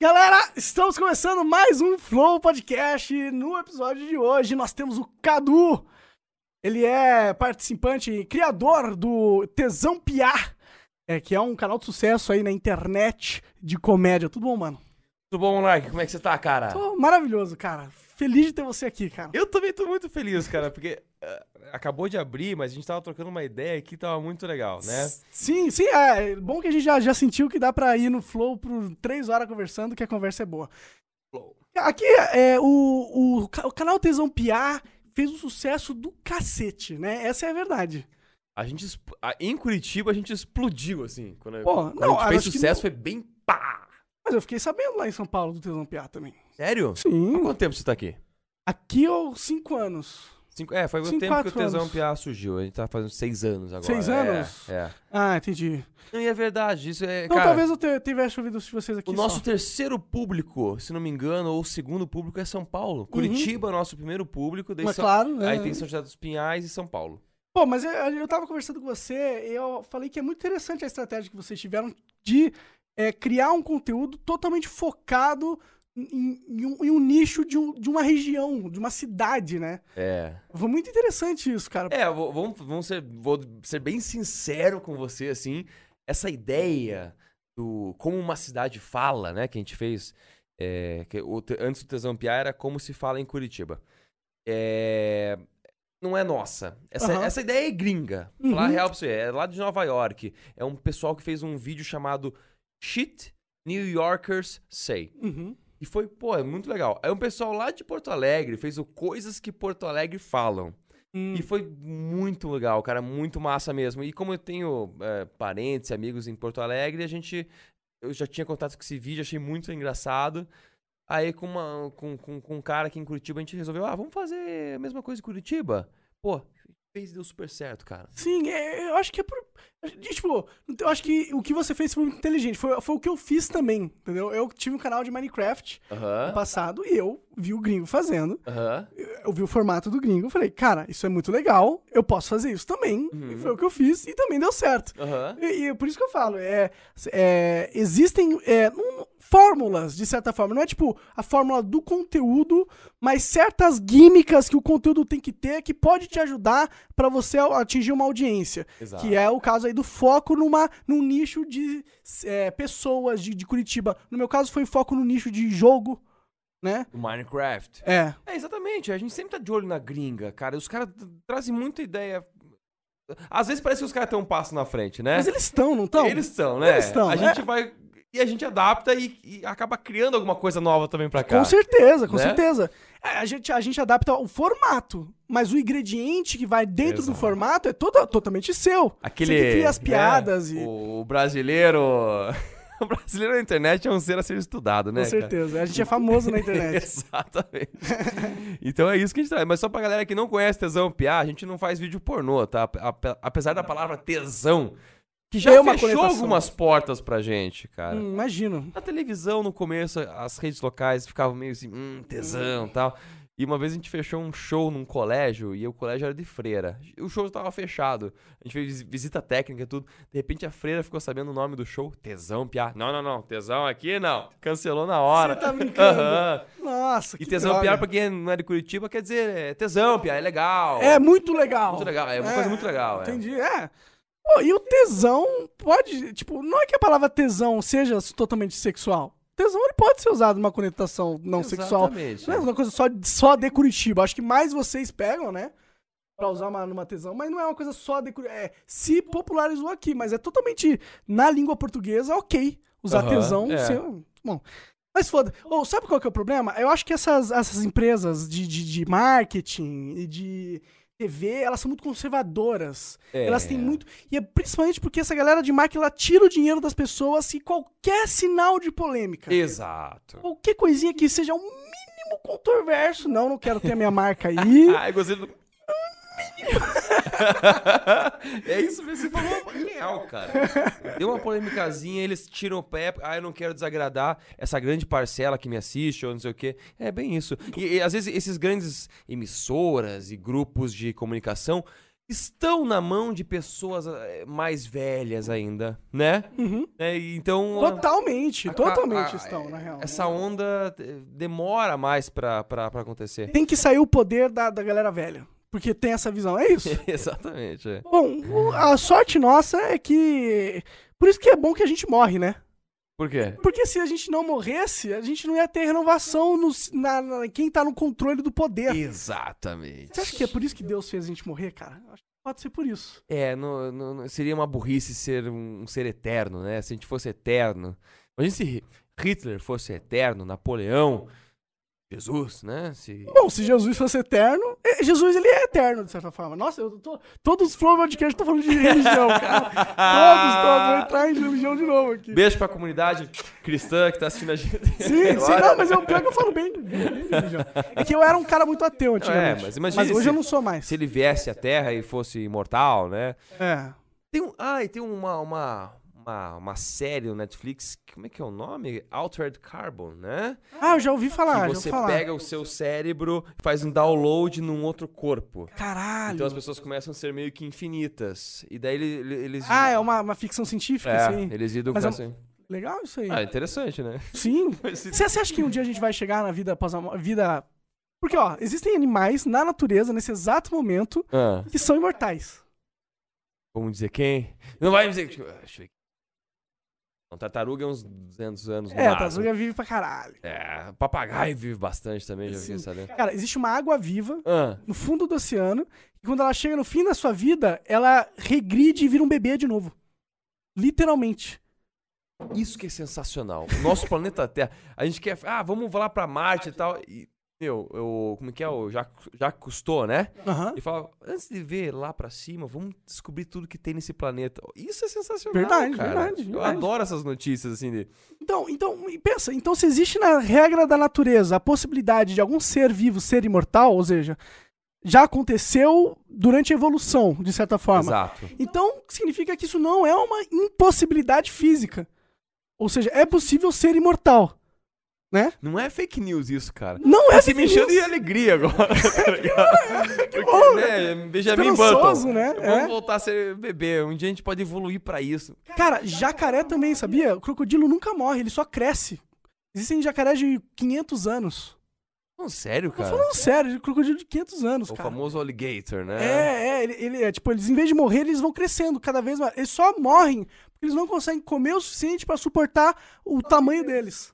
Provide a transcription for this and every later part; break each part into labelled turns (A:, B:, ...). A: Galera, estamos começando mais um Flow Podcast. No episódio de hoje, nós temos o Cadu. Ele é participante e criador do Tesão Piar, é, que é um canal de sucesso aí na internet de comédia. Tudo bom, mano?
B: Tudo bom, Monark? Como é que você tá, cara?
A: Tô maravilhoso, cara. Feliz de ter você aqui, cara.
B: Eu também tô muito feliz, cara, porque eh, acabou de abrir, mas a gente tava trocando uma ideia aqui, tava muito legal, né?
A: Sim, sim, é bom que a gente já, já sentiu que dá pra ir no flow por três horas conversando, que a conversa é boa. Aqui, é, o, o, ca- o canal Tesão Piar fez um sucesso do cacete, né? Essa é a verdade.
B: A gente, exp- a- em Curitiba, a gente explodiu, assim. Quando,
A: Pô,
B: quando
A: não,
B: a gente fez
A: acho que
B: sucesso, foi bem pá!
A: Mas eu fiquei sabendo lá em São Paulo do Tesão Piar também.
B: Sério? Há
A: Sim.
B: quanto tempo você tá aqui?
A: Aqui ou cinco anos.
B: Cinco, é, foi o
A: Cinco,
B: tempo que o
A: quatro
B: Tesão
A: anos.
B: Piá surgiu. A gente tá fazendo seis anos agora.
A: Seis
B: é,
A: anos?
B: É.
A: Ah, entendi.
B: Não, e é verdade, isso é,
A: Então
B: cara...
A: talvez eu te- tivesse ouvido de vocês aqui
B: O
A: só.
B: nosso terceiro público, se não me engano, ou o segundo público é São Paulo. Curitiba é o nosso primeiro público, daí é.
A: Mas
B: São-
A: claro, né?
B: aí tem São José dos Pinhais e São Paulo.
A: Pô, mas eu, eu tava conversando com você e eu falei que é muito interessante a estratégia que vocês tiveram de é, criar um conteúdo totalmente focado em, em um, em um nicho de, um- de uma região, de uma cidade, né?
B: É.
A: Foi muito interessante isso, cara.
B: É, vou- vamos, vamos ser, vou ser bem sincero com você, assim. Essa ideia do como uma cidade fala, né, que a gente fez é, que o te- antes do Tesão Piá era como se fala em Curitiba. É, não é nossa. Essa,
A: Aham.
B: essa ideia é gringa.
A: Uhum.
B: Falar a real pra você, é lá de Nova York. É um pessoal que fez um vídeo chamado Shit New Yorkers Say.
A: Uhum.
B: E foi, pô, é muito legal. Aí um pessoal lá de Porto Alegre fez o Coisas que Porto Alegre falam.
A: Hum.
B: E foi muito legal, cara, muito massa mesmo. E como eu tenho é, parentes, amigos em Porto Alegre, a gente. Eu já tinha contato com esse vídeo, achei muito engraçado. Aí com, uma, com, com, com um cara aqui em Curitiba, a gente resolveu, ah, vamos fazer a mesma coisa em Curitiba? Pô, fez e deu super certo, cara.
A: Sim, é- eu acho que é por. Tipo, eu acho que o que você fez foi muito inteligente. Foi, foi o que eu fiz também, entendeu? Eu tive um canal de Minecraft no
B: Aham.
A: passado e eu vi o gringo fazendo.
B: Aham.
A: eu vi o formato do gringo, eu falei, cara, isso é muito legal, eu posso fazer isso também.
B: Uhum.
A: E foi o que eu fiz e também deu certo.
B: Aham.
A: E, e por isso que eu falo, é, é, existem é, um- fórmulas, de certa forma. Não é tipo a fórmula do conteúdo, mas certas químicas que o conteúdo tem que ter que pode te ajudar pra você a- atingir uma audiência.
B: Exato.
A: Que é o caso aí do foco numa, num nicho de é, pessoas de, de Curitiba. No meu caso, foi foco no nicho de jogo, né?
B: O Minecraft.
A: É.
B: É, exatamente. A gente sempre tá de olho na gringa, cara. Os caras t- trazem muita ideia. Às vezes parece que os caras têm um passo na frente, né?
A: Mas eles estão, não estão?
B: eles estão, né?
A: Então, eles estão,
B: a gente vai. E a gente adapta e, e acaba criando alguma coisa nova também pra cá.
A: Com certeza, com
B: né?
A: certeza. É, A gente, a gente adapta o formato, mas o ingrediente que vai dentro do
B: Exato.
A: formato é todo, totalmente seu.
B: Aquele.
A: Você que cria as
B: né,
A: piadas e.
B: O brasileiro. O brasileiro na internet é um ser a ser estudado, né?
A: com
B: cara?
A: certeza. A gente é famoso na internet.
B: Exatamente. então é isso que a gente traz. Mas só pra galera que não conhece tesão piá, a gente não faz vídeo pornô, tá? Ape- ape- Apesar da palavra tesão, que já
A: Tem uma
B: fechou
A: conotação.
B: algumas portas pra gente, cara.
A: Hum, imagino.
B: Na televisão, no começo, as redes locais ficavam meio assim, hum, tesão
A: Uhum.
B: e tal. E uma vez a gente fechou um show num colégio, e o colégio era de freira. O show tava fechado. A gente fez visita técnica e tudo. De repente a freira ficou sabendo o nome do show. Tesão, piá. Não, não, não. Tesão aqui não. Cancelou na hora.
A: Você tá brincando?
B: Aham.
A: Nossa,
B: E
A: que
B: tesão,
A: droga.
B: piá, pra quem não é de Curitiba, quer dizer, é tesão, piá, é legal.
A: É muito legal.
B: Muito legal, é uma coisa muito legal, é.
A: Entendi, é. Pô, e o tesão pode. Tipo, não é que a palavra tesão seja totalmente sexual. Tesão ele pode ser usado numa conotação não um sexual.
B: Exatamente.
A: Não é uma coisa só, só de Curitiba. Acho que mais vocês pegam, né? Pra usar uma, numa tesão. Mas não é uma coisa só de Curitiba. É, se popularizou aqui, mas é totalmente na língua portuguesa, ok. Usar
B: Aham,
A: tesão.
B: é.
A: ser- bom. Mas foda. Ou sabe qual que é o problema? Eu acho que essas, essas empresas de, de, de marketing e de TV, elas são muito conservadoras.
B: É.
A: Elas têm muito. E é principalmente porque essa galera de marca ela tira o dinheiro das pessoas e qualquer sinal de polêmica.
B: Exato.
A: Qualquer coisinha que seja o mínimo controverso. Não, não quero ter a minha marca aí.
B: Ah, eu gostei do. é isso mesmo, você falou É real, cara. Deu uma polêmicazinha, eles tiram o pé, ah, eu não quero desagradar essa grande parcela que me assiste, ou não sei o quê. É bem isso. E, e, às vezes esses grandes emissoras e grupos de comunicação estão na mão de pessoas eh, mais velhas ainda, né?
A: Uhum.
B: É, e então. ah,
A: Totalmente,
B: a-
A: totalmente
B: a-
A: estão, na real.
B: Essa onda eh, demora mais pra, pra, pra acontecer.
A: Tem que sair o poder da, da galera velha. Porque tem essa visão, é isso.
B: Exatamente. é.
A: bom, o- a sorte nossa é que. Por isso que é bom que a gente morre, né?
B: Por quê?
A: Porque se a gente não morresse, a gente não ia ter renovação no, na, na- em quem tá no controle do poder.
B: Exatamente.
A: Você acha que é por isso que Deus fez a gente morrer, cara? Acho que pode ser por isso.
B: É, no- no- no- seria uma burrice ser um, um ser eterno, né? Se a gente fosse eterno. Imagina se Hi- Hitler fosse eterno, Napoleão, Jesus, né? Se...
A: Bom, se Jesus fosse eterno, eh, Jesus ele é eterno, de certa forma. Nossa, eu tô. Todos os flow podcast estão falando de religião, cara. Todos, todos. Vou entrar em religião de novo aqui.
B: Beijo pra comunidade cristã que tá assistindo a gente.
A: Sim, sim,
B: agora.
A: não, mas eu, pior que eu falo bem. de- de religião. É que eu era um cara muito ateu antigamente.
B: É, mas imagine
A: hoje
B: se-
A: eu não sou mais.
B: Se ele viesse à Terra e fosse imortal, né?
A: É.
B: Tem um, ah, e tem uma, uma, uma, uma série no Netflix, como é que é o nome? Altered Carbon, né?
A: Ah, eu já ouvi falar,
B: que
A: já ouvi
B: você
A: falar.
B: pega o seu cérebro e faz um download num outro corpo.
A: Caralho.
B: Então as pessoas começam a ser meio que infinitas. E daí ele- ele- eles.
A: Ah, é uma, uma ficção científica,
B: É,
A: assim.
B: eles idam com
A: Mas é um-
B: essa-
A: Legal isso aí.
B: Ah, interessante, né?
A: Sim.
B: Esse-
A: Você você acha que um dia a gente vai chegar na vida após a mo- vida. Porque, ó, existem animais na natureza, nesse exato momento,
B: Ah,
A: que são imortais.
B: vamos dizer quem? Não vai me dizer. que- Ah, Deixa eu ver. Não, tartaruga é uns 200 anos. no
A: É, a
B: máximo.
A: tartaruga vive pra caralho.
B: É, papagaio vive bastante também, já
A: Sim.
B: fiquei sabendo.
A: Cara, existe uma água viva
B: Ah,
A: no fundo do oceano, e quando ela chega no fim da sua vida, ela regride e vira um bebê de novo. Literalmente.
B: isso que é sensacional. O nosso planeta Terra. A gente quer. Ah, vamos lá pra Marte e tal. E, meu, eu, como é que é? O Jacques, Jacques Cousteau, né?
A: Aham.
B: E fala, antes de ver lá pra cima, vamos descobrir tudo que tem nesse planeta. Isso é sensacional,
A: Verdade,
B: cara.
A: verdade,
B: Eu
A: verdade.
B: adoro essas notícias, assim, de...
A: Então, então, e pensa, então se existe na regra da natureza a possibilidade de algum ser vivo ser imortal, ou seja, já aconteceu durante a evolução, de certa forma.
B: Exato.
A: Então, significa que isso não é uma impossibilidade física. Ou seja, é possível ser imortal. Né?
B: Não é fake news isso, cara.
A: Não é
B: Tá se me enchendo de alegria agora, tá ligado? Que
A: bom,
B: Benjamin
A: Esperançoso,
B: Button.
A: né?
B: Vamos
A: É.
B: voltar a ser bebê. Um dia a gente pode evoluir pra isso.
A: Cara, jacaré também, sabia? O crocodilo nunca morre, ele só cresce. Existem jacarés de 500 anos.
B: Não, sério,
A: Tô
B: cara.
A: falando sério, de crocodilo de 500 anos,
B: É O
A: cara.
B: famoso alligator, né?
A: É, é, ele, ele- é tipo, eles em vez de morrer, eles vão crescendo cada vez mais. Eles só morrem porque eles não conseguem comer o suficiente pra suportar o tamanho deles.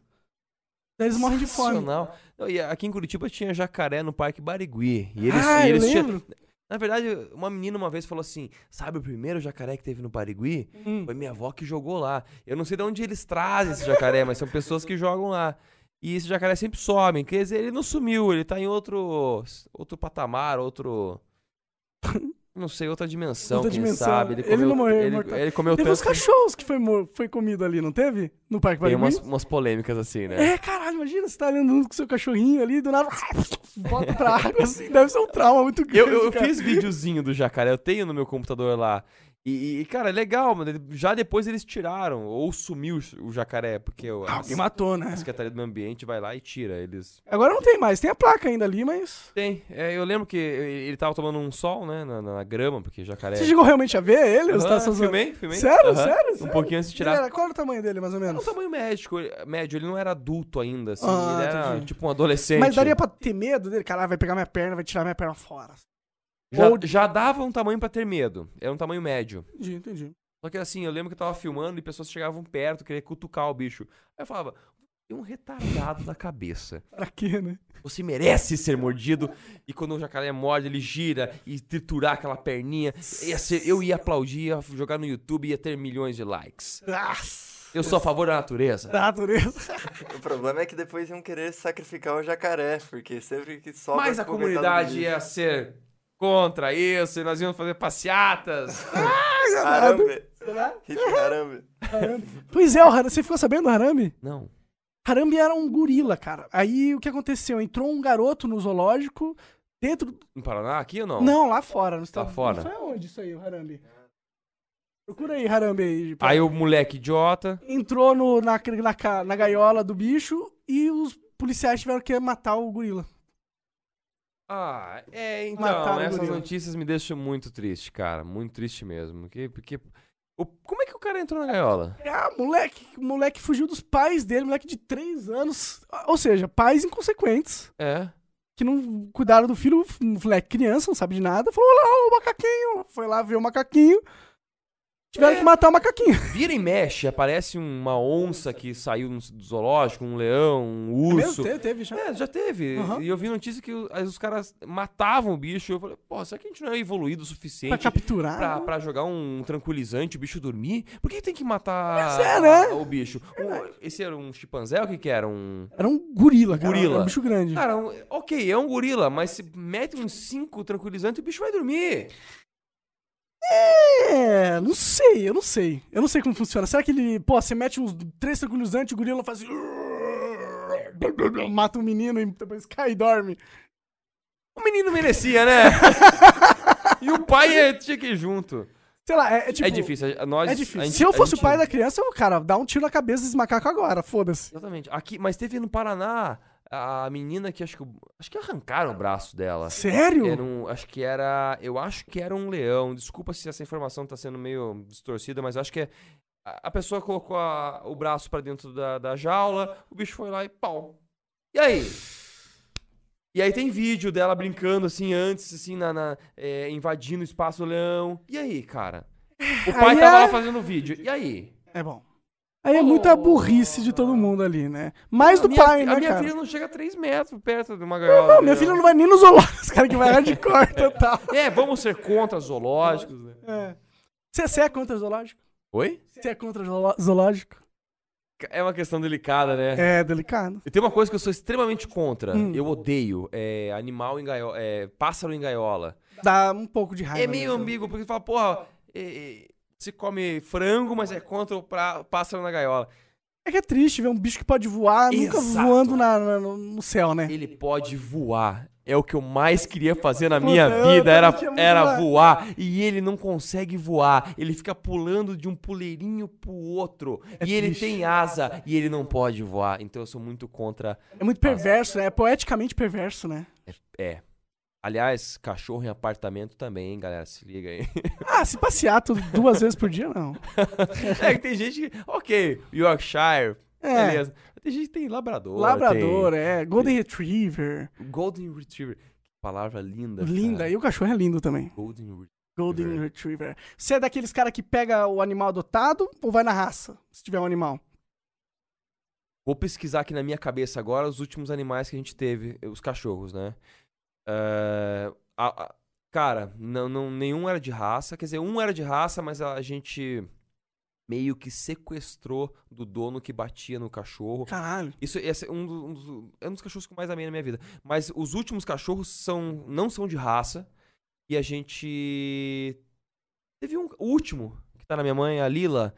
A: Daí Eles morrem de fome.
B: Sensacional. Não, e aqui em Curitiba tinha jacaré no Parque Barigui. E eles,
A: ah,
B: e
A: eu
B: eles tinham-
A: lembro.
B: Na verdade, uma menina uma vez falou assim: sabe o primeiro jacaré que teve no Barigui?
A: Hum.
B: Foi minha avó que jogou lá. Eu não sei de onde eles trazem esse jacaré, mas são pessoas que jogam lá. E esse jacaré sempre some. Quer dizer, ele não sumiu, ele tá em outro. outro patamar, outro. Não sei, outra dimensão,
A: Outra
B: quem
A: dimensão.
B: sabe.
A: Ele não morreu,
B: ele,
A: imortal.
B: ele comeu
A: Teve
B: tanto.
A: uns cachorros que foi, mor- foi comido ali, não teve? No Parque
B: Tem
A: Barigui?
B: umas, umas polêmicas assim, né?
A: É, caralho, imagina, você tá andando com seu cachorrinho ali, do nada, bota pra água, assim, deve ser um trauma muito grande,
B: Eu, eu, eu
A: cara.
B: fiz videozinho do jacaré, eu tenho no meu computador lá. E, e, cara, é legal, mano. ele- Já depois eles tiraram, ou sumiu o jacaré, porque o-
A: Ah, Alguém matou, né?
B: a Secretaria do Meio Ambiente vai lá e tira eles.
A: Agora não tem mais, tem a placa ainda ali, mas...
B: Tem. é, eu lembro que e- ele tava tomando um sol, né, na, na grama, porque jacaré. é-
A: Você chegou realmente a ver ele? ou você tá
B: Aham,
A: só zoando?
B: filmei, filmei.
A: Sério,
B: Aham,
A: sério,
B: Um
A: sério?
B: pouquinho antes de
A: Ele
B: tirar.
A: era- qual era o tamanho dele, mais ou
B: Era um
A: menos?
B: tamanho médico, ele- médio, ele não era adulto ainda, assim.
A: Ah,
B: ele era
A: entendi.
B: tipo um adolescente.
A: Mas daria pra ter medo dele? Caralho, vai pegar minha perna, vai tirar minha perna fora.
B: já,
A: Ou-
B: já dava um tamanho pra ter medo. Era um tamanho médio.
A: Entendi, entendi.
B: Só que assim, eu lembro que eu tava filmando e pessoas chegavam perto, queria cutucar o bicho. Aí eu falava, tem um retardado na cabeça.
A: Pra quê, né?
B: Você merece ser mordido. E quando o jacaré morde, ele gira e triturar aquela perninha. Ia ser- eu ia aplaudir, ia jogar no YouTube e ia ter milhões de likes.
A: Nossa,
B: Eu sou a favor da natureza.
A: da natureza.
C: O problema é que depois iam querer sacrificar o jacaré, porque sempre que sobra...
B: Mas a
C: pro coitado do
B: comunidade é
C: bicho.
B: ia ser contra isso, e nós íamos fazer passeatas.
C: Harambe.
A: Será?
C: Hip harambe.
A: Pois é, o Harambe. Você ficou sabendo do Harambe?
B: Não.
A: Harambe era um gorila, cara. Aí o que aconteceu? Entrou um garoto no zoológico dentro.
B: No Paraná, aqui ou não?
A: Não, lá fora. Nos Estados
B: fora.
A: Foi onde isso aí, o Harambe? Procura aí, Harambe. Aí,
B: Aí o moleque idiota.
A: Entrou no, na, na, ca- na gaiola do bicho e os policiais tiveram que matar o gorila.
B: Ah, é, então,
A: Mataram o
B: essas
A: gorila.
B: notícias me deixam muito triste, cara. Muito triste mesmo. Porque, porque o- como é que o cara entrou na gaiola?
A: Ah, moleque, o moleque fugiu dos pais dele, moleque de 3 anos. Ou seja, pais inconsequentes
B: É.
A: que não cuidaram do filho, um moleque criança, não sabe de nada. Falou lá, o macaquinho. Foi lá ver o macaquinho. Tiveram que matar o macaquinho.
B: Vira e mexe, aparece uma onça que saiu no- do zoológico, um leão, um
A: Mesmo?
B: urso.
A: Te- teve já.
B: É, já teve.
A: Aham.
B: E eu vi notícia que os, aí os caras matavam o bicho. Eu falei, pô, será que a gente não é evoluído o
A: Pra
B: suficiente
A: capturar.
B: pra,
A: né?
B: pra jogar um tranquilizante, o bicho dormir? Por que tem que matar
A: Pois é, né?
B: o bicho? O- esse era um chimpanzé? O que que era? Um...
A: Era um gorila, cara.
B: Gorila.
A: Era um bicho grande.
B: Cara, um- ok, é um gorila, mas se mete uns cinco tranquilizantes, o bicho vai dormir.
A: É, não sei, eu não sei. Eu não sei como funciona. Será que ele, pô, você mete uns três tranquilizantes, o gorila faz. assim, Mata um menino e depois cai e dorme.
B: O menino merecia, né? e o pai eh, tinha que ir junto.
A: Sei lá, é, é tipo.
B: é difícil. a- Nós,
A: É
B: a
A: difícil.
B: gente-
A: Se eu
B: a
A: fosse o
B: gente-
A: pai da criança, eu, cara, dá um tiro na cabeça desse macaco agora, foda-se.
B: Exatamente. Aqui, mas teve no Paraná a menina que acho que acho que arrancaram o braço dela.
A: Sério?
B: Era um- acho que era, eu acho que era um leão. Desculpa se essa informação tá sendo meio distorcida, mas eu acho que é a a pessoa colocou a- o braço pra dentro da, da jaula, o bicho foi lá e pau. E aí? E aí tem vídeo dela brincando assim antes, assim, na, na- é, invadindo o espaço do leão. E aí, cara? O pai
A: Aí
B: tava
A: é-
B: lá fazendo vídeo. E aí?
A: É bom. Aí é muita burrice de todo mundo ali, né? Mais do
B: A minha-
A: pai,
B: a
A: né,
B: minha
A: cara?
B: filha não chega a 3 metros perto de uma gaiola.
A: Não, minha filha não vai nem no zoológico, os caras que vai hardcore total.
B: É, vamos ser contra zoológicos, né?
A: É. Você, você é contra zoológico?
B: Oi?
A: Você é contra zoolo- zoológico?
B: É uma questão delicada, né?
A: É delicado.
B: E Tem uma coisa que eu sou extremamente contra.
A: Hum.
B: Eu odeio. É animal em gaiola. É pássaro em gaiola.
A: Dá um pouco de raiva.
B: é meio
A: né?
B: ambíguo, porque fala, porra, é, é, se come frango, mas é contra o pra- pássaro na gaiola.
A: É que é triste ver um bicho que pode voar, nunca
B: Exato.
A: voando na- na- no- no céu, né?
B: Ele pode voar. É o que eu mais queria fazer na minha
A: eu
B: vida,
A: também
B: era,
A: tinha muito
B: era
A: voar.
B: voar. E ele não consegue voar. Ele fica pulando de um puleirinho pro outro. e ele
A: É triste.
B: tem asa e ele não pode voar. Então eu sou muito contra.
A: É muito perverso, né? É poeticamente perverso, né?
B: É. Aliás, cachorro em apartamento também, hein, galera. Se liga aí.
A: Ah, se passear tu- duas vezes por dia, não.
B: É que tem gente que. Ok, Yorkshire,
A: É.
B: beleza. Tem gente que tem labrador.
A: Labrador, é. Golden Retriever.
B: tem Golden Retriever. Que palavra linda.
A: Linda.
B: cara.
A: E o cachorro é lindo também.
B: Golden Retriever.
A: Golden Retriever. Você é daqueles cara que pega o animal adotado ou vai na raça, se tiver um animal?
B: Vou pesquisar aqui na minha cabeça agora os últimos animais que a gente teve. Os cachorros, né? É, a- a- cara, não, não, nenhum era de raça. Quer dizer, um era de raça, mas a gente meio que sequestrou do dono que batia no cachorro.
A: Caralho.
B: Isso esse é um dos, um dos- é um dos cachorros que eu mais amei na minha vida. Mas os últimos cachorros são não são de raça. E a gente. Teve um. O último, que tá na minha mãe, a Lila.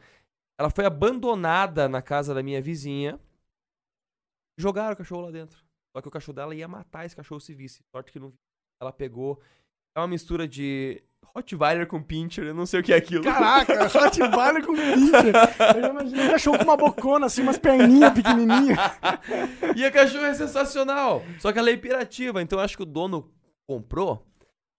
B: Ela foi abandonada na casa da minha vizinha. Jogaram o cachorro lá dentro. Só que o cachorro dela ia matar esse cachorro se visse. Sorte que não vi. Ela pegou. É uma mistura de Rottweiler com Pinscher, eu não sei o que é aquilo.
A: Caraca, Rottweiler com pincher. Eu já imaginei um cachorro com uma bocona, assim, umas perninhas pequenininhas.
B: E a cachorra é sensacional. Só que ela é hiperativa, então eu acho que o dono comprou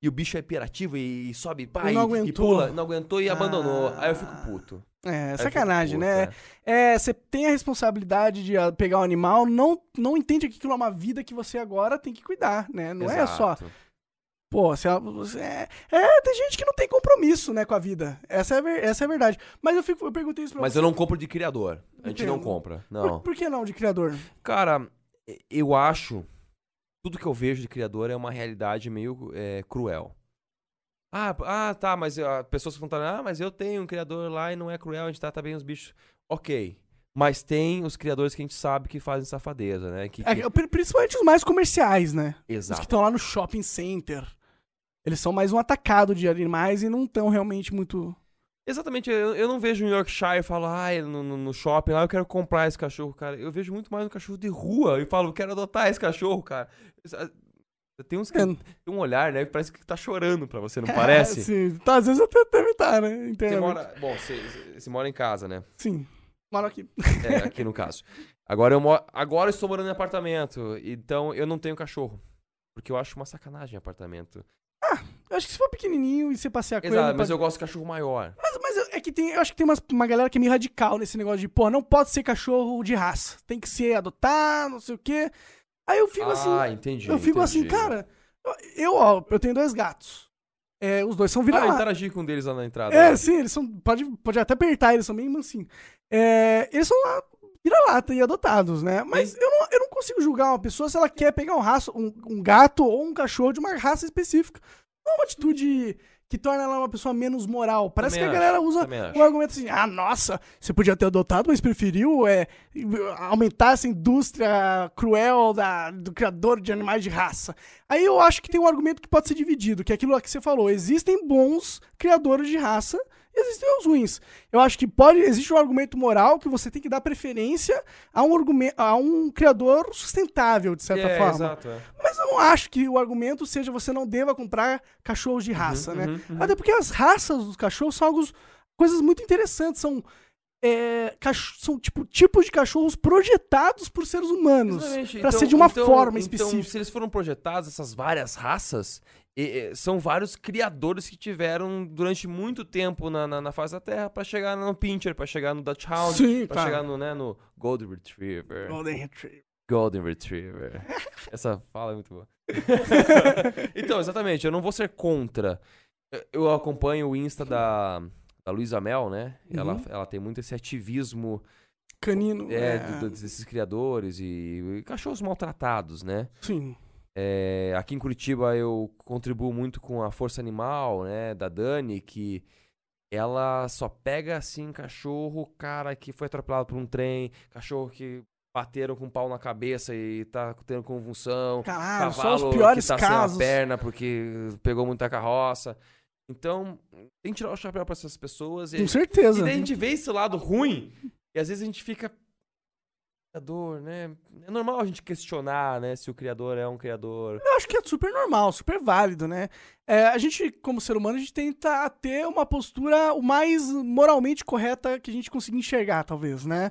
B: e o bicho é hiperativo e, e sobe pá,
A: Não
B: e, e
A: aguentou.
B: pula, não aguentou e
A: Ah.
B: abandonou. Aí eu fico puto.
A: É,
B: Aí eu
A: sacanagem,
B: fico
A: né?
B: puto, é.
A: É, você tem a responsabilidade de ah, pegar o animal, não, não entende que aquilo é uma vida que você agora tem que cuidar, né? Não é só,
B: Exato.
A: Pô, se ela- você- é, é, tem gente que não tem compromisso, né, com a vida. Essa é, a ver- essa é a verdade. Mas eu, fico, eu perguntei isso pra
B: Mas
A: você.
B: eu não compro de criador. A gente não
A: Entendo.
B: compra.
A: Por,
B: Não.
A: por que não de criador?
B: Cara, eu acho. Tudo que eu vejo de criador é uma realidade meio é, cruel. Ah, p- ah, tá, mas eu- ah, pessoas perguntaram, ah, mas eu tenho um criador lá e não é cruel, a gente trata bem os bichos. Ok. Mas tem os criadores que a gente sabe que fazem safadeza, né? Que, que-
A: É, pri- principalmente É, os mais comerciais, né? Os que
B: Exato.
A: estão lá no shopping center. Eles são mais um atacado de animais e não estão realmente muito.
B: Exatamente, eu, eu não vejo um Yorkshire e falo, ai, no, no- no shopping lá eu quero comprar esse cachorro, cara. Eu vejo muito mais um cachorro de rua e falo, quero adotar esse cachorro, cara. Essa- Tem uns que
A: É.
B: tem um olhar, né? que Parece que tá chorando pra você, não parece?
A: Sim. Tá, às vezes até deve estar, né?
B: Você
A: Inteiramente.
B: mora, bom, você, você mora em casa, né?
A: Sim. Moro aqui.
B: É, aqui no caso. Agora eu, mo- agora eu estou morando em apartamento, então eu não tenho cachorro. Porque eu acho uma sacanagem apartamento.
A: Eu acho que se for pequenininho e você passear com
B: Exato,
A: ele.
B: mas
A: pode-
B: eu gosto de cachorro maior.
A: Mas, mas eu- é que tem, eu acho que tem umas- uma galera que é meio radical nesse negócio de, pô, não pode ser cachorro de raça. Tem que ser adotado, não sei o quê. Aí eu fico assim.
B: ah, entendi.
A: Eu fico assim,
B: entendi.
A: cara. Eu, ó, eu tenho dois gatos. É, os dois são
B: Ah,
A: vira-lata.
B: interagi com um deles lá na entrada.
A: É, sim, eles são. Pode, pode até apertar, eles são bem mansinhos. É, eles são lá, vira-lata e adotados, né? Mas eu não, eu não consigo julgar uma pessoa se ela quer pegar um, raço, um, um gato ou um cachorro de uma raça específica. Não é uma atitude que torna ela uma pessoa menos moral. Parece
B: Também
A: que a galera
B: acho,
A: usa
B: também acho.
A: um argumento assim: ah, nossa, você podia ter adotado, mas preferiu é, aumentar essa indústria cruel da, do criador de animais de raça. Aí eu acho que tem um argumento que pode ser dividido, que é aquilo que você falou. Existem bons criadores de raça e existem os ruins. Eu acho que pode. Existe um argumento moral que você tem que dar preferência a um, argumen- a um criador sustentável, de certa
B: É,
A: forma.
B: exato, é.
A: Mas eu não acho que o argumento seja você não deva comprar cachorros de raça, né?
B: uhum, uhum.
A: Até porque as raças dos cachorros são algo, coisas muito interessantes. São, é, cach- são tipo, tipos de cachorros projetados por seres humanos.
B: Exatamente.
A: Pra
B: Então-
A: ser de uma
B: então-
A: forma
B: Então,
A: específica.
B: se eles foram projetados, essas várias raças, e- e são vários criadores que tiveram durante muito tempo na, na, na face da Terra pra chegar no Pincher, pra chegar no Dutch Hound,
A: Sim,
B: pra
A: cara.
B: chegar no, né, no Golden Retriever.
A: Tá. Golden Retriever.
B: Golden Retriever. Essa fala é muito boa. então, exatamente, eu não vou ser contra. Eu- Eu acompanho o Insta da, da Luísa Mel, né? Ela,
A: Uhum.
B: ela tem muito esse ativismo
A: Canino.
B: é,
A: É,
B: do- do- desses criadores e, e cachorros maltratados, né?
A: Sim.
B: É, aqui em Curitiba eu contribuo muito com a Força Animal, né? Da Dani, que ela só pega assim cachorro, cara que foi atropelado por um trem, cachorro que bateram com um pau na cabeça e tá tendo convulsão
A: Caralho, só
B: cavalo
A: os piores
B: que tá
A: casos.
B: sem a perna porque pegou muita carroça. Então, tem que tirar o chapéu pra essas pessoas. E,
A: Com
B: e
A: certeza.
B: daí a gente vê esse lado ruim e às vezes a gente fica... Criador, né? É normal a gente questionar, né? Se o criador é um criador.
A: Eu acho que é super normal, super válido, né? É, a gente, como ser humano, a gente tenta ter uma postura o mais moralmente correta que a gente consiga enxergar, talvez, né?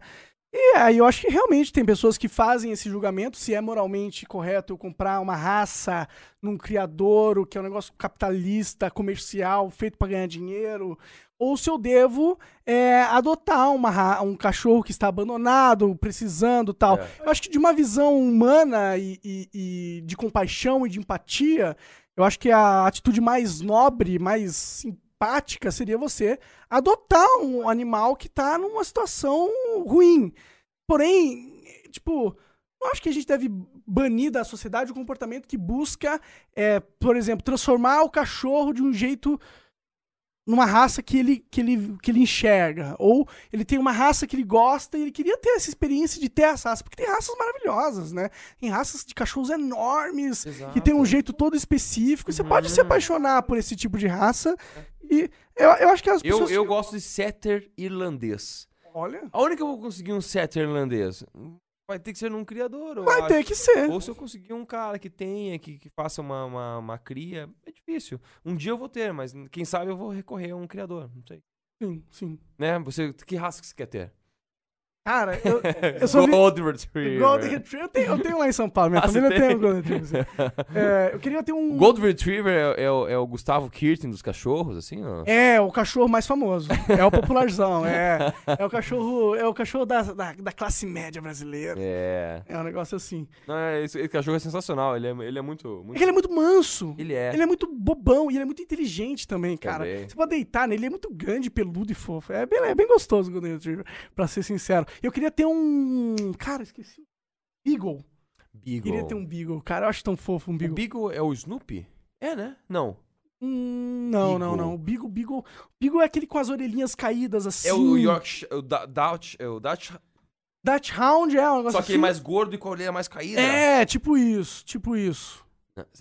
A: E aí eu acho que realmente tem pessoas que fazem esse julgamento se é moralmente correto eu comprar uma raça num criadouro, que é um negócio capitalista, comercial, feito pra ganhar dinheiro, ou se eu devo é, adotar uma ra- um cachorro que está abandonado, precisando tal.
B: É.
A: Eu acho que de uma visão humana e, e- e de compaixão e de empatia, eu acho que a atitude mais nobre, mais simpática seria você adotar um animal que tá numa situação ruim. Porém, tipo, eu acho que a gente deve banir da sociedade o comportamento que busca, é, por exemplo, transformar o cachorro de um jeito numa raça que ele, que, ele, que ele enxerga. Ou ele tem uma raça que ele gosta e ele queria ter essa experiência de ter essa raça. Porque tem raças maravilhosas, né? Tem raças de cachorros enormes, que tem um jeito todo específico. e Você pode se
B: Uhum.
A: apaixonar por esse tipo de raça. E eu, eu acho que as
B: Eu,
A: pessoas.
B: eu gosto de setter irlandês.
A: Olha.
B: Aonde que eu vou conseguir um setter irlandês? Vai ter que ser num criador, eu
A: Vai
B: acho.
A: ter que ser.
B: Ou se eu conseguir um cara que tenha, que, que faça uma, uma, uma cria, é difícil. Um dia eu vou ter, mas quem sabe eu vou recorrer a um criador, não sei.
A: Sim, sim.
B: Né? Você, que raça que você quer ter?
A: Cara, eu, eu sou vi-
B: Golden Retriever.
A: Golden Retriever. Eu tenho, eu tenho lá em São Paulo, minha
B: né? Ah, você
A: família tem
B: tem?
A: um Golden Retriever. É, eu queria ter
B: O
A: um.
B: Golden Retriever é, é o, é o Gustavo Kirten dos cachorros, assim? ó?
A: É, o cachorro mais famoso. É o popularzão. É, é o cachorro, é o cachorro da, da, da classe média brasileira.
B: É.
A: É um negócio assim.
B: Não, é, esse, esse cachorro é sensacional, ele é, ele é muito...
A: É
B: muito...
A: que ele é muito manso.
B: Ele é.
A: Ele é muito bobão e ele é muito inteligente também, cara.
B: Também.
A: Você pode deitar nele, ele é muito grande, peludo e fofo. É bem, é bem gostoso o Golden Retriever, pra ser sincero. Eu queria ter um. Cara, esqueci. Beagle.
B: Beagle.
A: Queria ter um Beagle, cara. Eu acho tão fofo um
B: O
A: Beagle.
B: Beagle é o Snoopy? É, né? Não.
A: Hum, não, não,
B: Beagle.
A: não. O Beagle, Beagle, Beagle é aquele com as orelhinhas caídas assim.
B: É o Yorkshire... O Da- Dutch... É o Dutch...
A: Dutch Hound é um negócio
B: Só que ele é
A: assim.
B: mais gordo e com a orelha mais caída.
A: É, tipo isso, tipo isso.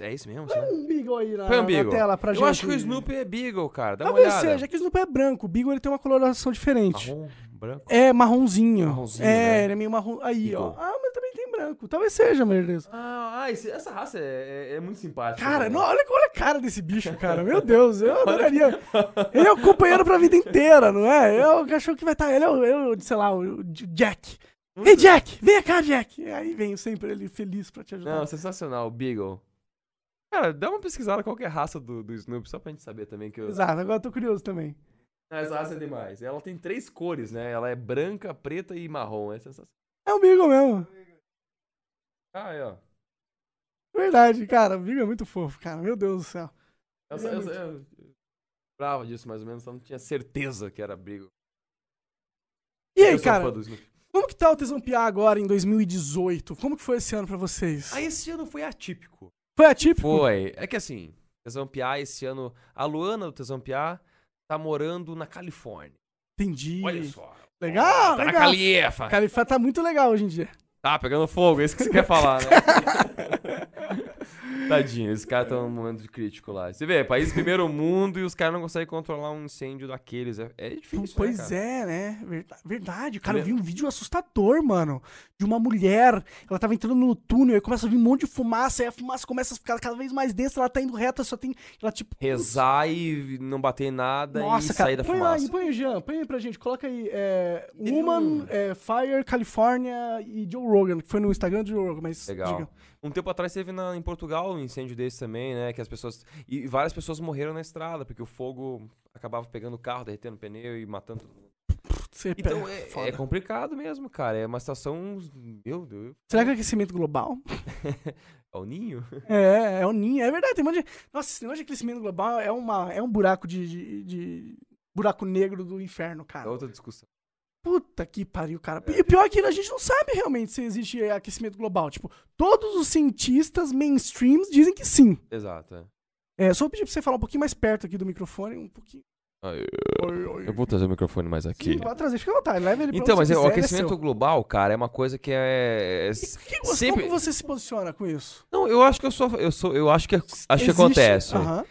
B: É isso mesmo?
A: Põe
B: Será?
A: um Beagle aí na,
B: Põe um
A: na
B: Beagle.
A: tela pra
B: Eu
A: gente.
B: acho que o Snoopy é Beagle, cara. Dá
A: Talvez
B: uma olhada.
A: seja, que o Snoopy é branco. O Beagle ele tem uma coloração diferente.
B: Marrom, branco.
A: É marronzinho. é,
B: Marronzinho, né?
A: ele é meio marrom. Aí, ó.
B: Beagle.
A: Ah, mas também tem branco. Talvez seja, meu Deus.
B: Ah, ah, esse- essa raça é, é- é muito simpática.
A: Cara,
B: né?
A: não, olha, olha a cara desse bicho, cara. Meu Deus, eu adoraria. Ele é o companheiro pra vida inteira, não é? É o cachorro que vai estar. Ele é o, é o, sei lá, o Jack.
B: Uhum.
A: Ei, Jack, vem cá, Jack. E aí vem sempre ele feliz pra te ajudar.
B: Não, sensacional, Beagle. Cara, dá uma pesquisada qual que é a raça do, do Snoopy, só pra gente saber também que eu...
A: Exato, agora eu tô curioso também.
B: Não, Essa raça é demais. Ela tem três cores, né? Ela é branca, preta e marrom. É sensacional.
A: É o Beagle mesmo.
B: Ah, é, ó.
A: Verdade, cara. O Beagle é muito fofo, cara. Meu Deus do céu.
B: Eu,
A: Ele é
B: eu-
A: muito-
B: eu- eu lembrava disso mais ou menos, só não tinha certeza que era Beagle.
A: E aí,
B: Eu sou
A: cara?
B: fã do Snoopy.
A: Como que tá o Tesão Piá agora em 2018? Como que foi esse ano pra vocês?
B: Ah, esse ano foi atípico.
A: Foi atípico?
B: Foi. É que assim, Tesão Piá esse ano. A Luana do Tesão Piá tá morando na Califórnia.
A: Entendi.
B: Olha só.
A: Legal,
B: tá
A: legal.
B: na Califa.
A: Califa tá muito legal hoje em dia.
B: Tá pegando fogo, é isso que você quer falar, né? Tadinho, esses caras estão num momento de crítico lá. Você vê, país primeiro mundo e os caras não conseguem controlar um incêndio daqueles. É, é difícil,
A: pois
B: né, cara?
A: é, né? Verda- Verdade. Cara, eu vi
B: Primeiro-
A: um vídeo assustador, mano. De uma mulher. Ela tava entrando no túnel e começa a vir um monte de fumaça. Aí a fumaça começa a ficar cada vez mais densa. Ela tá indo reta, só tem. Ela tipo.
B: Rezar e não bater em nada
A: Nossa,
B: e
A: cara.
B: sair da
A: põe
B: fumaça.
A: aí, põe aí, Jean. Põe aí pra gente. Coloca aí. É,
B: Teve
A: Woman,
B: um-
A: é, Fire, California e Joe Rogan. Que foi no Instagram do Joe Rogan, mas.
B: Legal.
A: diga.
B: Um tempo atrás teve na- em Portugal um incêndio desse também, né? Que as pessoas. E e várias pessoas morreram na estrada, porque o fogo acabava pegando o carro, derretendo o pneu e matando todo mundo.
A: Você
B: Então
A: pega-
B: é,
A: foda.
B: é complicado mesmo, cara. É uma situação. Meu Deus.
A: Será que é aquecimento global?
B: É o ninho?
A: É, é o ninho. É verdade, tem um monte de... Nossa, esse negócio de aquecimento global é, uma, é um buraco de, de- de- Buraco negro do inferno,
B: É
A: cara.
B: outra discussão.
A: Puta que pariu, cara.
B: É.
A: E pior é que a gente não sabe realmente se existe é, aquecimento global. Tipo, todos os cientistas mainstreams dizem que sim.
B: Exato. é.
A: É, só vou pedir pra você falar um pouquinho mais perto aqui do microfone, um pouquinho. Oi, oi.
B: Eu vou trazer o microfone mais aqui.
A: Sim, pode trazer, fica à vontade, leva ele pra
B: então,
A: onde
B: mas
A: você
B: é, o
A: quiser, ele é
B: aquecimento
A: seu.
B: global, cara, é uma coisa que é. é-
A: Que- que-
B: sempre-
A: Como você se posiciona com isso?
B: Não, eu acho que eu sou. Eu sou. Eu acho que é, acho que
A: Existe-
B: acontece.
A: Aham.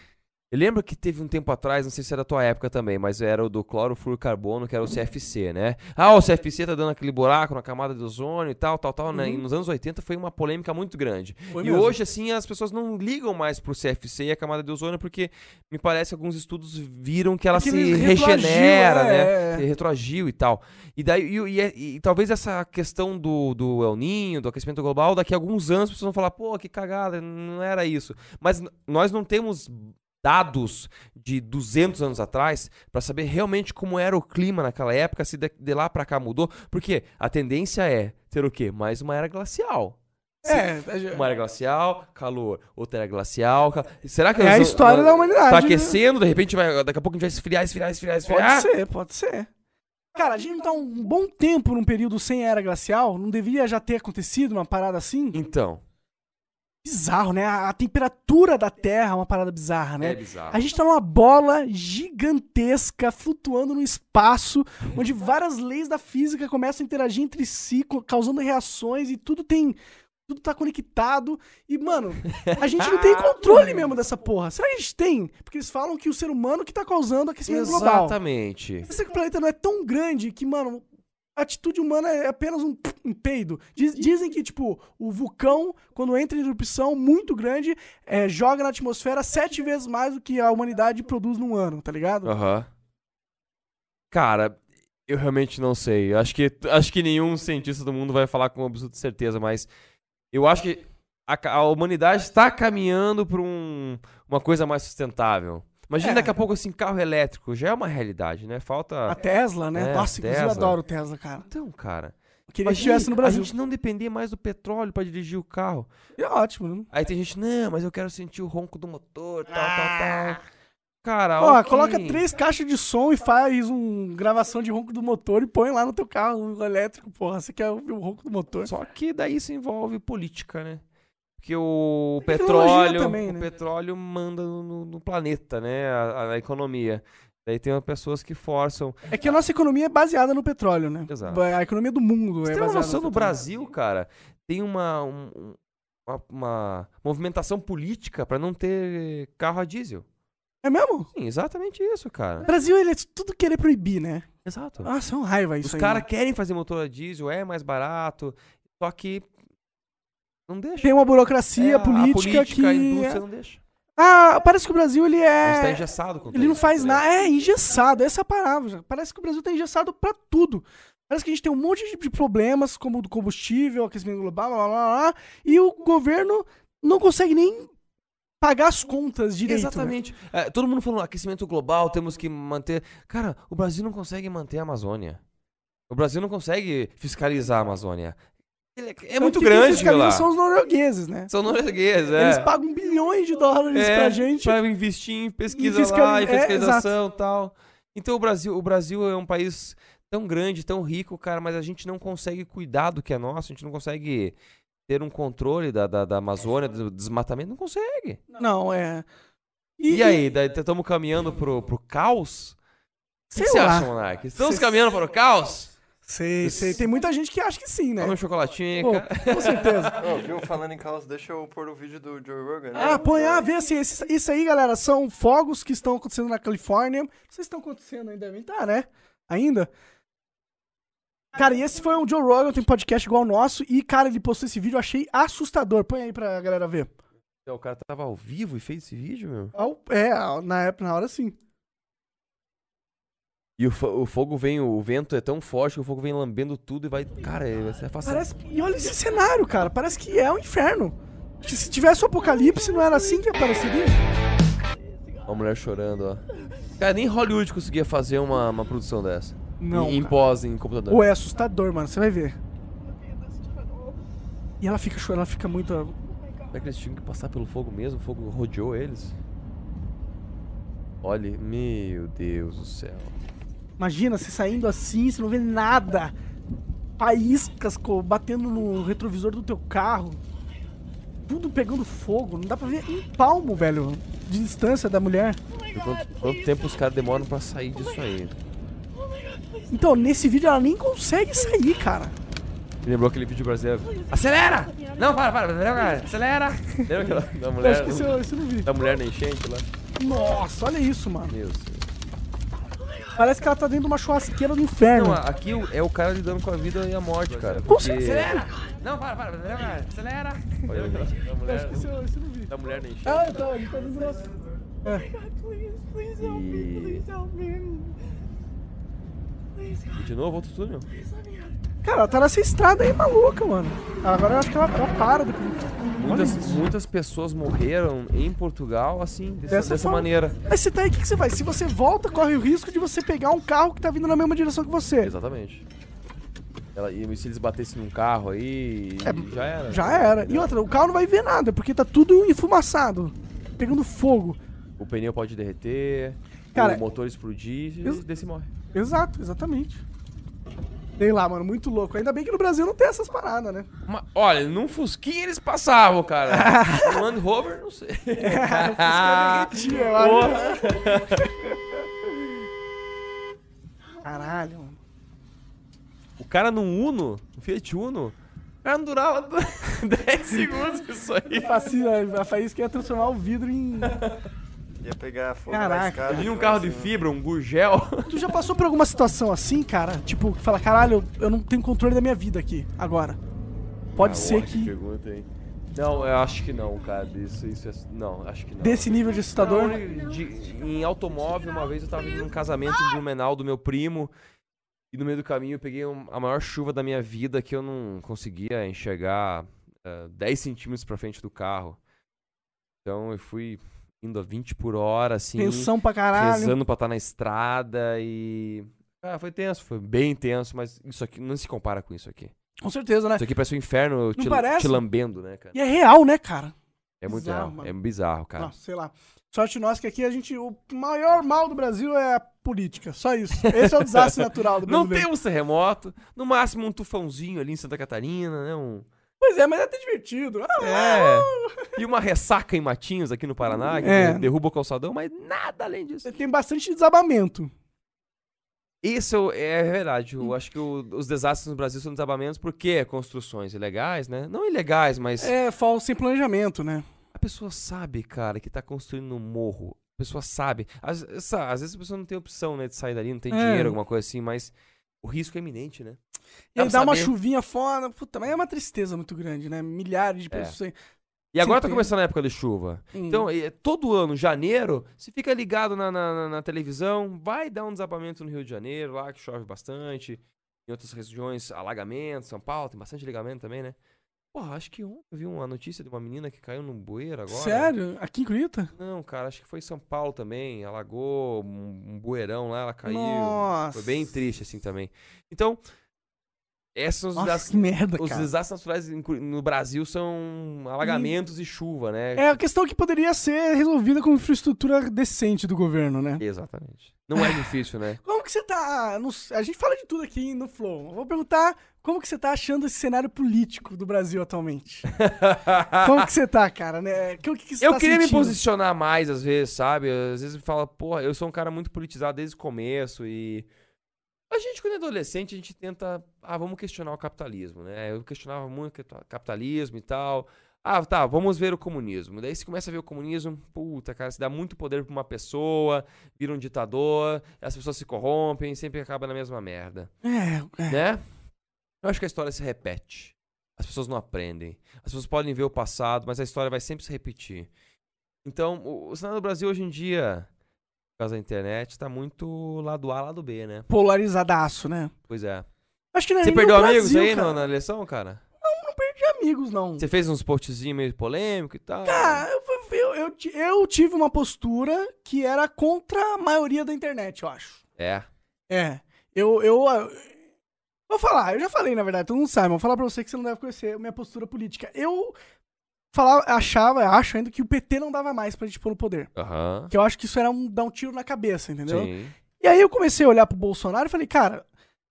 B: Eu lembro que teve um tempo atrás, não sei se era a tua época também, mas era o do clorofluorcarbono, que era o CFC, né? Ah, o CFC tá dando aquele buraco na camada de ozônio e tal, tal, tal, né? E nos anos 80 foi uma polêmica muito grande.
A: Uhum. Foi
B: e
A: mesmo.
B: hoje, assim, as pessoas não ligam mais pro CFC e a camada de ozônio, porque me parece que alguns estudos viram que ela
A: Porque
B: se
A: ele retroagiu,
B: regenera, né?
A: é.
B: Se retroagiu e tal. E daí, e, é, e- e talvez essa questão do, do El Ninho, do aquecimento global, daqui a alguns anos as pessoas vão falar, pô, que cagada, não era isso. Mas n- nós não temos dados de 200 anos atrás para saber realmente como era o clima naquela época, se de, de lá para cá mudou, porque a tendência é ter o quê? Mais uma era glacial.
A: É,
B: Uma era glacial, calor. Outra era glacial. cal- Será que
A: É
B: nós-
A: a história
B: nós-
A: da humanidade,
B: Tá
A: né?
B: aquecendo, de repente vai, daqui a pouco a gente vai esfriar, esfriar, esfriar,
A: Pode
B: esfriar.
A: ser, pode ser. Cara, a gente tá um bom tempo num período sem era glacial. Não devia já ter acontecido uma parada assim?
B: Então,
A: Bizarro, né? A, a temperatura da Terra é uma parada bizarra,
B: é
A: né?
B: bizarro.
A: A gente tá numa bola gigantesca flutuando no espaço, onde várias leis da física começam a interagir entre si, co- causando reações e tudo tem. Tudo tá conectado. E, mano, a gente não tem controle mesmo dessa porra. Será que a gente tem? Porque eles falam que o ser humano que tá causando aquecimento global.
B: Exatamente.
A: Pensa que o planeta não é tão grande que, mano, a atitude humana é apenas um, um peido. Diz- dizem que, tipo, o vulcão, quando entra em erupção muito grande, é, joga na atmosfera sete vezes mais do que a humanidade produz num ano, tá ligado?
B: Aham. Cara, eu realmente não sei. Acho que, acho que nenhum cientista do mundo vai falar com absoluta certeza, mas eu acho que a, ca- a humanidade está caminhando para um, uma coisa mais sustentável. Imagina
A: É.
B: daqui a pouco assim, carro elétrico. Já é uma realidade, né? Falta.
A: A Tesla, né?
B: É,
A: Nossa, inclusive eu
B: Tesla.
A: adoro o Tesla, cara.
B: Então, cara.
A: Eu queria que estivesse no Brasil.
B: A gente não depender mais do petróleo pra dirigir o carro.
A: É ótimo, né?
B: Aí tem gente, não, mas eu quero sentir o ronco do motor, tal, tal, tal. Cara,
A: Ah. Ó,
B: Tá ok.
A: coloca três caixas de som e faz um gravação de ronco do motor e põe lá no teu carro um elétrico, porra. Você quer ouvir o ronco do motor?
B: Só que daí isso envolve política, né? Porque o
A: Tecnologia
B: petróleo,
A: também,
B: o
A: né?
B: petróleo manda no, no planeta, né? A, a economia. Daí tem pessoas que forçam.
A: É que a nossa economia é baseada no petróleo, né?
B: Exato.
A: A economia do mundo
B: Você
A: é
B: tem uma
A: baseada
B: noção
A: no
B: no
A: petróleo.
B: Brasil, cara? Tem uma, um- um- uma, uma movimentação política pra não ter carro a diesel.
A: É mesmo?
B: Sim, exatamente isso,
A: O
B: cara.
A: Brasil, ele é tudo querer proibir, né?
B: Exato.
A: Nossa, é uma raiva isso
B: Os
A: aí.
B: caras querem fazer motor a diesel, é mais barato, só que não deixa.
A: Tem uma
B: É,
A: burocracia
B: a
A: política,
B: a
A: que... é-
B: indústria não deixa.
A: Ah, parece que o Brasil, ele
B: A gente tá
A: é...
B: engessado com
A: Ele não faz nada. É engessado, essa é a palavra. Parece que o Brasil tá engessado pra tudo. Parece que a gente tem um monte de- de problemas, como o do combustível, aquecimento global, blá, blá, blá, blá, e o governo não consegue nem pagar as contas direito. né?
B: Exatamente. É, todo mundo falando aquecimento global, temos que manter. Cara, o Brasil não consegue manter a Amazônia. O Brasil não consegue fiscalizar a Amazônia. Ele é- é
A: Então,
B: muito
A: quem tem
B: grande,
A: fiscaliza
B: lá.
A: são
B: São,
A: os noruegueses, né?
B: noruegueses, é.
A: Eles pagam bilhões de dólares
B: É,
A: pra gente.
B: Pra investir em pesquisa
A: Em fiscali-
B: lá, em
A: é, exato.
B: fiscalização e tal. Então o Brasil, o Brasil é um país tão grande, tão rico, cara, mas a gente não consegue cuidar do que é nosso, a gente não consegue ter um controle da, da, da Amazônia, do desmatamento, não consegue.
A: Não, é.
B: E, aí, estamos caminhando pro, pro caos? O que
A: Sei
B: que você
A: lá.
B: acha, Monark? Estamos
A: Cês-
B: caminhando para o caos?
A: Sei, sei. Tem muita gente que acha que sim, né?
B: Toma um chocolatinho,
A: Pô,
B: cara.
A: com certeza.
C: Ô, viu? Falando em caos, deixa eu pôr o vídeo do Joe Rogan. né?
A: Ah, põe, ah, vê assim, esses- isso aí, galera, são fogos que estão acontecendo na Califórnia. Vocês estão acontecendo ainda, devem estar, né? Ainda. Cara, e esse foi um Joe Rogan, tem podcast igual o nosso, e, cara, ele postou esse vídeo, eu achei assustador. Põe aí pra galera ver.
B: O cara tava ao vivo e fez esse vídeo, meu?
A: Ao- É, ao- na época, na hora sim.
B: E o, fo- o fogo vem, o vento é tão forte que o fogo vem lambendo tudo e vai... Cara, você é fácil.
A: Parece, e olha esse cenário, cara, parece que é um inferno. Acho que Se tivesse o apocalipse, não era assim que apareceria?
B: Uma mulher chorando, ó. Cara, nem Hollywood conseguia fazer uma, uma produção dessa.
A: Não,
B: Em, em
A: cara.
B: pós, em computador.
A: Ou é assustador, mano, você vai ver. E ela fica chorando, ela fica muito.
B: Será que eles tinham que passar pelo fogo mesmo? O fogo rodeou eles? Olha, meu Deus do céu.
A: Imagina você saindo assim, você não vê nada. Faíscas co- batendo no retrovisor do teu carro. Tudo pegando fogo. Não dá pra ver um palmo, velho, de distância da mulher.
B: E Quanto, quanto tempo os caras demoram pra sair disso aí?
A: Então, nesse vídeo ela nem consegue sair, cara.
B: Me lembrou aquele vídeo brasileiro. Acelera! Não, para, para, para, cara. Acelera! Lembra aquela da
A: Eu
B: mulher,
A: acho que esse eu, esse eu não vi.
B: da mulher na enchente lá?
A: Nossa, olha isso, mano.
B: Meu Deus.
A: Parece que ela tá dentro de uma churrasqueira do inferno.
B: Não, a- aqui o- é o cara lidando com a vida e a morte, cara.
A: Com
B: porque-
A: certeza.
B: Não, para, para, para, cara. Acelera! Olha, aquela da
A: Eu acho
B: mulher,
A: que esse eu, esse eu não vi.
B: da mulher na enchente.
A: Ah, então, a gente tá dentro do nosso.
B: E... E de novo, outro túnel?
A: Cara, ela tá nessa estrada aí maluca, mano. Agora eu acho que ela, ela para. depois.
B: Muitas,
A: Olha isso.
B: muitas pessoas morreram em Portugal assim, dessa,
A: Dessa
B: dessa
A: forma.
B: maneira.
A: Mas você tá aí, o que, que você faz? Se você volta, corre o risco de você pegar um carro que tá vindo na mesma direção que você.
B: Exatamente. Ela, e se eles batessem num carro aí, já era.
A: É, Já era. E
B: Entendeu?
A: outra, o carro não vai ver nada, porque tá tudo enfumaçado. Pegando fogo.
B: O pneu pode derreter,
A: Cara,
B: o motor explodir e
A: eu-
B: desse morre.
A: Exato, exatamente. Sei lá, mano, muito louco. Ainda bem que no Brasil não tem essas paradas, né?
B: Ma- olha, num Fusquinha eles passavam, cara. Um Land Rover, não sei.
A: Tinha, eu acho. Caralho, mano.
B: o cara num Uno, um Fiat Uno, o cara não durava 10 segundos com isso aí.
A: Fascina, é, a Faísca ia transformar o vidro em.
C: Ia pegar fogo
A: Caraca.
C: na escada.
B: E um
C: então,
B: carro de
C: assim,
B: fibra, um Gurgel.
A: Tu já passou por alguma situação assim, cara? Tipo, que fala, caralho, eu- eu não tenho controle da minha vida aqui, agora. Pode ser
B: Olha
A: que
B: Ah, pergunta, hein? Não, eu acho que não, cara. Isso, isso é. Não, acho que não.
A: desse nível de assustador.
B: Não, de- em automóvel, uma vez eu tava indo num casamento em Blumenau do meu primo. E no meio do caminho eu peguei um- a maior chuva da minha vida que eu não conseguia enxergar eh, 10 centímetros pra frente do carro. Então eu fui indo a 20 por hora, assim,
A: Tensão pra caralho.
B: rezando pra estar na estrada e. Ah, foi tenso, foi bem tenso, mas isso aqui não se compara com isso aqui.
A: Com certeza, né?
B: Isso aqui parece um inferno te,
A: parece?
B: te lambendo, né, cara?
A: E é real, né, cara?
B: É muito
A: bizarro,
B: real,
A: mano.
B: é bizarro, cara.
A: Nossa, sei lá. Sorte nossa que aqui a gente. O maior mal do Brasil é a política. Só isso. Esse é o desastre natural do
B: Não
A: brasileiro.
B: temos terremoto, no máximo um tufãozinho ali em Santa Catarina, né? Um...
A: Pois é, mas é até divertido. Ah,
B: É. E uma ressaca em Matinhos aqui no Paraná, que
A: É.
B: derruba o calçadão, mas nada além disso.
A: Tem bastante desabamento.
B: Isso é verdade. Eu acho que o- os desastres no Brasil são desabamentos porque é construções ilegais, né? Não ilegais, mas
A: É falso sem planejamento, né?
B: a pessoa sabe, cara, que tá construindo um morro. A pessoa sabe. Às, essa- às vezes a pessoa não tem opção, né, de sair dali, não tem
A: É.
B: dinheiro, alguma coisa assim, mas o risco é iminente, né?
A: E aí
B: pra
A: dá uma
B: saber.
A: chuvinha fora. Puta, mas é uma tristeza muito grande, né? Milhares de
B: É.
A: pessoas. sem-
B: E agora tá
A: Sim, tem.
B: começando a época de chuva.
A: Hum.
B: Então, eh, todo ano, janeiro, você fica ligado na, na- na- na televisão, vai dar um desabamento no Rio de Janeiro, lá que chove bastante. Em outras regiões, alagamento, São Paulo, tem bastante ligamento também, né? Porra, acho que ontem eu vi uma notícia de uma menina que caiu num bueiro agora.
A: Sério? Aqui em Curitiba?
B: Não, cara, acho que foi em São Paulo também. Alagou um, um bueirão lá, ela caiu.
A: Nossa.
B: Foi bem triste, assim, também. Então, essas são os
A: Nossa,
B: desastres-
A: que merda,
B: os
A: cara.
B: desastres naturais em Curi- no Brasil são alagamentos e chuva, né?
A: É a questão que poderia ser resolvida com infraestrutura decente do governo, né?
B: Exatamente. Não é difícil, né?
A: Como que você tá. no- a gente fala de tudo aqui no Flow. Eu vou perguntar como que você tá achando esse cenário político do Brasil atualmente. como que você tá, cara? Né? Que, o que que você
B: Eu
A: tá
B: queria me
A: sentindo?
B: posicionar mais, às vezes, sabe? Às vezes me fala, porra, eu sou um cara muito politizado desde o começo e. A gente, quando é adolescente, a gente tenta. Ah, vamos questionar o capitalismo, né? Eu questionava muito o tá, capitalismo e tal. Ah, tá, vamos ver o comunismo. Daí você começa a ver o comunismo, puta, cara, se dá muito poder pra uma pessoa, vira um ditador, as pessoas se corrompem, sempre acaba na mesma merda
A: É, é.
B: né? Eu acho que a história se repete. As pessoas não aprendem. As pessoas podem ver o passado, mas a história vai sempre se repetir. Então, o, o cenário do Brasil hoje em dia, por causa da internet, tá muito lado A, lado B, né?
A: polarizadaço, né?
B: Pois é.
A: Acho que não é
B: Você
A: nem no
B: perdeu
A: Brasil,
B: amigos aí né?
A: cara.
B: na, na eleição, cara?
A: Não, não perdi amigos, não.
B: Você fez uns postzinhos meio polêmico e tal?
A: Cara, Ah, eu, eu, eu ti- eu tive uma postura que era contra a maioria da internet, eu acho.
B: É.
A: É. Eu, eu, eu- Vou falar, eu já falei, na verdade, todo mundo sabe, mas vou falar pra você que você não deve conhecer a minha postura política. Eu falava, achava, acho ainda que o PT não dava mais pra gente pôr no poder.
B: Aham.
A: Que eu acho que isso era um dar um tiro na cabeça, entendeu?
B: Sim.
A: E aí eu comecei a olhar pro Bolsonaro e falei, cara,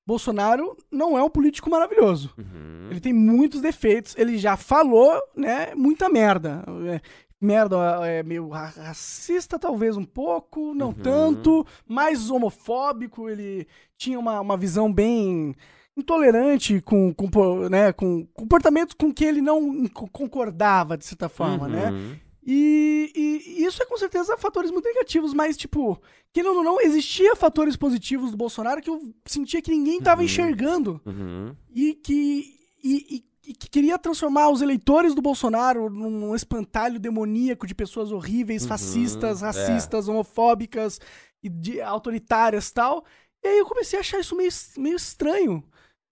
A: Bolsonaro não é um político maravilhoso.
B: Uhum.
A: Ele tem muitos defeitos, ele já falou, né, muita merda. É, merda é meio ra- racista, talvez um pouco, não
B: Uhum.
A: tanto, mais homofóbico, ele tinha uma, uma visão bem intolerante com, com, po- né, com comportamentos com que ele não in- co- concordava, de certa forma, né?
B: Uhum.
A: E, e- e isso é com certeza fatores muito negativos, mas, tipo, querendo ou não, existia fatores positivos do Bolsonaro que eu sentia que ninguém tava
B: Uhum.
A: enxergando
B: Uhum.
A: e que, e, e- e que queria transformar os eleitores do Bolsonaro num espantalho demoníaco de pessoas horríveis,
B: Uhum,
A: fascistas,
B: é.
A: racistas, homofóbicas, e de, autoritárias tal. E aí eu comecei a achar isso meio, meio estranho.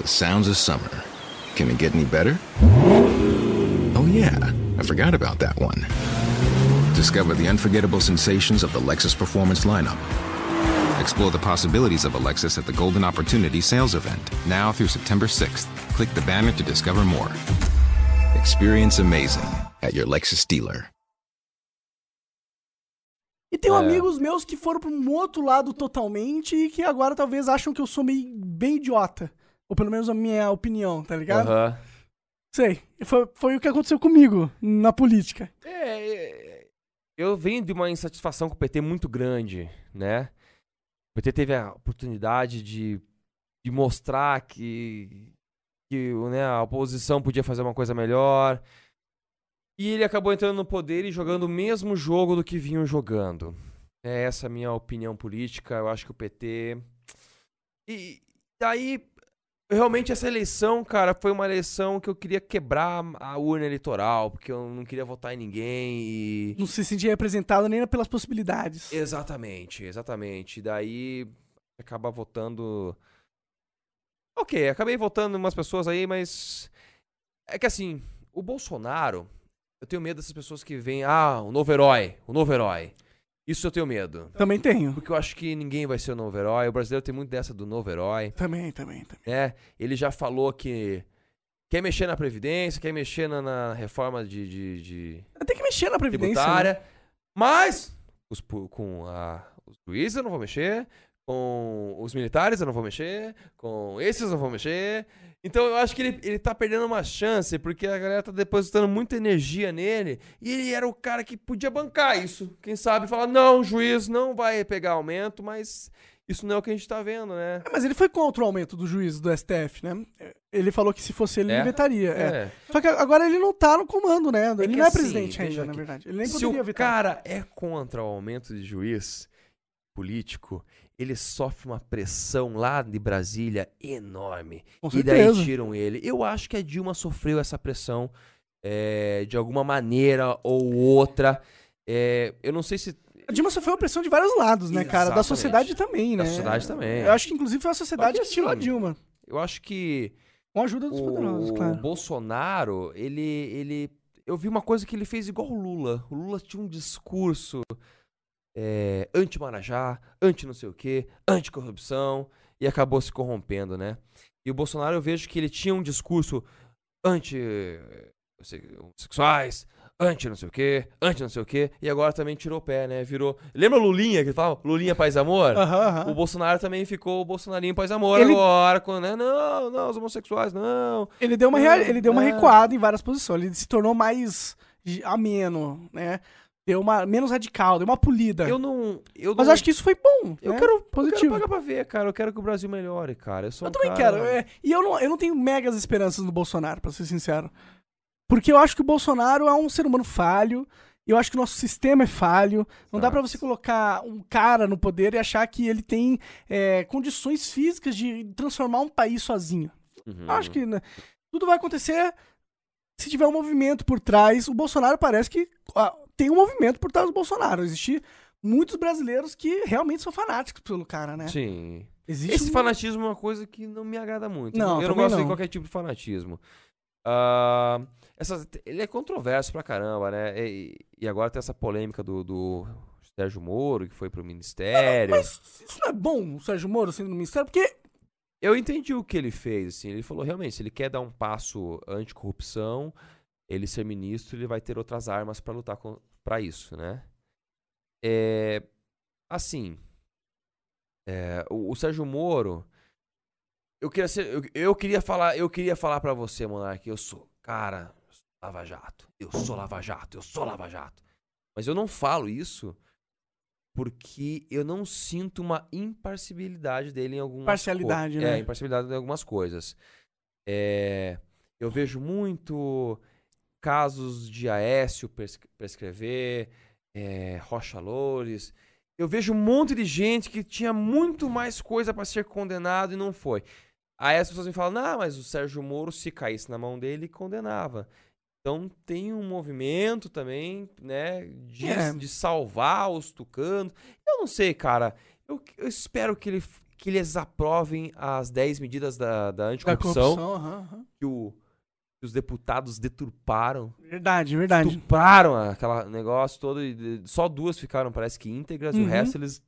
D: The sounds of summer. Can it get any better? Oh, yeah, I forgot about that one. Discover the unforgettable sensations of the Lexus Performance lineup. Explore the possibilities of a Lexus at the Golden Opportunity Sales Event, now through September 6th. Click the banner to discover more. Experience amazing at your Lexus dealer.
A: E tenho
B: É.
A: amigos meus que foram para um outro lado totalmente e que agora talvez acham que eu sou meio bem idiota. Ou pelo menos a minha opinião, tá ligado?
B: Aham.
A: Sei. Foi, foi o que aconteceu comigo na política.
B: É, é, é, eu venho de uma insatisfação com o PT muito grande, né? O PT teve a oportunidade de, de mostrar que, que o, né, a oposição podia fazer uma coisa melhor. E ele acabou entrando no poder e jogando o mesmo jogo do que vinham jogando. É essa a minha opinião política. Eu acho que o PT. E daí, Realmente, essa eleição, cara, foi uma eleição que eu queria quebrar a urna eleitoral, porque eu não queria votar em ninguém e.
A: Não se sentia representado nem pelas possibilidades.
B: Exatamente, exatamente. E daí acaba votando. Ok, acabei votando em umas pessoas aí, mas. É que assim, o Bolsonaro, eu tenho medo dessas pessoas que veem, ah, o novo herói, o novo herói. Isso eu tenho medo.
A: Também tenho.
B: Porque eu acho que ninguém vai ser o novo herói. O brasileiro tem muito dessa do novo herói.
A: Também, também, também.
B: né? Ele já falou que quer mexer na Previdência, quer mexer na, na reforma de, de- de
A: Tem que mexer na Previdência.
B: tributária. Mas os pu- com a- os juízes eu não vou mexer, com os militares eu não vou mexer, com esses eu não vou mexer. Então eu acho que ele, ele tá perdendo uma chance, porque a galera tá depositando muita energia nele, e ele era o cara que podia bancar isso. Quem sabe falar, não, o juiz não vai pegar aumento, mas isso não é o que a gente tá vendo, né?
A: É, Mas ele foi contra o aumento do juízo do STF, né? Ele falou que se fosse ele,
B: É?
A: ele vetaria. é.
B: É.
A: Só que agora ele não tá no comando, né? Ele
B: que
A: não é
B: assim,
A: presidente
B: veja
A: ainda, na
B: que
A: verdade. Ele nem
B: Se
A: poderia
B: o
A: vetar.
B: cara é contra o aumento de juiz político, ele sofre uma pressão lá de Brasília enorme.
A: Com
B: e daí
A: certeza.
B: tiram ele. Eu acho que a Dilma sofreu essa pressão é, de alguma maneira ou outra. É, eu não sei se.
A: A Dilma sofreu pressão de vários lados, né, cara? Da
B: Exatamente.
A: sociedade também, né?
B: Da sociedade também. é.
A: Eu acho que, inclusive, foi a sociedade
B: Só
A: que
B: que
A: tirou a
B: assim,
A: Dilma.
B: Eu acho que
A: Com a ajuda dos poderosos,
B: o
A: claro.
B: Bolsonaro, ele, ele. Eu vi uma coisa que ele fez igual o Lula. O Lula tinha um discurso é, anti-Marajá, anti-não sei o quê, anti-corrupção, e acabou se corrompendo, né? E o Bolsonaro, eu vejo que ele tinha um discurso assim, anti-homossexuais, anti-não sei o quê, anti-não sei o quê, e agora também tirou o pé, né? Virou. Lembra o Lulinha que falava? Lulinha Paz e Amor?
A: Aham, aham.
B: O Bolsonaro também ficou o Bolsonarinho paz e amor
A: Ele-
B: agora, quando, né? Não, não, os homossexuais, não.
A: Ele deu uma, rea-
B: É,
A: ele deu uma
B: é.
A: recuada em várias posições. Ele se tornou mais gi- ameno, né? Deu uma menos radical, deu uma polida.
B: Eu não. Eu
A: Mas
B: não,
A: eu acho que isso foi bom.
B: Eu
A: né?
B: quero-
A: positivo.
B: Eu quero pagar pra ver, cara. Eu quero que o Brasil melhore, cara. Eu, sou
A: Eu
B: um
A: também
B: cara-
A: quero. é. e eu não, eu não tenho megas esperanças no Bolsonaro, pra ser sincero. Porque eu acho que o Bolsonaro é um ser humano falho. Eu acho que o nosso sistema é falho. Não dá pra você colocar um cara no poder e achar que ele tem é, condições físicas de transformar um país sozinho.
B: Uhum.
A: Eu Acho que né, tudo vai acontecer se tiver um movimento por trás. O Bolsonaro parece que ah, tem um movimento por trás do Bolsonaro. Existem muitos brasileiros que realmente são fanáticos pelo cara, né?
B: Sim.
A: Existe
B: Esse
A: um-
B: fanatismo é uma coisa que não me agrada muito.
A: Não,
B: eu não
A: também
B: gosto de
A: não.
B: qualquer tipo de fanatismo. Ah, essa, ele é controverso pra caramba, né? E, e agora tem essa polêmica do, do Sérgio Moro, que foi pro ministério.
A: Mas isso não é bom, o Sérgio Moro sendo no ministério, porque
B: Eu entendi o que ele fez, assim. Ele falou, realmente, se ele quer dar um passo anticorrupção, ele ser ministro, ele vai ter outras armas pra lutar com, pra isso, né? É, assim, é, o, o Sérgio Moro, eu queria ser, eu, eu queria falar, eu queria falar para você, Monark, eu sou, cara, eu sou Lava Jato, eu sou Lava Jato, eu sou Lava Jato. Mas eu não falo isso porque eu não sinto uma imparcialidade dele em algumas
A: Parcialidade,
B: coi-
A: né?
B: É, imparcialidade em algumas coisas. É, eu vejo muito casos de Aécio pres- prescrever, é, Rocha Loures. Eu vejo um monte de gente que tinha muito mais coisa pra ser condenado e não foi. Aí as pessoas me falam, ah, mas o Sérgio Moro, se caísse na mão dele, condenava. Então tem um movimento também, né, de,
A: É.
B: de salvar os tucanos. Eu não sei, cara. Eu, eu espero que, ele, que eles aprovem as 10 medidas da, da
A: da
B: anticorrupção
A: corrupção. aham, aham.
B: que, o- que os deputados deturparam.
A: Verdade, verdade.
B: Deturparam aquele negócio todo. e de- só duas ficaram, parece que íntegras, e o
A: Uhum.
B: resto eles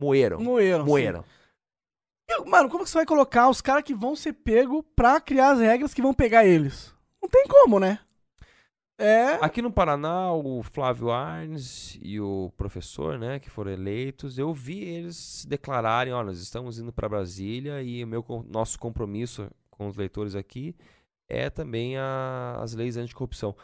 B: moeram.
A: Moeram.
B: moeram.
A: sim. assim. E, Mano, como que você vai colocar os caras que vão ser pego pra criar as regras que vão pegar eles? Não tem como, né? É.
B: Aqui no Paraná, o Flávio Arnes e o professor, né, que foram eleitos, eu vi eles se declararem, olha, nós estamos indo para Brasília e o meu com- nosso compromisso com os leitores aqui é também a- as leis anticorrupção.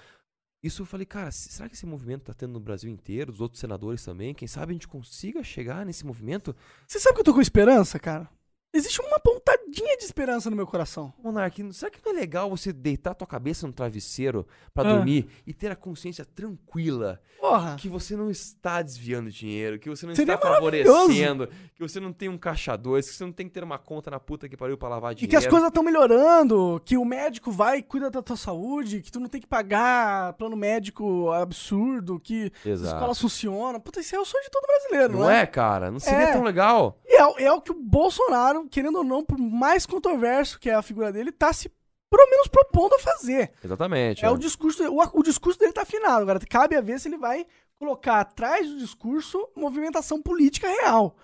B: Isso eu falei, cara, se- será que esse movimento está tendo no Brasil inteiro, dos outros senadores também? Quem sabe a gente consiga chegar nesse movimento?
A: Você sabe que eu tô com esperança, cara? Existe uma pontadinha de esperança no meu coração.
B: Monark, será que não é legal você deitar tua cabeça no travesseiro para
A: Ah.
B: dormir e ter a consciência tranquila
A: Porra.
B: que você não está desviando dinheiro, que você não
A: Seria
B: está favorecendo, que você não tem um caixa dois, que você não tem que ter uma conta na puta que pariu pra lavar
A: E
B: dinheiro.
A: que as coisas estão melhorando, que o médico vai e cuida da tua saúde, que tu não tem que pagar plano médico absurdo, que as
B: Exato.
A: escolas funcionam. Puta, isso é o sonho de todo brasileiro,
B: Não é, cara? Não seria
A: É.
B: tão legal?
A: E é, o- é o que o Bolsonaro, querendo ou não, por mais controverso que é a figura dele, tá se pelo menos propondo a fazer.
B: Exatamente.
A: É o discurso, o, o discurso dele tá afinado. Agora, cabe a ver se ele vai colocar atrás do discurso movimentação política real.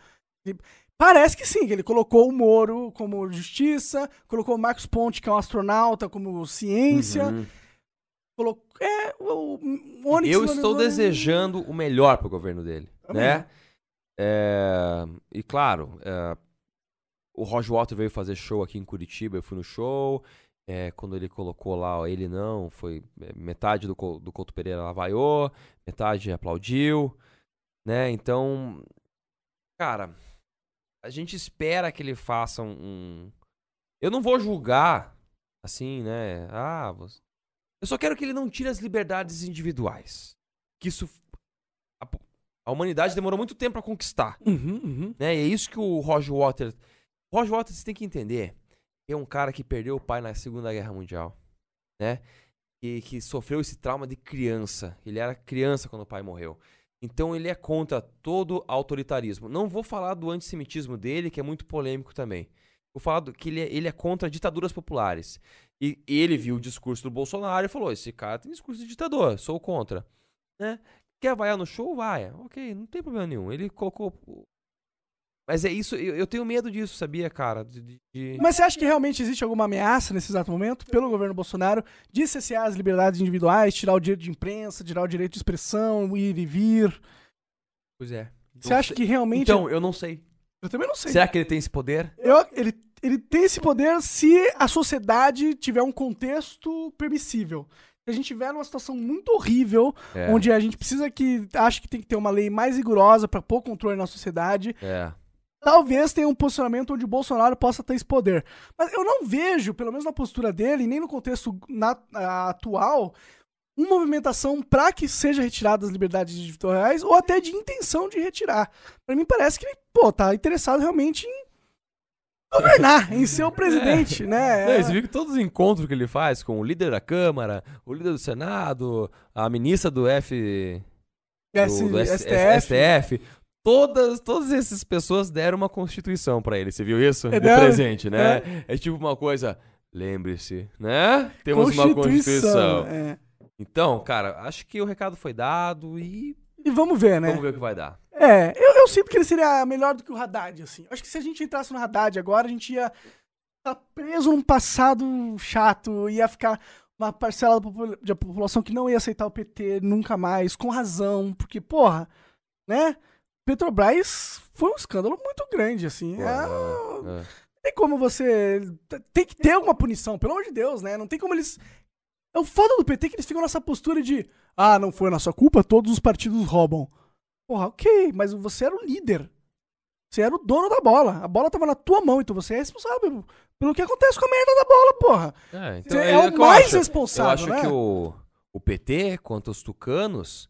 A: E parece que sim, que ele colocou o Moro como justiça, colocou o Marcos Ponte, que é um astronauta, como ciência.
B: Uhum.
A: Colocou, é, o, o
B: Eu
A: Onyx
B: estou
A: Lorenzoni-
B: desejando o melhor pro governo dele,
A: Também.
B: né? É, E claro, é, o Roger Walter veio fazer show aqui em Curitiba, eu fui no show. é, quando ele colocou lá, ó, ele não, foi é, metade do, Cou- do Couto Pereira lá vaiou, metade aplaudiu, né? Então, cara, a gente espera que ele faça um- um... Eu não vou julgar, assim, né? Ah, você... Eu só quero que ele não tire as liberdades individuais. Que isso. A, po- a humanidade demorou muito tempo pra conquistar.
A: Uhum, uhum.
B: Né? E é isso que o Roger Waters. Roger Waters você tem que entender. que É um cara que perdeu o pai na Segunda Guerra Mundial. Né? E que sofreu esse trauma de criança. Ele era criança quando o pai morreu. Então ele é contra todo autoritarismo. Não vou falar do antissemitismo dele, que é muito polêmico também. Vou falar do, que ele é, ele é contra ditaduras populares. E ele viu o discurso do Bolsonaro e falou: esse cara tem discurso de ditador, sou contra. Né? Quer vaiar no show? Vai. Ok, não tem problema nenhum. Ele colocou. o- Mas é isso, eu, eu tenho medo disso, sabia, cara? De- de- de-
A: Mas você acha que realmente existe alguma ameaça nesse exato momento pelo governo Bolsonaro de cessear as liberdades individuais, tirar o direito de imprensa, tirar o direito de expressão, ir e vir?
B: Pois é.
A: Você acha que realmente.
B: Então, eu não sei.
A: eu também não sei.
B: Será que ele tem esse poder?
A: Eu- ele, ele tem esse poder se a sociedade tiver um contexto permissível. Se a gente tiver numa situação muito horrível,
B: É.
A: onde a gente precisa que. acha que tem que ter uma lei mais rigorosa para pôr controle na sociedade,
B: É.
A: talvez tenha um posicionamento onde o Bolsonaro possa ter esse poder. Mas eu não vejo, pelo menos na postura dele, nem no contexto na- a- atual, uma movimentação para que seja retirada as liberdades individuais ou até de intenção de retirar. Para mim parece que ele, pô, tá interessado realmente em governar, em ser o presidente, né?
B: Não,
A: É,
B: e você viu que todos os encontros que ele faz com o líder da Câmara, o líder do Senado, a ministra do F.
A: S-
B: do, do S-
A: STF.
B: STF, Todas, todas essas pessoas deram uma constituição pra ele. Você viu isso?
A: É,
B: É
A: deram.
B: presente, né? É. tipo uma coisa. Lembre-se, né? Temos uma constituição.
A: é.
B: Então, cara, acho que o recado foi dado e
A: E vamos ver, né?
B: vamos ver o que vai dar.
A: É, eu, eu sinto que ele seria melhor do que o Haddad, assim. Acho que se a gente entrasse no Haddad agora, a gente ia estar preso num passado chato, ia ficar uma parcela da, popula- da população que não ia aceitar o PT nunca mais, com razão, porque, porra, né? Petrobras foi um escândalo muito grande, assim.
B: Pô,
A: É,
B: é, é.
A: tem como você. Tem que ter alguma punição, pelo amor de Deus, né? Não tem como eles. É o foda do PT que eles ficam nessa postura de. Ah, não foi nossa culpa, todos os partidos roubam. Porra, ok, mas você era o líder. Você era o dono da bola. A bola tava na tua mão, então você é responsável pelo que acontece com a merda da bola, porra.
B: É,
A: Você é o
B: que eu
A: mais
B: acho.
A: responsável,
B: Eu acho
A: né?
B: que o, o PT, quanto aos tucanos,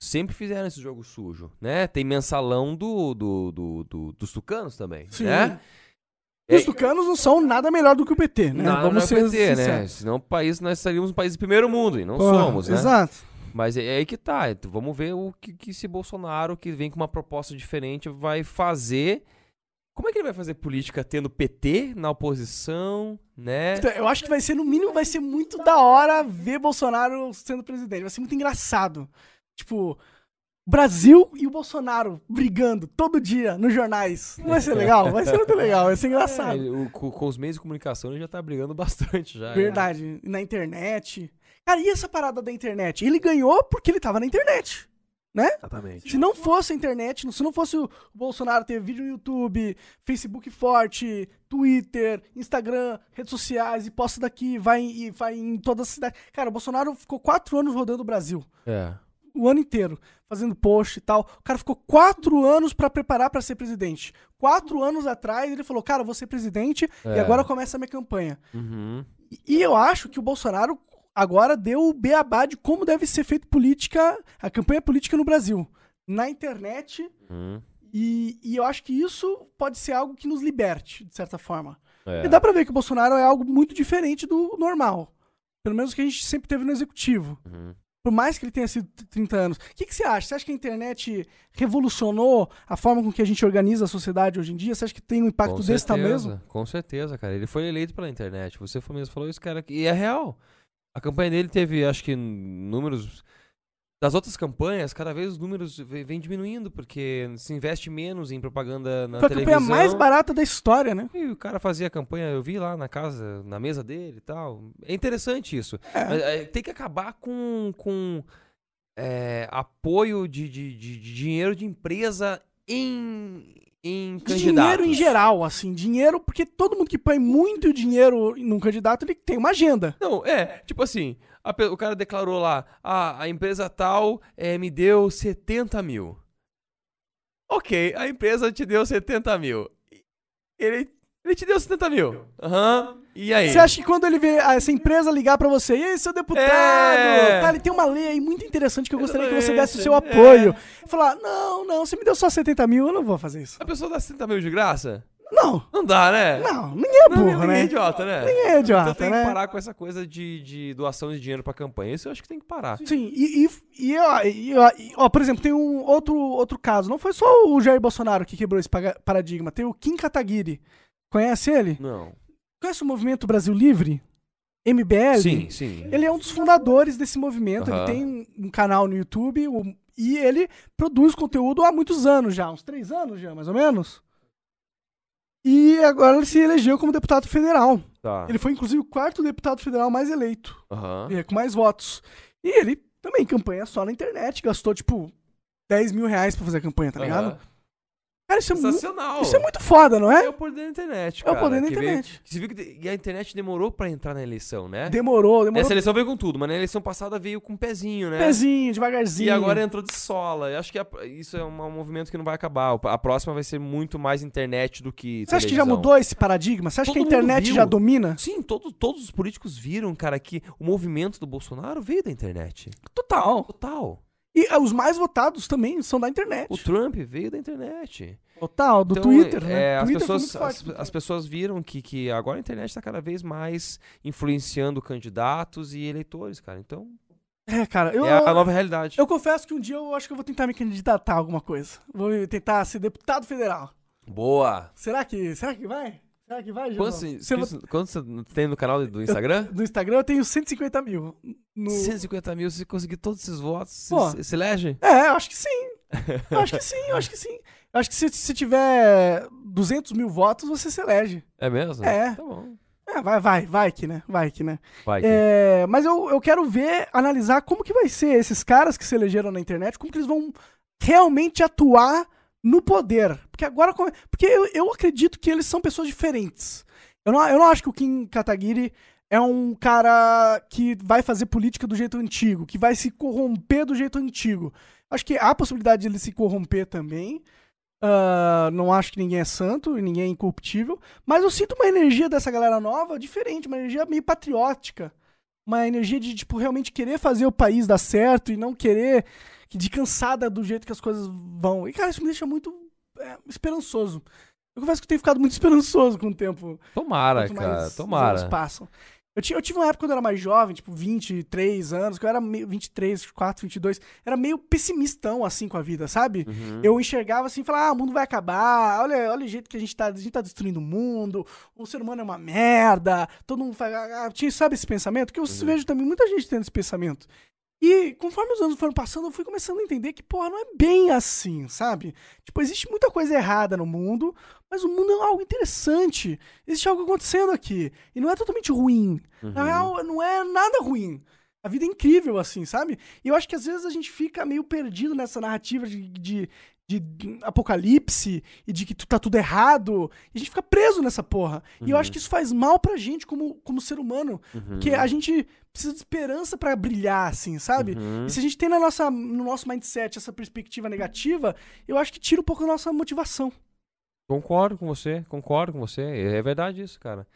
B: sempre fizeram esse jogo sujo, né? Tem mensalão do, do, do- do- dos tucanos também,
A: Sim.
B: né?
A: E os
B: É,
A: tucanos não são nada melhor do que o PT, né?
B: Nada Vamos
A: ser
B: PT, né?
A: sinceros.
B: Senão o país, nós seríamos um país de primeiro mundo, e não
A: Porra,
B: somos, né?
A: Exato.
B: Mas é, é aí que tá. Então, vamos ver o que, que esse Bolsonaro, que vem com uma proposta diferente, vai fazer. Como é que ele vai fazer política tendo PT na oposição, né?
A: Então, Eu acho que vai ser, no mínimo, vai ser muito da hora ver Bolsonaro sendo presidente. Vai ser muito engraçado. Tipo, Brasil e o Bolsonaro brigando todo dia nos jornais. Não vai ser legal? Vai ser muito legal, vai ser
B: É,
A: engraçado.
B: ele- o- co- com, os meios de comunicação ele já tá brigando bastante já. né?
A: Verdade. Na internet. Cara, e essa parada da internet? Ele ganhou porque ele tava na internet. Né?
B: Exatamente.
A: Se não fosse a internet, se não fosse o Bolsonaro ter vídeo no YouTube, Facebook forte, Twitter, Instagram, redes sociais, e posta daqui, vai em, e vai em toda a cidade. Cara, o Bolsonaro ficou quatro anos rodando o Brasil.
B: É.
A: O ano inteiro, fazendo post e tal. O cara ficou quatro anos pra preparar pra ser presidente. Quatro anos atrás, ele falou, cara, eu vou ser presidente e
B: É.
A: agora começa a minha campanha.
B: Uhum.
A: E eu acho que o Bolsonaro agora deu o beabá de como deve ser feita política, a campanha política no Brasil. Na internet,
B: Uhum.
A: e, e eu acho que isso pode ser algo que nos liberte, de certa forma.
B: É.
A: E dá pra ver que o Bolsonaro é algo muito diferente do normal. Pelo menos que a gente sempre teve no executivo.
B: Uhum.
A: Por mais que ele tenha sido t- 30 anos. O que, que você acha? Você acha que a internet revolucionou a forma com que a gente organiza a sociedade hoje em dia? Você acha que tem um impacto desse tamanho mesmo?
B: Com certeza, cara. Ele foi eleito pela internet. Você foi mesmo falou isso, cara. aqui- E é real. A campanha dele teve, acho que, n- números. Das outras campanhas, cada vez os números ve- vêm diminuindo, porque se investe menos em propaganda na
A: Foi a
B: televisão.
A: campanha mais barata da história, né?
B: E o cara fazia a campanha, eu vi lá na casa, na mesa dele e tal. É interessante isso. Mas, é, tem que acabar com, com é, apoio de, de, de- de dinheiro de empresa em, em
A: Dinheiro em
B: candidatos.
A: geral, assim. Dinheiro, porque todo mundo que põe muito dinheiro num candidato, ele tem uma agenda.
B: Não, é, tipo assim, a pe- o cara declarou lá, ah, a empresa tal eh, me deu 70 mil. Ok, a empresa te deu 70 mil. E- Ele, ele te deu 70 mil. Aham, e aí?
A: Você acha que quando ele vê essa empresa ligar pra você, e aí, seu deputado,
B: É.
A: tá, ele tem uma lei aí muito interessante que eu gostaria que você desse o seu
B: Exatamente,
A: apoio. Falar, não, não, você me deu só 70 mil, eu não vou fazer isso.
B: A pessoa dá 70 mil de graça?
A: Não,
B: Não dá, né?
A: não, ninguém é
B: Não,
A: burro,
B: ninguém
A: né?
B: é idiota, né?
A: Ninguém é idiota,
B: Então tem
A: né?
B: que parar com essa coisa de, de doação de dinheiro pra campanha. Isso eu acho que tem que parar.
A: Sim, e, e, e, ó, e, ó, e, ó, por exemplo, tem um outro, outro caso. Não foi só o Jair Bolsonaro que quebrou esse paga- paradigma. Tem o Kim Kataguiri. Conhece ele?
B: Não.
A: Conhece o movimento Brasil Livre? MBL?
B: Sim, sim.
A: Ele é um dos fundadores desse movimento. Ele
B: Aham.
A: tem um canal no YouTube o- e ele produz conteúdo há muitos anos já, uns três anos já, mais ou menos. E agora ele se elegeu como deputado federal.
B: Tá.
A: Ele foi, inclusive, o quarto deputado federal mais eleito.
B: Aham.
A: É, com mais votos. E ele também, campanha só na internet, gastou, tipo, 10 mil reais pra fazer a campanha, tá ligado?
B: Aham.
A: Cara, isso é, mu-
B: Sensacional.
A: isso é muito foda, não
B: É
A: é?
B: o poder da internet,
A: É o
B: cara.
A: poder da
B: que veio-
A: internet.
B: que você viu que de- e a internet demorou pra entrar na eleição, né?
A: Demorou, demorou.
B: Essa eleição veio com tudo, mas na eleição passada veio com um pezinho, né?
A: Pezinho,
B: E
A: devagarzinho.
B: agora entrou de sola. Eu acho que a- isso é um, um movimento que não vai acabar. O- A próxima vai ser muito mais internet do que.
A: Você acha que já
B: televisão.
A: mudou esse paradigma? Você acha
B: Todo
A: que a
B: mundo
A: internet
B: viu.
A: já domina?
B: Sim, todo, todos os políticos viram, cara, que o movimento do Bolsonaro veio da internet.
A: Total.
B: Total.
A: E ah, os mais votados também são da internet.
B: O Trump veio da internet.
A: Total, do
B: Então,
A: Twitter,
B: é,
A: né?
B: As
A: Twitter foi
B: pessoas,
A: muito forte.
B: as, as pessoas viram que, que agora a internet está cada vez mais influenciando candidatos e eleitores, cara. Então,
A: É, cara, eu,
B: é a, a nova realidade.
A: eu confesso que um dia eu acho que eu vou tentar me candidatar a alguma coisa. Vou tentar ser deputado federal.
B: Boa!
A: Será que, será que vai? Será que vai, Gilson?
B: Quantos
A: Você vo-
B: inscritos- quantos você tem no canal do Instagram?
A: No Instagram eu tenho 150 mil. No...
B: 150 mil, se conseguir todos esses votos, se,
A: Pô.
B: se- se elege?
A: É, eu acho que sim. Eu acho que sim, eu acho que sim. Eu acho que se, se tiver 200 mil votos, você se elege.
B: É mesmo?
A: É.
B: Tá bom.
A: É, vai, vai, vai que, né? Vai que, né?
B: Vai, que-
A: É, mas eu, eu quero ver, analisar como que vai ser esses caras que se elegeram na internet, como que eles vão realmente atuar no poder. Porque agora. come- Porque eu, eu acredito que eles são pessoas diferentes. Eu não, eu não acho que o Kim Kataguiri é um cara que vai fazer política do jeito antigo, que vai se corromper do jeito antigo. Acho que há a possibilidade de ele se corromper também. Ah, não acho que ninguém é santo, ninguém é incorruptível, mas eu sinto uma energia dessa galera nova diferente, uma energia meio patriótica. Uma energia de, tipo, realmente querer fazer o país dar certo e não querer que- de cansada do jeito que as coisas vão. E, cara, isso me deixa muito é, esperançoso. Eu confesso que eu tenho ficado muito esperançoso com o tempo.
B: Tomara,
A: quanto
B: cara.
A: mais os anos
B: Tomara.
A: passam. Eu, ti- eu tive uma época quando eu era mais jovem, tipo, 23 anos, que eu era meio 23, 24, 22, era meio pessimistão, assim, com a vida, sabe?
B: Uhum,
A: Eu enxergava assim, falava, ah, o mundo vai acabar, olha, olha o jeito que a gente tá, a gente tá destruindo o mundo, o ser humano é uma merda, todo mundo faz, ah, ah, tinha, sabe esse pensamento? Que eu vejo também muita gente tendo esse pensamento. E conforme os anos foram passando, eu fui começando a entender que, porra, não é bem assim, sabe? Tipo, existe muita coisa errada no mundo, mas o mundo é algo interessante. Existe algo acontecendo aqui. E não é totalmente ruim. Na real, não é nada ruim. A vida é incrível, assim, sabe? E eu acho que às vezes a gente fica meio perdido nessa narrativa de, de, de apocalipse e de que tu tá tudo errado. E a gente fica preso nessa porra. E eu acho que isso faz mal pra gente como, como ser humano.
B: uhum.
A: Porque a gente precisa de esperança pra brilhar, assim, sabe?
B: Uhum.
A: E se a gente tem na nossa, no nosso mindset essa perspectiva negativa, eu acho que tira um pouco da nossa motivação.
B: Concordo com você, concordo com você. É verdade isso, cara.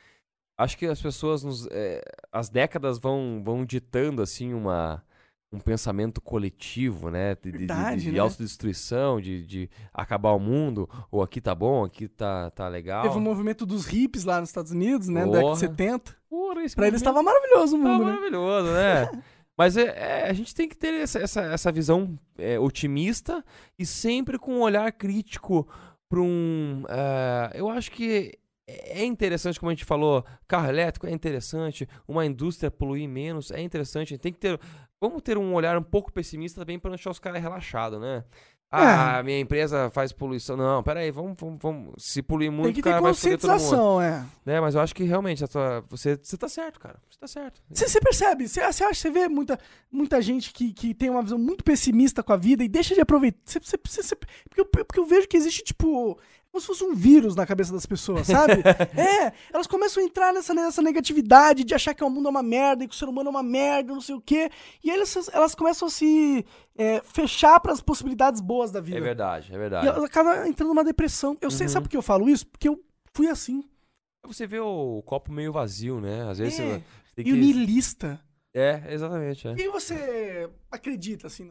B: Acho que as pessoas, nos, eh, as décadas vão, vão ditando assim uma, um pensamento coletivo, né? De, de, de-
A: Verdade,
B: de,
A: né?
B: autodestruição, de, de acabar o mundo, ou aqui tá bom, aqui tá, tá legal.
A: Teve um o movimento dos hippies lá nos Estados Unidos, né? Da
B: Porra. Uhum.
A: década de 70.
B: Porra, esse
A: Pra eles tá
B: movimento
A: tava maravilhoso o
B: tá
A: mundo, né?
B: maravilhoso, né? Mas é, é- a gente tem que ter essa, essa, essa visão é, otimista e sempre com um olhar crítico para um. ah, eu acho que é interessante, como a gente falou, carro elétrico é interessante, uma indústria poluir menos é interessante. Tem que ter. Vamos ter um olhar um pouco pessimista também para não deixar os caras relaxados, né?
A: É.
B: Ah, minha empresa faz poluição. Não, peraí, vamos, vamos, vamos. Se poluir
A: Tem
B: muito,
A: que
B: o cara
A: ter
B: vai foder todo mundo.
A: conscientização, é.
B: Né? Mas eu acho que realmente a tua- você, você tá certo, cara. Você tá certo.
A: Você você percebe, você você acha, você vê muita, muita gente que, que tem uma visão muito pessimista com a vida e deixa de aproveitar. Você- você- você- você- porque, eu, porque eu vejo que existe, tipo, como se fosse um vírus na cabeça das pessoas, sabe? é, elas começam a entrar nessa, nessa negatividade de achar que o mundo é uma merda e que o ser humano é uma merda, não sei o quê. E aí elas, elas começam a se é, fechar para as possibilidades boas da vida.
B: É verdade, Uhum. é
A: E
B: verdade.
A: elas acabam entrando numa depressão. Eu sei, sabe por que eu falo isso? Porque eu fui assim.
B: É, Você vê o copo meio vazio, né? Às vezes
A: É.
B: você tem
A: E o
B: que...
A: niilista.
B: É, exatamente. É.
A: E você acredita, assim,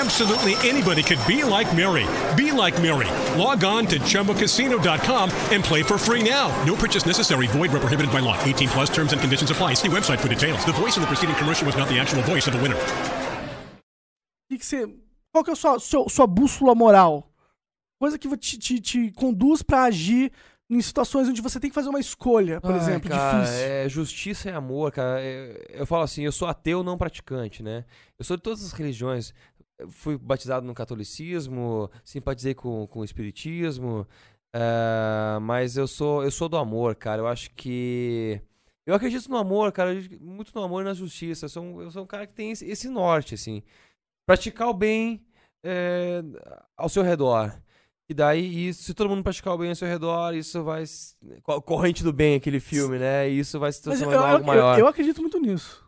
E: Absolutely anybody could be like Mary. Be like Mary. Log on to ChumboCasino.com and play for free now. No purchase necessary. Void where prohibited by law. 18 plus terms and conditions apply. See website for details. The voice in the preceding commercial was not the actual voice of the winner.
A: que que você. Qual que é a sua, sua, sua bússola moral? Coisa que te, te, te conduz pra agir em situações onde você tem que fazer uma escolha, por
B: Ai,
A: exemplo,
B: cara,
A: difícil.
B: É justiça e amor, cara. É, Eu, falo assim, eu sou ateu não praticante, né? Eu sou de todas as religiões. Eu Fui batizado no catolicismo, simpatizei com, com o espiritismo, ah, mas eu sou eu sou do amor, cara. Eu acho que eu acredito no amor, cara, eu acredito muito no amor e na justiça. Eu sou um, eu sou um cara que tem esse, esse norte, assim. Praticar o bem eh, ao seu redor. E daí, e se todo mundo praticar o bem ao seu redor, isso vai. se- co- Corrente do bem, aquele filme, né? E isso vai se
A: Mas eu,
B: transformar em algo
A: eu-
B: maior.
A: eu acredito muito nisso.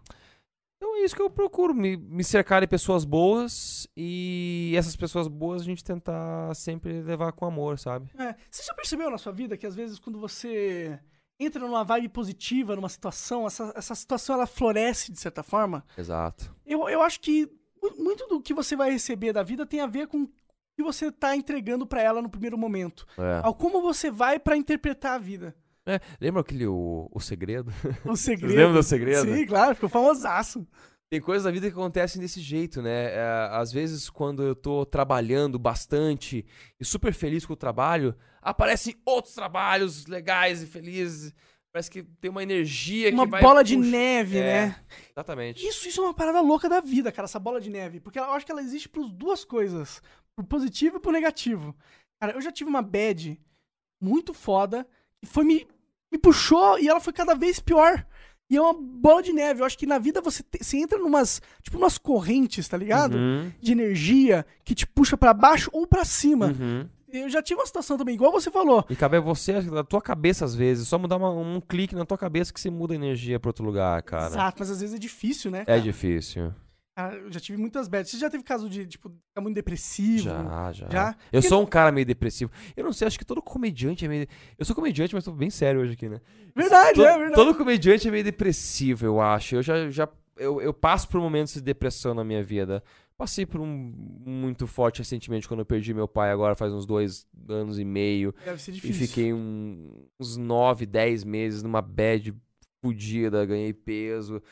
B: Então é isso que eu procuro, me, me cercar de pessoas boas e essas pessoas boas a gente tentar sempre levar com amor, sabe?
A: É, Você já percebeu na sua vida que às vezes quando você entra numa vibe positiva, numa situação, essa, essa situação ela floresce de certa forma?
B: Exato.
A: Eu, eu acho que mu- muito do que você vai receber da vida tem a ver com o que você tá entregando pra ela no primeiro momento.
B: É.
A: Ao como você vai pra interpretar a vida.
B: É, lembra aquele o, o segredo?
A: O segredo.
B: lembram do segredo?
A: Sim, claro, ficou famosaço.
B: Tem coisas da vida que acontecem desse jeito, né? É, às vezes, quando eu tô trabalhando bastante e super feliz com o trabalho, aparecem outros trabalhos legais e felizes. Parece que tem uma energia
A: Uma
B: que vai.
A: bola de
B: puxa-
A: neve,
B: É,
A: né?
B: Exatamente.
A: Isso, isso é uma parada louca da vida, cara, essa bola de neve. Porque eu acho que ela existe por duas coisas: por positivo e por negativo. Cara, eu já tive uma bad muito foda que foi me, me puxou e ela foi cada vez pior. E é uma bola de neve. Eu acho que na vida você, te- você entra numas, tipo, umas correntes, tá ligado?
B: Uhum.
A: De energia que te puxa pra baixo ou pra cima.
B: Uhum.
A: Eu já tive uma situação também, igual você falou.
B: E cabe a você, na tua cabeça, às vezes. Só mudar uma- um clique na tua cabeça que você muda a energia pra outro lugar, cara.
A: Exato, mas às vezes é difícil, né?
B: É difícil.
A: Cara, eu já tive muitas bad. Você já teve caso de, tipo, ficar muito depressivo?
B: Já, já.
A: Já?
B: Eu
A: Porque-
B: sou um cara meio depressivo. Eu não sei, acho que todo comediante é meio. Eu sou comediante, mas tô bem sério hoje aqui, né?
A: Verdade,
B: To-
A: é verdade.
B: Todo comediante é meio depressivo, eu acho. Eu já. já eu, eu passo por momentos de depressão na minha vida. Passei por um muito forte recentemente quando eu perdi meu pai, agora faz uns dois anos e meio.
A: Deve ser
B: E
A: difícil.
B: fiquei um- uns nove, dez meses numa bad fodida, ganhei peso.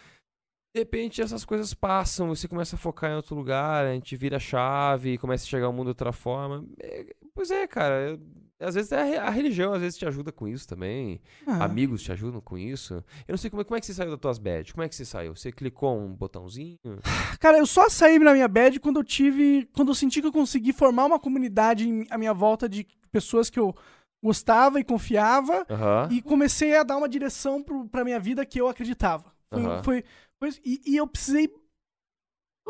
B: De repente essas coisas passam, você começa a focar em outro lugar, a gente vira a chave, começa a chegar ao mundo de outra forma. É, pois é, cara. é- Às vezes é a re- a religião, às vezes te ajuda com isso também.
A: Ah,
B: Amigos te ajudam com isso? Eu não sei como é, como é que você saiu das tuas bad. Como é que você saiu? Você clicou um botãozinho?
A: Cara, eu só saí na minha bad quando eu tive. Quando eu senti que eu consegui formar uma comunidade em- à minha volta de pessoas que eu gostava e confiava.
B: Aham.
A: E comecei a dar uma direção pro, pra minha vida que eu acreditava. Foi,
B: Aham.
A: foi, foi isso. e, e eu precisei.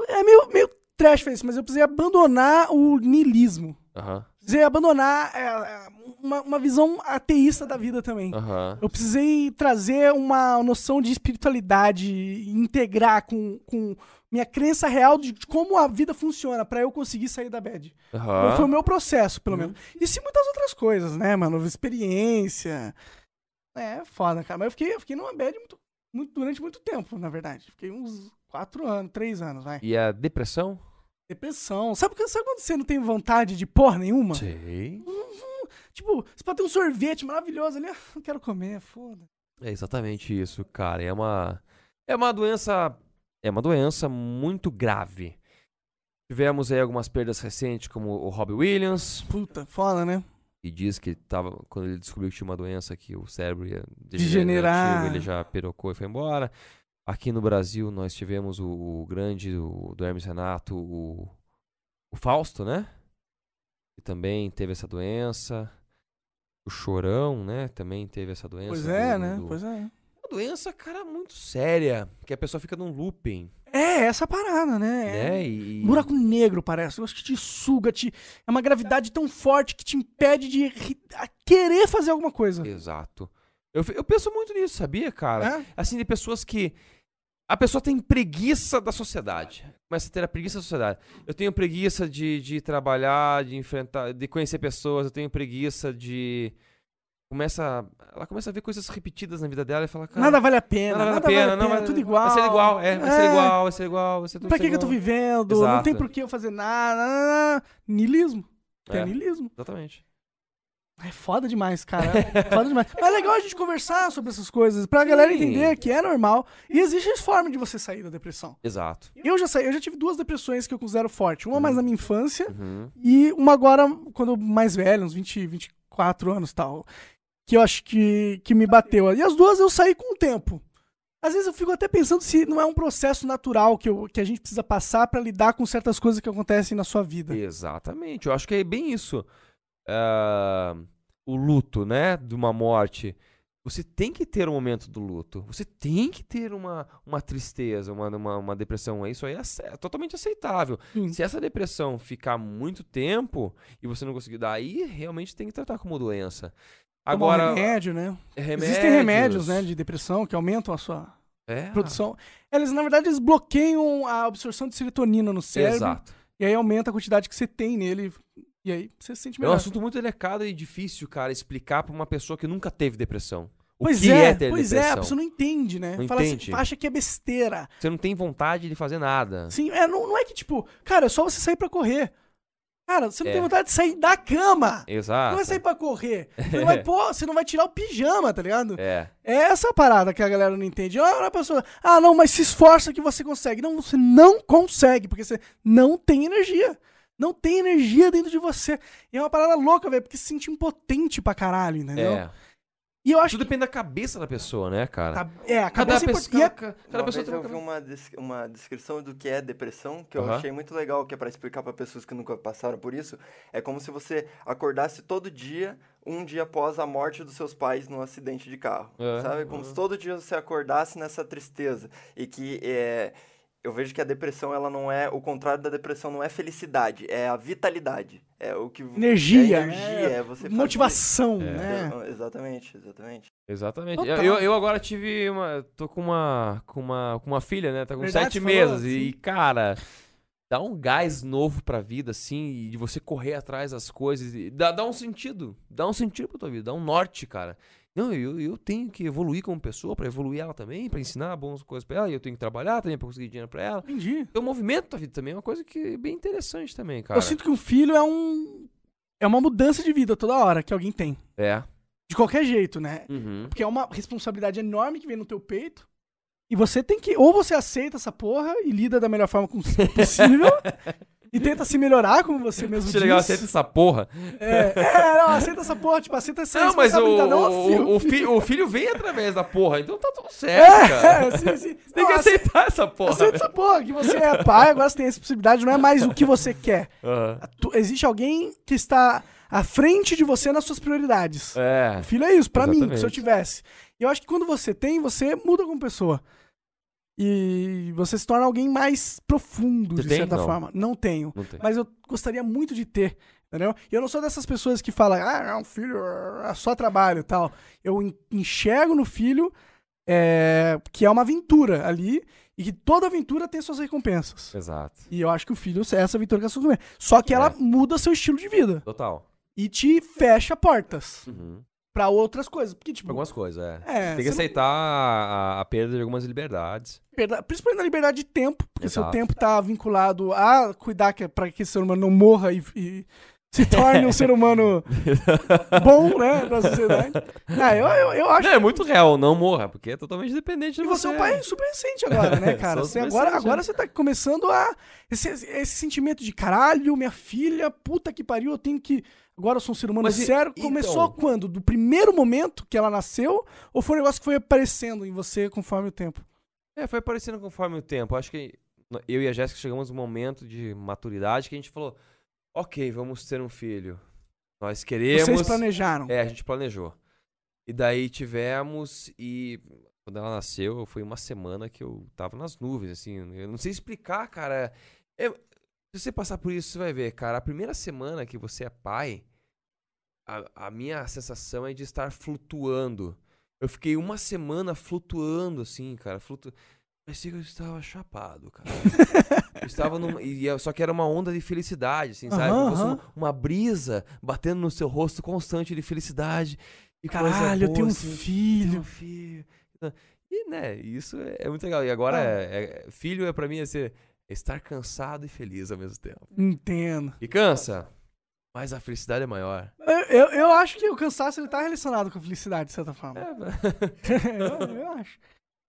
A: É meio, meio trash fazer isso, mas eu precisei abandonar o niilismo.
B: Aham.
A: Precisei abandonar é, é, uma, uma visão ateísta da vida também.
B: Aham.
A: Eu precisei trazer uma noção de espiritualidade e integrar com, com minha crença real de de como a vida funciona pra eu conseguir sair da bad. Então,
B: Aham.
A: Foi o meu processo, pelo menos. E se muitas outras coisas, né, mano? Experiência. É, foda, cara. Mas eu fiquei, eu fiquei numa bad muito muito- durante muito tempo, na verdade. Fiquei uns quatro anos, três anos, vai.
B: E a depressão?
A: Depressão. Sabe, quando- sabe quando você não tem vontade de porra nenhuma?
B: Sei.
A: Tipo, você pode ter um sorvete maravilhoso ali. ah, Não quero comer, foda.
B: É exatamente isso, cara. É uma é uma doença é uma doença muito grave. Tivemos aí algumas perdas recentes, como o Robbie Williams,
A: Puta, foda, né?
B: e diz que tava quando ele descobriu que tinha uma doença que o cérebro ia
A: Degenerar.
B: degenerar, ele já pirocou e foi embora. Aqui no Brasil nós tivemos o, o grande o, do Hermes Renato, o, o Fausto, né? Que também teve essa doença. O Chorão, né? Também teve essa doença.
A: Pois
B: do-
A: é,
B: do-
A: né?
B: do-
A: Pois é.
B: uma doença, cara, muito séria. Que a pessoa fica num looping,
A: É, essa parada, né?
B: né? E...
A: Buraco negro, parece. Eu acho que te suga, te... é uma gravidade tão forte que te impede de ri- a querer fazer alguma coisa.
B: Exato. Eu, fe- eu penso muito nisso, sabia, cara?
A: É?
B: Assim, de pessoas que... A pessoa tem preguiça da sociedade. Começa a ter a preguiça da sociedade. Eu tenho preguiça de, de trabalhar, de enfrentar, de conhecer pessoas. Eu tenho preguiça de... Começa... Ela começa a ver coisas repetidas na vida dela e fala, cara...
A: Nada vale a pena,
B: nada
A: nada,
B: vale a pena, não
A: é tudo igual.
B: Vai ser igual, é. Vai ser
A: É.
B: igual, vai ser igual, vai ser tudo
A: Pra que, que eu tô
B: igual.
A: vivendo? Não
B: Exato.
A: tem por que eu fazer nada. Nilismo. Tem
B: É.
A: nilismo.
B: Exatamente.
A: É foda demais, cara. É foda demais. Mas é legal a gente conversar sobre essas coisas, pra galera
B: Sim.
A: entender que é normal. E existe forma de você sair da depressão.
B: Exato.
A: Eu já saí, eu já tive duas depressões que eu considero forte. Uma
B: Hum.
A: mais na minha infância
B: Uhum.
A: e uma agora, quando eu mais velho, uns 20, 24 anos e tal. Que eu acho que, que me bateu. E as duas eu saí com o tempo. Às vezes eu fico até pensando se não é um processo natural que, eu- que a gente precisa passar pra lidar com certas coisas que acontecem na sua vida.
B: Exatamente, eu acho que é bem isso. Ah, o luto, né? De uma morte. Você tem que ter um momento do luto. Você tem que ter uma, uma tristeza, uma, uma, uma depressão. Isso aí é ace- é totalmente aceitável.
A: Sim.
B: Se essa depressão ficar muito tempo e você não conseguir dar, aí realmente tem que tratar como doença.
A: Tomar um
B: Agora,
A: remédio, né?
B: remédios,
A: Existem remédios, né, de depressão que aumentam a sua
B: é,
A: produção. Eles, na verdade, eles bloqueiam a absorção de serotonina no cérebro.
B: Exato. É
A: E aí aumenta a quantidade que você tem nele. E aí você se sente
B: É um
A: melhor.
B: assunto muito delicado e difícil, cara, explicar pra uma pessoa que nunca teve depressão. O
A: pois
B: que
A: é,
B: é, ter
A: pois é, a
B: depressão?
A: pessoa não entende, né?
B: Não
A: Fala assim,
B: entende.
A: acha que é besteira.
B: Você não tem vontade de fazer nada.
A: Sim, é, não, não é que, tipo, cara, é só você sair pra correr. Cara, você não
B: É.
A: tem vontade de sair da cama.
B: Exato.
A: Não vai sair pra correr. Você não vai, pôr, você não vai tirar o pijama, tá ligado?
B: É.
A: É essa a parada que a galera não entende. Ah, a pessoa, ah, não, mas se esforça que você consegue. Não, você não consegue, porque você não tem energia. Não tem energia dentro de você. E é uma parada louca, velho, porque se sente impotente pra caralho, entendeu?
B: é.
A: E eu acho
B: Tudo depende da cabeça da pessoa, né,
A: que.
B: cara?
A: tá- é, a
B: Cada
A: cabeça é
B: pessoa,
A: importante.
B: cada,
C: Uma
B: pessoa
C: vez
B: tem
C: eu
B: uma
C: vi um
B: cabeça.
C: uma, desc- uma descrição do que é depressão, que eu
B: Aham.
C: achei muito legal, que é pra explicar pra pessoas que nunca passaram por isso. É como se você acordasse todo dia, um dia após a morte dos seus pais num acidente de carro.
B: É,
C: Sabe? Como
B: é.
C: se todo dia você acordasse nessa tristeza. E que é, eu vejo que a depressão, ela não é. O contrário da depressão não é felicidade, é a vitalidade. É o que.
A: Energia,
C: É energia,
A: né?
C: é você fazer-
A: Motivação,
B: É.
A: né?
C: Eu- Exatamente, exatamente.
B: Exatamente.
A: Total.
B: Eu, eu agora tive uma. Tô com uma. com uma, com uma filha, né? Tá com
A: Verdade,
B: sete
A: você falou,
B: meses. E, cara, dá um gás novo pra vida, assim, e de você correr atrás das coisas. e dá, dá um sentido. Dá um sentido pra tua vida, dá um norte, cara. Não, eu, eu tenho que evoluir como pessoa, pra evoluir ela também, pra ensinar boas coisas pra ela, e eu tenho que trabalhar também pra conseguir dinheiro pra ela.
A: Entendi.
B: Então, o movimento da vida também é uma coisa que é bem interessante também, cara.
A: Eu sinto que um filho é um. É uma mudança de vida toda hora que alguém tem.
B: É.
A: De qualquer jeito, né?
B: Uhum.
A: Porque é uma responsabilidade enorme que vem no teu peito. E você tem que. Ou você aceita essa porra e lida da melhor forma com- possível. e tenta se melhorar, como você mesmo
B: Achei
A: disse.
B: legal, aceita essa porra.
A: É, é, não, aceita essa porra, tipo, aceita essa
B: Não, mas o,
A: responsabilidade, não a filha.
B: o, o, fi- o filho vem através da porra, então tá tudo certo, cara.
A: É, sim, sim.
B: Tem
A: Não,
B: que
A: ace-
B: aceitar essa porra.
A: Aceita essa porra, que você é pai, agora você tem essa possibilidade, não é mais o que você quer.
B: velho. Ah,
A: Tu- existe alguém que está à frente de você nas suas prioridades.
B: É.
A: O filho é isso, pra mim,
B: Exatamente.
A: se eu tivesse. E eu acho que quando você tem, você muda como pessoa. E você se torna alguém mais profundo,
B: Você
A: de
B: tem?
A: certa
B: Não.
A: forma. Não tenho.
B: Não tem.
A: Mas eu gostaria muito de ter, entendeu? E eu não sou dessas pessoas que falam, ah, é um filho, é só trabalho e tal. Eu en- enxergo no filho é, que é uma aventura ali e que toda aventura tem suas recompensas.
B: Exato.
A: E eu acho que o filho é essa aventura que você comer. Só que ela
B: É.
A: muda seu estilo de vida
B: Total.
A: e te fecha portas.
B: Uhum.
A: pra outras coisas. Porque, tipo,
B: Algumas coisas, é.
A: É,
B: Tem
A: você
B: que
A: não-
B: aceitar a, a perda de algumas liberdades.
A: perda- principalmente na liberdade de tempo, porque seu
B: Exato.
A: tempo tá vinculado a cuidar que, pra que esse ser humano não morra e, e se torne um ser humano bom, né, pra sociedade. Ah, eu, eu, eu acho
B: Não, é muito real, não morra, porque é totalmente dependente de
A: E você é um pai super recente agora, né, cara?
B: Sou
A: Você
B: super
A: agora,
B: recente,
A: agora
B: né?
A: você tá começando a. Esse, esse sentimento de caralho, minha filha, puta que pariu, eu tenho que. Agora eu sou um ser humano
B: Mas e-
A: sério.
B: então-
A: Começou quando? Do primeiro momento que ela nasceu? Ou foi um negócio que foi aparecendo em você conforme o tempo?
B: É, foi aparecendo conforme o tempo. Acho que no- eu e a Jéssica chegamos num momento de maturidade que a gente falou: ok, vamos ter um filho. Nós queremos.
A: Vocês planejaram.
B: É, a gente planejou. E daí tivemos e quando ela nasceu, foi uma semana que eu tava nas nuvens, assim, eu não sei explicar, cara. Eu- se você passar por isso, você vai ver, cara, a primeira semana que você é pai, a, a minha sensação é de estar flutuando. Eu fiquei uma semana flutuando, assim, cara, flutu... Parecia que eu estava chapado, cara. Eu estava numa. E, e- só que era uma onda de felicidade, assim, sabe?
A: Aham,
B: Como fosse
A: aham.
B: uma, uma brisa batendo no seu rosto constante de felicidade. E coisa
A: Caralho, eu
B: boa,
A: tenho um
B: assim,
A: filho.
B: tenho um filho. E, né, isso é, é muito legal. E agora,
A: Ah.
B: é- é- filho é pra mim é ser, é estar cansado e feliz ao mesmo tempo.
A: Entendo.
B: E cansa, mas a felicidade é maior.
A: Eu, eu, eu acho que o cansaço ele tá relacionado com a felicidade, de certa
B: É.
A: forma. eu, eu acho.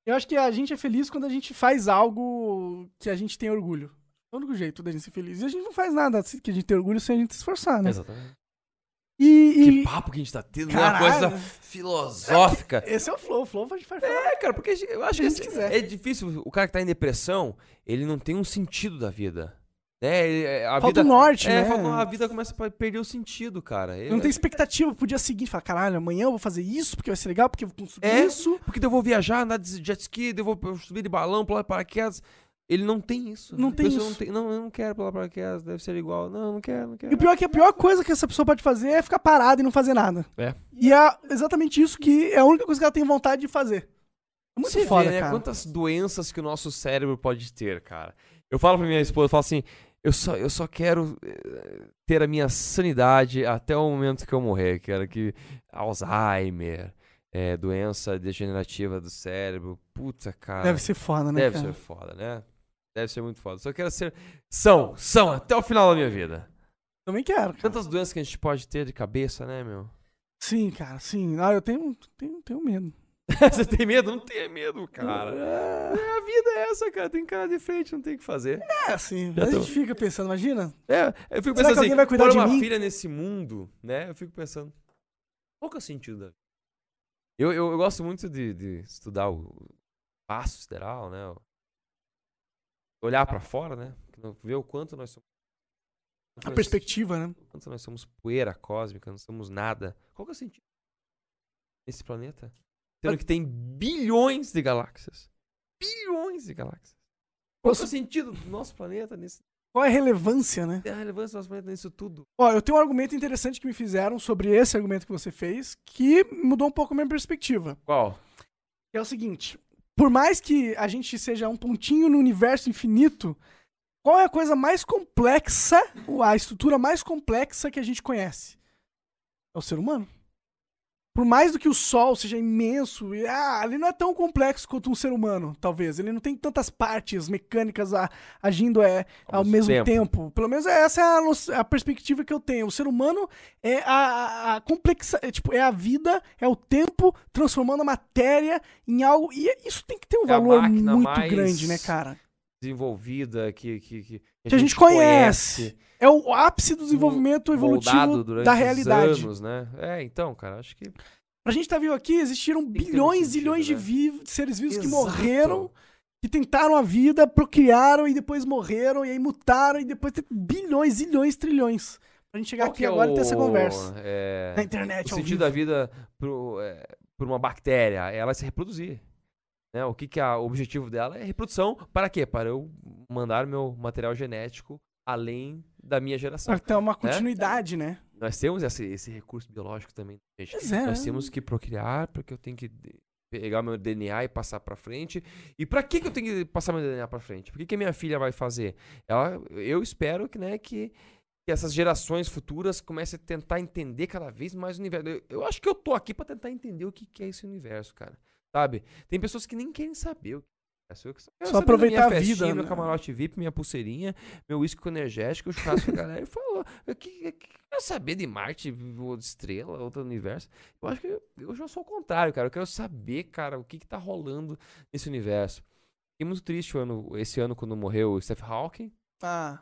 A: Eu acho que a gente é feliz quando a gente faz algo que a gente tem orgulho. É o único jeito da gente ser feliz. E a gente não faz nada assim que a gente tem orgulho sem a gente se esforçar, né?
B: Exatamente.
A: E,
B: Que
A: e
B: papo que a gente tá tendo, né? uma
A: Caralho.
B: coisa filosófica.
A: esse é o flow. O flow faz faz- faz-
B: É, cara, porque a gente- eu acho que
A: Se
B: esse-
A: quiser.
B: é difícil. O cara que tá em depressão, ele não tem um sentido da vida. Né? Ele- é, a
A: Falta
B: vida,
A: o norte,
B: é,
A: né?
B: falta- a vida começa a perder o sentido, cara. Eu-
A: Não tem expectativa pro dia seguinte. Falar, caralho, amanhã eu vou fazer isso porque vai ser legal, porque eu vou consumir
B: É,
A: isso.
B: Porque daí eu vou viajar, andar de jet ski, daí eu vou eu subir de balão, pular de paraquedas. Ele não tem isso.
A: Não
B: A
A: tem
B: pessoa
A: isso.
B: Não, tem- não, eu não quero pular paraquedas, deve ser igual. Não, não quero, não
A: E
B: quero.
A: o pior é que a pior coisa que essa pessoa pode fazer é ficar parada e não fazer nada.
B: É.
A: E é exatamente isso que é a única coisa que ela tem vontade de fazer. É muito
B: Você vê,
A: foda,
B: né,
A: cara.
B: Quantas doenças que o nosso cérebro pode ter, cara. Eu falo pra minha esposa, eu falo assim, eu só, eu só quero eh, ter a minha sanidade até o momento que eu morrer. Quero que Alzheimer, eh, doença degenerativa do cérebro, puta, cara.
A: Deve ser foda, né,
B: Deve
A: cara?
B: ser foda, né? Deve ser muito foda. Só quero ser são, são até o final da minha vida.
A: Também quero, cara.
B: Tantas doenças que a gente pode ter de cabeça, né, meu?
A: Sim, cara, sim. Ah, eu tenho, tenho, tenho medo.
B: Você tem medo? Não tenha medo, cara.
A: Ah.
B: É, a vida é essa, cara. Tem cara de frente, não tem o que fazer.
A: É, sim.
B: Já
A: Mas a
B: tô-
A: gente fica pensando, imagina?
B: É,
A: Será
B: eu fico
A: que
B: pensando
A: alguém
B: assim,
A: vai cuidar
B: pôr
A: de
B: uma
A: mim?
B: filha nesse mundo, né? Eu fico pensando, pouco é o sentido da vida. Eu, eu, eu gosto muito de, de estudar o o espaço sideral, né? O- Olhar pra fora, né? Ver o quanto nós somos.
A: A
B: É.
A: perspectiva, né?
B: Quanto nós somos poeira cósmica, não somos nada. Qual que é o sentido desse planeta? Sendo que tem bilhões de galáxias. Bilhões de galáxias. Qual que é o sentido do nosso planeta nesse.
A: Qual é a relevância, né?
B: tem A relevância do nosso planeta nisso tudo.
A: Ó, eu tenho um argumento interessante que me fizeram sobre esse argumento que você fez, que mudou um pouco a minha perspectiva.
B: Qual?
A: É o seguinte, por mais que a gente seja um pontinho no universo infinito, qual é a coisa mais complexa, ou a estrutura mais complexa que a gente conhece? É o ser humano. Por mais do que o Sol seja imenso, e, ah, ele não é tão complexo quanto um ser humano, talvez. Ele não tem tantas partes mecânicas a- agindo é,
B: Ao
A: ao,
B: mesmo
A: mesmo
B: tempo.
A: tempo. Pelo menos essa é a noc- a, perspectiva que eu tenho. O ser humano é a, a, a complexa, é, tipo, é a vida, é o tempo transformando a matéria em algo. E isso tem que ter um
B: É a
A: valor
B: máquina
A: muito
B: mais-
A: grande, né, cara?
B: Desenvolvida, que, que, que,
A: que a gente conhece. É o ápice do desenvolvimento
B: moldado
A: evolutivo
B: durante
A: da
B: os
A: realidade.
B: Anos, né? É, então, cara, acho que.
A: Pra gente tá vivo aqui, existiram
B: que ter um
A: bilhões
B: sentido,
A: e bilhões de
B: né?
A: vi- de seres vivos que
B: Exato.
A: morreram, que tentaram a vida, procriaram e depois morreram, e aí mutaram, e depois tem bilhões, zilhões, trilhões. Pra gente chegar
B: qual
A: aqui
B: é
A: agora e ter essa
B: o-
A: conversa.
B: é,
A: Na
B: o
A: internet, ao
B: sentido é
A: vivo.
B: da vida pro, é, por uma bactéria, é ela se reproduzir. Né? O que, que a- o objetivo dela é reprodução. Para quê? Para eu mandar meu material genético além da minha geração.
A: Só que tem Então, é uma continuidade, né?
B: Nós temos esse, esse recurso biológico também, gente.
A: Pois é.
B: Nós temos que procriar, porque eu tenho que de- pegar meu DNA e passar pra frente. E pra que, que eu tenho que passar meu DNA pra frente? Por que, que a minha filha vai fazer? Ela, eu espero que, né, que que essas gerações futuras comecem a tentar entender cada vez mais o universo. Eu, eu acho que eu tô aqui pra tentar entender o que, que é esse universo, cara. Sabe? Tem pessoas que nem querem saber o que é isso. Eu quero saber da
A: aproveitar a
B: minha festinha,
A: vida,
B: Meu
A: né?
B: camarote VIP, minha pulseirinha, meu uísque energético, o churrasco com a galera. E falou, eu que, que quero saber de Marte, ou de estrela, outro universo. Eu acho que eu, eu já sou o contrário, cara. Eu quero saber, cara, o que que tá rolando nesse universo. Fiquei muito triste o ano, esse ano quando morreu o Stephen Hawking,
A: Ah,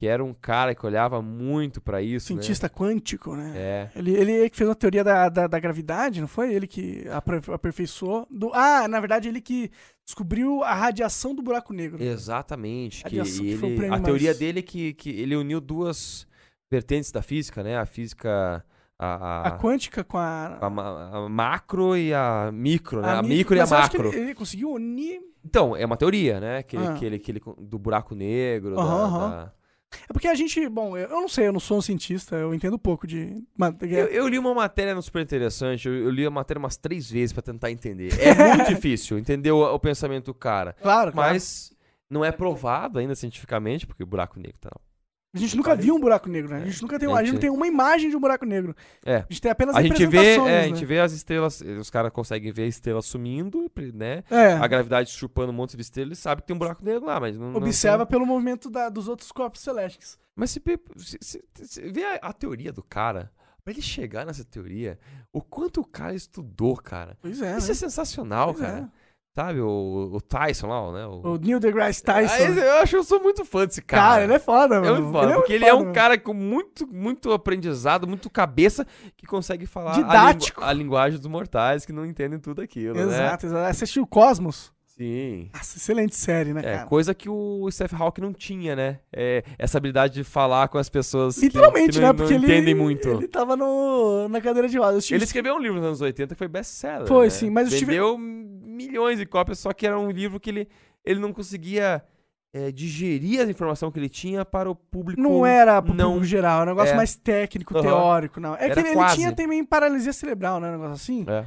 B: que era um cara que olhava muito pra isso, né?
A: cientista quântico, né?
B: É.
A: Ele, ele que fez uma teoria da, da, da gravidade, não foi? Ele que apre- aperfeiçoou. Do, ah, na verdade, ele que descobriu a radiação do buraco negro.
B: Exatamente. Que
A: Aliás, Uhum. que foi o
B: ele-
A: prêmio
B: a teoria
A: mais-
B: dele é que, que ele uniu duas vertentes da física, né? A física. A,
A: A
B: a,
A: quântica com a.
B: a ma- a macro e a micro, né? A,
A: mi-
B: micro e a
A: Mas eu acho que
B: macro.
A: Ele, ele conseguiu unir.
B: Então, é uma teoria, né? Que ele,
A: Ah.
B: que ele- que ele con- do buraco negro, da-
A: Aham, aham.
B: da,
A: É porque a gente. Bom, eu, eu não sei, eu não sou um cientista, eu entendo pouco de. mas-
B: Eu, eu li uma matéria no super interessante, eu, eu li a matéria umas três vezes pra tentar entender. É muito difícil entender o, o pensamento do cara.
A: Claro, claro.
B: Mas não é provado ainda cientificamente, porque o buraco negro tá.
A: A gente nunca viu um buraco negro, né? A gente nunca tem, a
B: A
A: gente não
B: gente-
A: tem uma imagem de um buraco negro.
B: É.
A: A gente tem apenas
B: A gente vê,
A: representações,
B: é,
A: né?
B: a gente vê as estrelas, os caras conseguem ver a estrela sumindo, né?
A: É,
B: A gravidade chupando um monte de estrela, ele sabe que tem um buraco negro lá, mas não. não
A: observa
B: tem-
A: pelo movimento da- dos outros corpos celestes.
B: Mas se, pe- se- se- se vê a, a teoria do cara, pra ele chegar nessa teoria, o quanto o cara estudou, cara.
A: Pois é,
B: Isso
A: né?
B: é sensacional,
A: Pois é.
B: cara. Sabe, o, o Tyson lá, né?
A: O Neil deGrasse Tyson.
B: Aí, eu acho que eu sou muito fã desse cara.
A: cara, ele é foda, mano.
B: Eu me falo,
A: muito
B: porque ele é
A: foda,
B: um cara com muito, muito aprendizado, muito cabeça, que consegue falar a lingu-
A: Didático.
B: A, linguagem dos mortais que não entendem tudo aquilo,
A: mano.
B: né?
A: Exato, exato. Assistiu Cosmos?
B: Sim.
A: Nossa, excelente série, né,
B: É,
A: cara?
B: coisa que o Steph Hawking não tinha, né? É, essa habilidade de falar com as pessoas que-
A: Literalmente,
B: que,
A: né?
B: não,
A: Porque
B: não
A: ele,
B: entendem muito.
A: ele
B: Ele...
A: tava no, na cadeira de rodas. Eu tive-
B: escreveu um livro nos anos 80 que foi best-seller.
A: Foi,
B: né?
A: sim, mas eu tive-
B: Vendeu milhões de cópias, só que era um livro que ele, ele não conseguia é, digerir a informação que ele tinha para o público.
A: Não era pro
B: não
A: público geral, era um negócio
B: É.
A: mais técnico,
B: Aham.
A: teórico, não. É que
B: Era
A: ele, ele
B: quase.
A: tinha também paralisia cerebral, né? Um negócio assim.
B: É.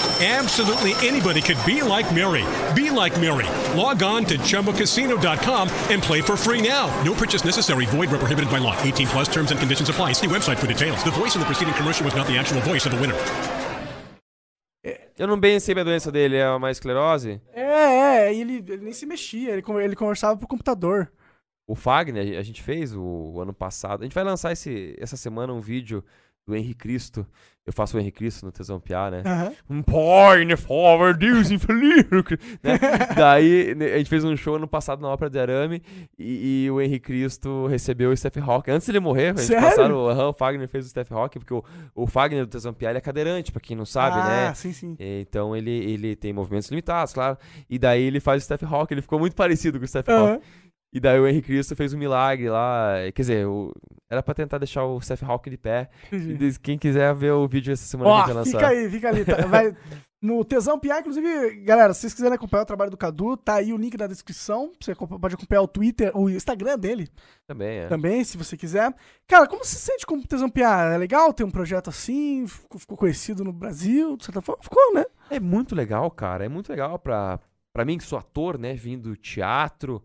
E: Absolutely anybody could be like Mary. Be like Mary. Log on to ChumboCasino.com and play for free now. No purchase necessary. Void where prohibited by law. 18 plus terms and conditions apply. See website for details. The voice in the preceding commercial was not the actual voice of the winner.
B: Eu não bem sei a doença dele, é uma esclerose?
A: É, é, e ele, ele nem se mexia, ele, con- ele conversava pro computador.
B: O Fagner, a gente fez o, o ano passado. A gente vai lançar esse, essa semana um vídeo do Henri Cristo. Eu faço o Henri Cristo no Tesão Piá, né? Um pai, né? Favor, Deus infeliz. né? Daí, né, a gente fez um show ano passado na Ópera de Arame e, e o Henri Cristo recebeu o Stephen Hawking. Antes dele morrer, a gente
A: Sério?
B: passaram, aham, o Fagner fez o Stephen Hawking, porque o, o Fagner do Tesão Piá ele é cadeirante, pra quem não sabe,
A: ah,
B: né?
A: sim, sim.
B: É, Então ele, ele tem movimentos limitados, claro. E daí ele faz o Steph Hawking, ele ficou muito parecido com o Steph
A: Aham.
B: Hawking. E daí o Henrique Cristo fez um milagre lá. eh, Quer dizer, o- era pra tentar deixar o Steph Hawking de pé. E diz- Quem quiser ver o vídeo essa semana que
A: Ó,
B: a gente vai
A: fica
B: lançar.
A: aí, fica ali. tá? Vai no Tesão Piá, inclusive, galera, se vocês quiserem acompanhar o trabalho do Cadu, tá aí o link na descrição. Você acompa- pode acompanhar o Twitter, o Instagram dele
B: Também, é.
A: também, se você quiser. Cara, como você se sente como Tesão Piá? É legal ter um projeto assim? Ficou, ficou conhecido no Brasil, de certa forma? Ficou, né?
B: É muito legal, cara. É muito legal pra, pra mim, que sou ator, né? Vim do teatro,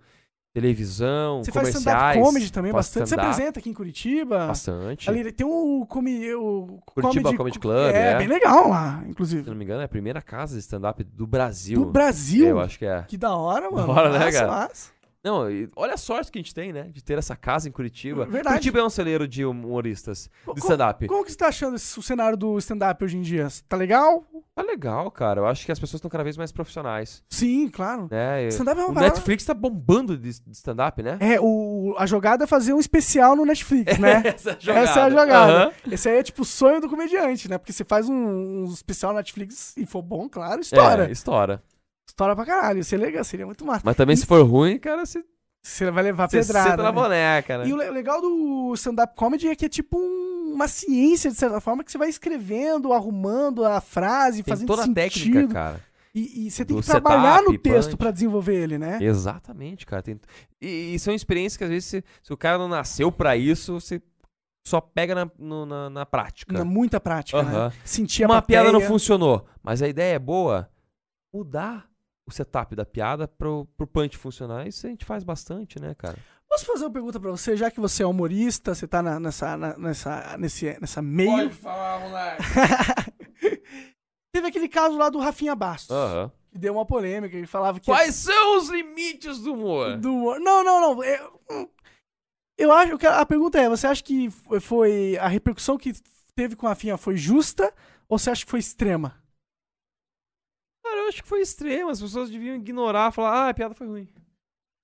B: televisão,
A: Você faz
B: comerciais.
A: stand-up comedy também
B: faço
A: bastante. Você
B: stand-up
A: apresenta aqui em Curitiba.
B: Bastante.
A: Ali tem o, comi, o
B: Curitiba Comedy Club,
A: É,
B: é.
A: bem legal lá,
B: Se
A: inclusive.
B: não me engano, é a primeira casa de stand-up do Brasil.
A: Do Brasil?
B: É, eu acho que é.
A: Que da hora, mano.
B: hora, né,
A: Massa,
B: cara?
A: massa.
B: Não, e olha a sorte que a gente tem, né? De ter essa casa em Curitiba.
A: É verdade.
B: Curitiba é um celeiro de humoristas,
A: Co-
B: de stand-up.
A: Como que você tá achando esse- o cenário do stand-up hoje em dia? Tá legal?
B: Tá legal, cara. Eu acho que as pessoas estão cada vez mais profissionais,
A: Sim, claro.
B: né? E-
A: Stand-up é uma
B: o
A: parada-
B: Netflix tá bombando de, de stand-up, né?
A: É, o, a jogada é fazer um especial no Netflix, né?
B: Essa é a jogada.
A: Essa é a jogada.
B: Aham.
A: Esse aí é tipo o sonho do comediante, né? Porque você faz um, um especial no Netflix e for bom, claro, estoura.
B: É, estoura.
A: Estoura pra caralho. Isso é legal, seria muito massa.
B: Mas também se for ruim, cara, você,
A: Você vai levar
B: você senta
A: pedrada.
B: na
A: né?
B: boneca, né?
A: E o le- legal do stand-up comedy é que é tipo um- uma ciência, de certa forma, que você vai escrevendo, arrumando a frase,
B: Tem
A: fazendo
B: toda a
A: sentido.
B: técnica, cara.
A: E, e você tem
B: Do
A: que trabalhar
B: setup,
A: no texto
B: punch.
A: pra desenvolver ele, né?
B: Exatamente, cara. Tem- E, e são experiências que às vezes, se, se o cara não nasceu pra isso, você só pega na, no- na, na prática.
A: Na muita prática, né?
B: Aham.
A: Sentir a
B: Uma piada não
A: plateia.
B: funcionou, mas a ideia é boa. Mudar o setup da piada pro, pro punch funcionar. Isso a gente faz bastante, né, cara?
A: Posso fazer uma pergunta pra você, já que você é humorista, você tá na- nessa, na- nessa, nesse, nessa meio.
B: falar, moleque.
A: Teve aquele caso lá do Rafinha Bastos, que deu uma polêmica, ele falava que... é
B: Quais são os limites do humor?
A: Do humor- Não, não, não. Eu, eu acho que a a pergunta é, você acha que f- foi a repercussão que teve com a Rafinha foi justa ou você acha que foi extrema?
B: Cara, eu acho que foi extremo. As pessoas deviam ignorar, falar, ah, a piada foi ruim.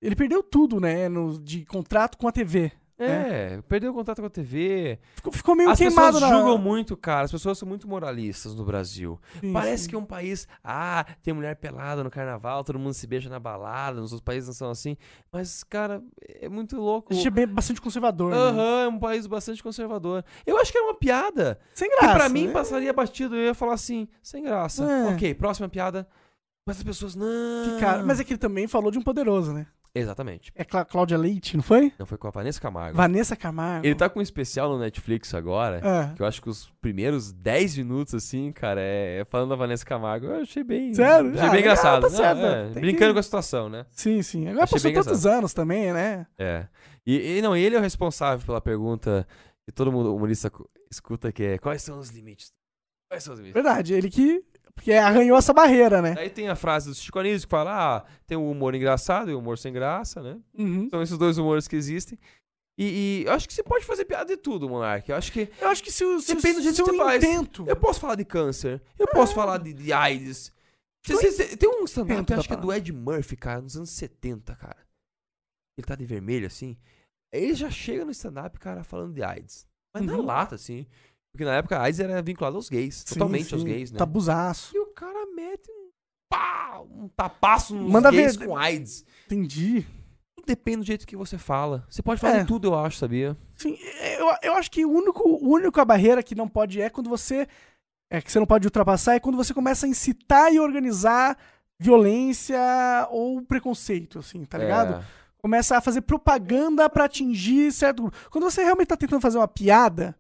A: Ele perdeu tudo, né, no- de contrato com a TV.
B: É, um perdeu o contato com a TV.
A: Ficou, ficou meio
B: As
A: queimado
B: pessoas
A: na...
B: julgam muito, cara. As pessoas são muito moralistas no Brasil.
A: Sim,
B: Parece
A: sim.
B: que é um país. Ah, tem mulher pelada no carnaval, todo mundo se beija na balada, nos outros países não são assim. Mas, cara, é muito louco.
A: A gente é bem- bastante conservador,
B: Aham,
A: né?
B: é um país bastante conservador. Eu acho que era uma piada.
A: Sem
B: Que
A: graça.
B: pra mim
A: né?
B: passaria batido, eu ia falar assim, sem graça.
A: É.
B: Ok, próxima piada. Mas as pessoas não.
A: Que cara- Mas é que ele também falou de um poderoso, né?
B: Exatamente.
A: É Clá- Cláudia Leite, não foi?
B: Não foi com a Vanessa Camargo.
A: Vanessa Camargo.
B: Ele tá com um especial no Netflix agora.
A: É.
B: Que eu acho que os primeiros 10 minutos, assim, cara, é, é falando da Vanessa Camargo. Eu achei bem.
A: Sério? Ah,
B: Achei
A: legal,
B: bem engraçado.
A: tá certo,
B: é,
A: tem
B: brincando
A: que-
B: com a situação, né?
A: Sim, sim. Agora
B: Achei
A: passou
B: bem
A: tantos anos também, né?
B: É. E, e não, ele é o responsável pela pergunta que todo mundo, humorista, cu- escuta, que é quais são os limites? Quais são os limites?
A: Verdade, ele que... Porque arranhou essa barreira, né?
B: Aí tem a frase do Chico Anísio que fala: ah, tem o humor engraçado e o humor sem graça, né?
A: Uhum.
B: São esses dois humores que existem. E, e eu acho que você pode fazer piada de tudo, Monark. Eu acho que.
A: Eu acho que se o, se o-
B: Depende do jeito
A: se
B: que
A: o
B: você faz.
A: intento...
B: Eu posso falar de câncer. Eu
A: É.
B: posso falar de, de AIDS. Você- você- você- tem um stand-up,
A: Tento
B: eu acho que
A: da
B: é do Ed Murphy, cara, nos anos 70, cara. Ele tá de vermelho, assim. Ele já chega no stand-up, cara, falando de AIDS. Mas na
A: Uhum.
B: lata, assim. Porque na época a AIDS era vinculada aos gays.
A: Sim,
B: totalmente aos
A: sim, Tá
B: gays, né?
A: Tabuzaço.
B: E o cara mete um pá, um tapaço nos
A: Manda
B: gays
A: ver-
B: com AIDS.
A: Entendi.
B: Tudo depende do jeito que você fala. Você pode falar
A: É.
B: de tudo, eu acho, sabia?
A: Sim, é, eu, eu acho que o único, o único a barreira que não pode é quando você... É que você não pode ultrapassar é quando você começa a incitar e organizar violência ou preconceito, assim, tá ligado?
B: É.
A: começa a fazer propaganda pra atingir certo grupo. Quando você realmente tá tentando fazer uma piada,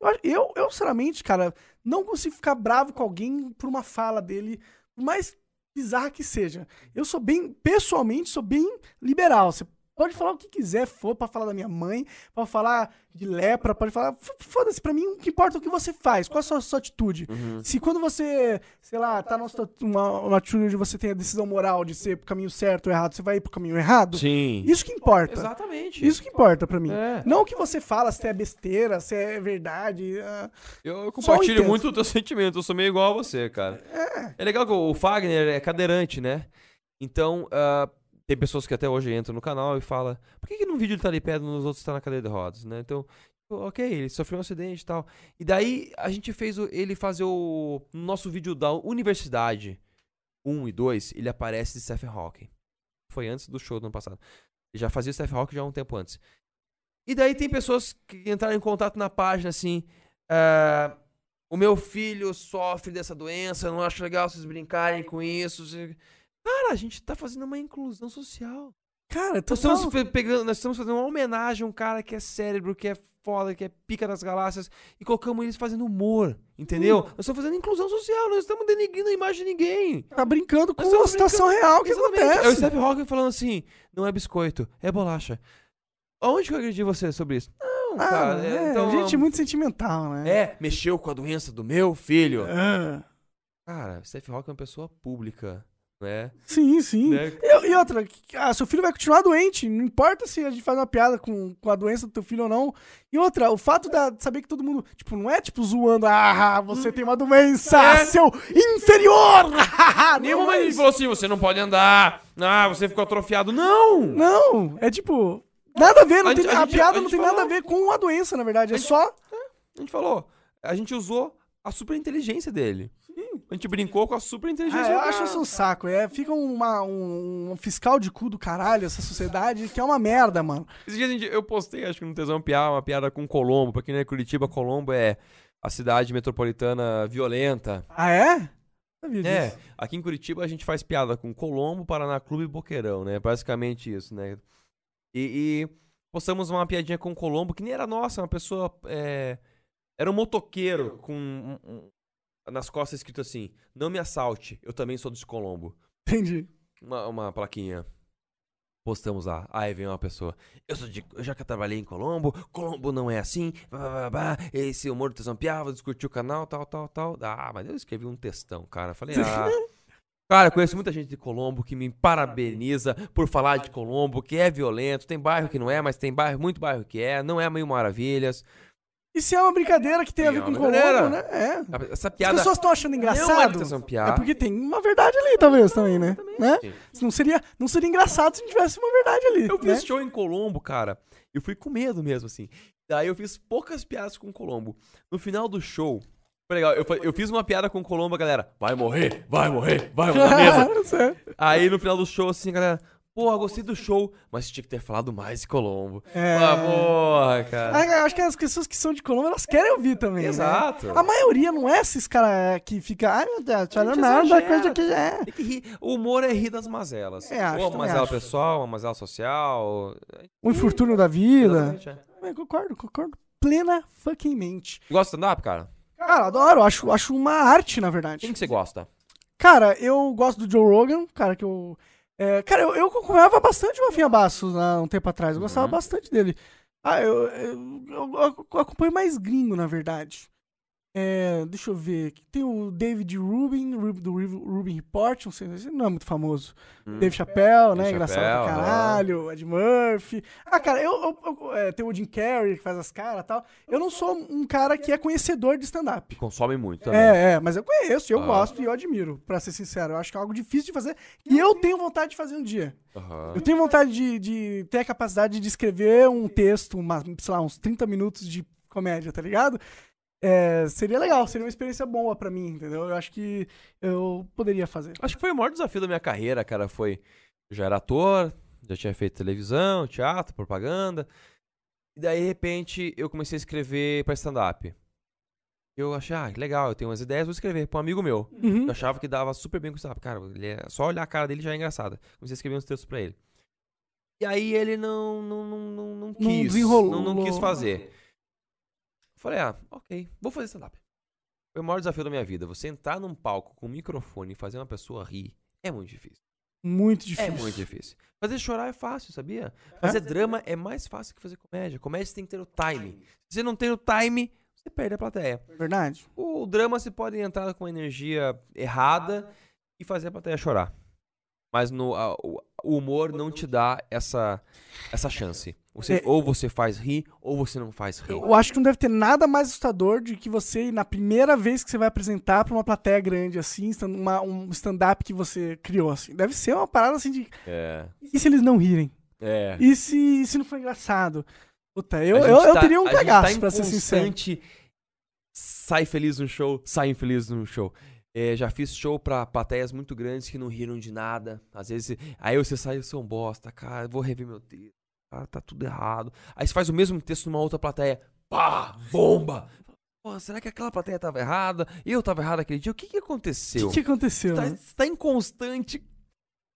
A: eu, acho- eu, eu, sinceramente, cara, não consigo ficar bravo com alguém por uma fala dele, por mais bizarra que seja. Eu sou bem, pessoalmente, sou bem liberal. Você pode falar o que quiser, for pra falar da minha mãe, pode falar de lepra, pode falar, f- foda-se, pra mim o que importa é o que você faz, qual a sua, sua atitude. Se quando você, sei lá, tá numa situa- uma, uma atitude onde você tem a decisão moral de ser pro caminho certo ou errado, você vai ir pro caminho errado,
B: Sim.
A: isso que importa.
B: É. Exatamente.
A: Isso que importa pra mim.
B: É.
A: Não o que você fala, se é besteira, se é verdade. ah,
B: Eu, eu
A: Só o
B: compartilho
A: intenso.
B: muito o teu sentimento, eu sou meio igual a você, cara. É, legal que o o Fagner é cadeirante, né? Então, ah, tem pessoas que até hoje entram no canal e falam: por que, que num vídeo ele tá de pé e nos outros tá na cadeira de rodas, né? Então, ok, ele sofreu um acidente e tal. E daí a gente fez o- ele fazer o no nosso vídeo da universidade 1 e 2, ele aparece de Stephen Hawking. Foi antes do show do ano passado. Ele já fazia Stephen Hawking já há um tempo antes. E daí tem pessoas que entraram em contato na página assim. ah, o meu filho sofre dessa doença, eu não acho legal vocês brincarem com isso. se- Cara, a gente tá fazendo uma inclusão social.
A: Cara, tá eu tô
B: Nós
A: tão-
B: estamos, fe- pegando, nós estamos fazendo uma homenagem a um cara que é cérebro, que é foda, que é pica das galáxias, e colocamos eles fazendo humor, entendeu?
A: Hum.
B: Nós estamos fazendo inclusão social, nós estamos denegrindo a imagem de ninguém.
A: tá brincando com
B: Nós estamos
A: uma situação
B: brincando-
A: real que
B: Exatamente. É o
A: acontece.
B: Stephen Hawking falando assim: não é biscoito, é bolacha. Aonde que eu agredi você sobre isso? Não,
A: Ah,
B: cara. é,
A: é,
B: então,
A: gente muito sentimental, né?
B: é, mexeu com a doença do meu filho.
A: Ah,
B: Cara, Stephen Hawking é uma pessoa pública, né?
A: sim, sim.
B: Né?
A: E, e outra, que- ah, seu filho vai continuar doente. Não importa se a gente faz uma piada com, com a doença do teu filho ou não. E outra, o fato da- de saber que todo mundo, tipo, não é tipo zoando, ah, você tem uma doença,
B: É.
A: seu inferior! Não,
B: Nenhum momento
A: é
B: ele
A: isso.
B: falou assim, você não pode andar, ah, você ficou atrofiado. Não!
A: Não, é tipo. Nada a ver, não
B: A
A: tem-
B: gente- a
A: a,
B: gente-
A: piada
B: a
A: não
B: gente
A: tem nada a
B: falou.
A: ver com a doença, na verdade. É
B: A gente-
A: só.
B: A gente falou, a gente usou a super inteligência dele. A gente brincou com a super inteligência
A: Ah, eu acho isso um saco. É, fica uma- um, um fiscal de cu do caralho essa sociedade que é uma merda, mano.
B: Esse dia a gente- eu postei, acho que no Tesão Piá, uma piada com Colombo. né, Pra quem não é Curitiba, Colombo é a cidade metropolitana violenta.
A: Ah, é? Sabia disso.
B: É, aqui em Curitiba a gente faz piada com Colombo, Paraná Clube e Boqueirão, né? Basicamente isso, né? E, e postamos uma piadinha com Colombo, que nem era nossa, uma pessoa. é, era um motoqueiro com um- um- nas costas escrito assim: Não me assalte, eu também sou de Colombo.
A: Entendi.
B: Uma, uma plaquinha. Postamos lá. Aí vem uma pessoa. Eu sou de. Eu já que eu trabalhei em Colombo, Colombo não é assim. Blá, blá, blá, blá, esse humor do Tesão Piava, discutiu o canal, tal, tal, tal. Ah, mas eu escrevi um textão, cara. Falei, ah. Cara, eu conheço muita gente de Colombo que me parabeniza por falar de Colombo, que é violento. Tem bairro que não é, mas tem bairro, muito bairro que é. Não é meio maravilhas.
A: Isso é uma brincadeira que tem a ver
B: É
A: com
B: uma
A: Colombo,
B: brincadeira.
A: né? É.
B: Essa
A: As
B: piada.
A: pessoas estão achando
B: Não é
A: engraçado.
B: imitação
A: É
B: piada.
A: porque tem uma verdade ali, talvez, também, né? né? Não, seria, não seria engraçado se não tivesse uma verdade ali.
B: Eu tipo
A: né?
B: fiz show em Colombo, cara. Eu fui com medo mesmo, assim. Daí eu fiz poucas piadas com Colombo. No final do show, foi legal. Eu, fa- eu fiz uma piada com Colombo, a galera. Vai morrer, vai morrer, vai morrer mesmo.
A: Certo.
B: Aí no final do show, assim, a galera. Porra, gostei do show, mas tinha que ter falado mais de Colombo.
A: É.
B: Ah, porra, cara.
A: Ah, eu Acho que as pessoas que são de Colombo, elas querem ouvir também. né?
B: Exato.
A: A maioria não é esses caras que fica, ai meu Deus, olha
B: gente
A: nada,
B: exagera.
A: coisa que é.
B: Tem que rir. O humor é rir das mazelas.
A: É, acho,
B: Ou
A: também
B: uma mazela
A: acho.
B: pessoal, uma mazela social.
A: O Um infortúnio da vida.
B: Exatamente, é.
A: Eu concordo, concordo. Plena fucking mente.
B: Gosta de stand-up, cara?
A: Cara, adoro, acho, acho uma arte, na verdade.
B: Quem que você gosta?
A: Cara, eu gosto do Joe Rogan, cara, que eu. é, cara, eu, eu acompanhava bastante o Rafinha Bastos há um tempo atrás, eu gostava bastante dele. Ah, eu, eu, eu- eu acompanho mais gringo, na verdade. É, deixa eu ver. aqui. Tem o David Rubin, Rub- do Rub- Rubin Report, não sei, esse não é muito famoso. Dave Chappelle, né?
B: Dave
A: Engraçado
B: Chappelle,
A: pra caralho. Ed Murphy. Ah, cara, eu, eu- eu- é, tem o Jim Carrey que faz as caras e tal. Eu não sou um cara que é conhecedor de stand-up.
B: Consome muito também.
A: É, é, mas eu conheço, eu
B: Ah.
A: gosto e eu admiro, pra ser sincero. Eu acho que é algo difícil de fazer e eu tenho vontade de fazer um dia.
B: Aham.
A: Eu tenho vontade de, de ter a capacidade de escrever um texto, uma, sei lá, uns 30 minutos de comédia, tá ligado? É, seria legal, seria uma experiência boa pra mim, entendeu? Eu acho que eu poderia fazer.
B: Acho que foi o maior desafio da minha carreira, cara. Foi. Eu já era ator, já tinha feito televisão, teatro, propaganda. E daí, de repente, eu comecei a escrever pra stand-up. Eu achei, ah, que legal, eu tenho umas ideias, vou escrever pra um amigo meu.
A: Uhum.
B: Eu achava que dava super bem com stand-up. Cara, ele é- só olhar a cara dele já é engraçado. Comecei a escrever uns textos pra ele. E aí ele não, não, não, não, não quis.
A: desenrolou.
B: Não, não quis fazer. Falei, ah, ok, vou fazer stand-up. Foi o maior desafio da minha vida. Você entrar num palco com um microfone e fazer uma pessoa rir é muito difícil.
A: Muito difícil.
B: É muito difícil. Fazer chorar é fácil, sabia? Fazer drama é mais fácil que fazer comédia. Comédia você tem que ter o time. Se você não tem o time, você perde a plateia.
A: é Verdade?
B: O drama você pode entrar com uma energia errada e fazer a plateia chorar. Mas no, a- o, o humor não te dá essa, essa chance. Você,
A: É.
B: ou você faz rir, ou você não faz rir.
A: Eu acho que não deve ter nada mais assustador de que você, na primeira vez que você vai apresentar pra uma plateia grande, assim, stand- uma- um stand-up que você criou, assim. Deve ser uma parada assim de.
B: É.
A: E se eles não rirem?
B: É.
A: E se, e se não for engraçado? Puta, eu,
B: A gente
A: eu, eu
B: tá-
A: teria um
B: a gente tá
A: cagaço,
B: em
A: pra ser sincero.
B: constante Sai feliz no show, sai infeliz no show. É, já fiz show pra plateias muito grandes que não riram de nada. Às vezes, aí você sai e são bosta, cara, vou rever meu texto. Cara, tá tudo errado. Aí você faz o mesmo texto numa outra plateia. Pá! Bomba! Pô, será que aquela plateia tava errada? Eu tava errado aquele dia? O que que
A: O
B: aconteceu?
A: que, que aconteceu?
B: Tá,
A: né?
B: tá em constante.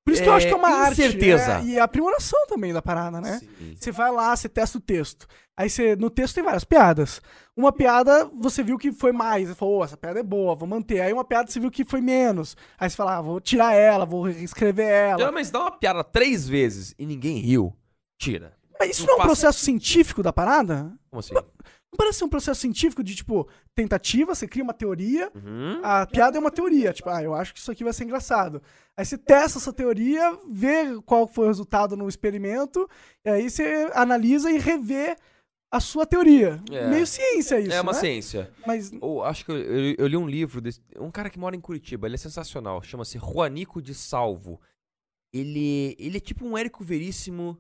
A: Por isso que eu acho que é uma
B: é,
A: arte.
B: incerteza.
A: é, e a aprimoração também da parada, né? Você vai lá, você testa o texto. Aí você, no texto tem várias piadas. Uma piada você viu que foi mais, você falou, "Ô, essa piada é boa, vou manter. Aí uma piada você viu que foi menos. Aí você fala, ah, vou tirar ela, vou reescrever ela.
B: Geralmente, você dá uma piada três vezes e ninguém riu. Tira.
A: Mas isso
B: não
A: não é um
B: faço-
A: processo científico da parada?
B: Como assim?
A: Não parece ser um processo científico de, tipo, tentativa, você cria uma teoria,
B: Uhum.
A: a piada é uma teoria, tipo, ah, eu acho que isso aqui vai ser engraçado. Aí você testa essa teoria, vê qual foi o resultado no experimento, e aí você analisa e revê a sua teoria.
B: É.
A: Meio ciência isso,
B: é uma
A: né?
B: ciência.
A: Mas,
B: Eu acho que eu, eu- eu li um livro desse, um cara que mora em Curitiba, ele é sensacional, chama-se Juanico de Salvo. Ele, ele é tipo um Érico Veríssimo.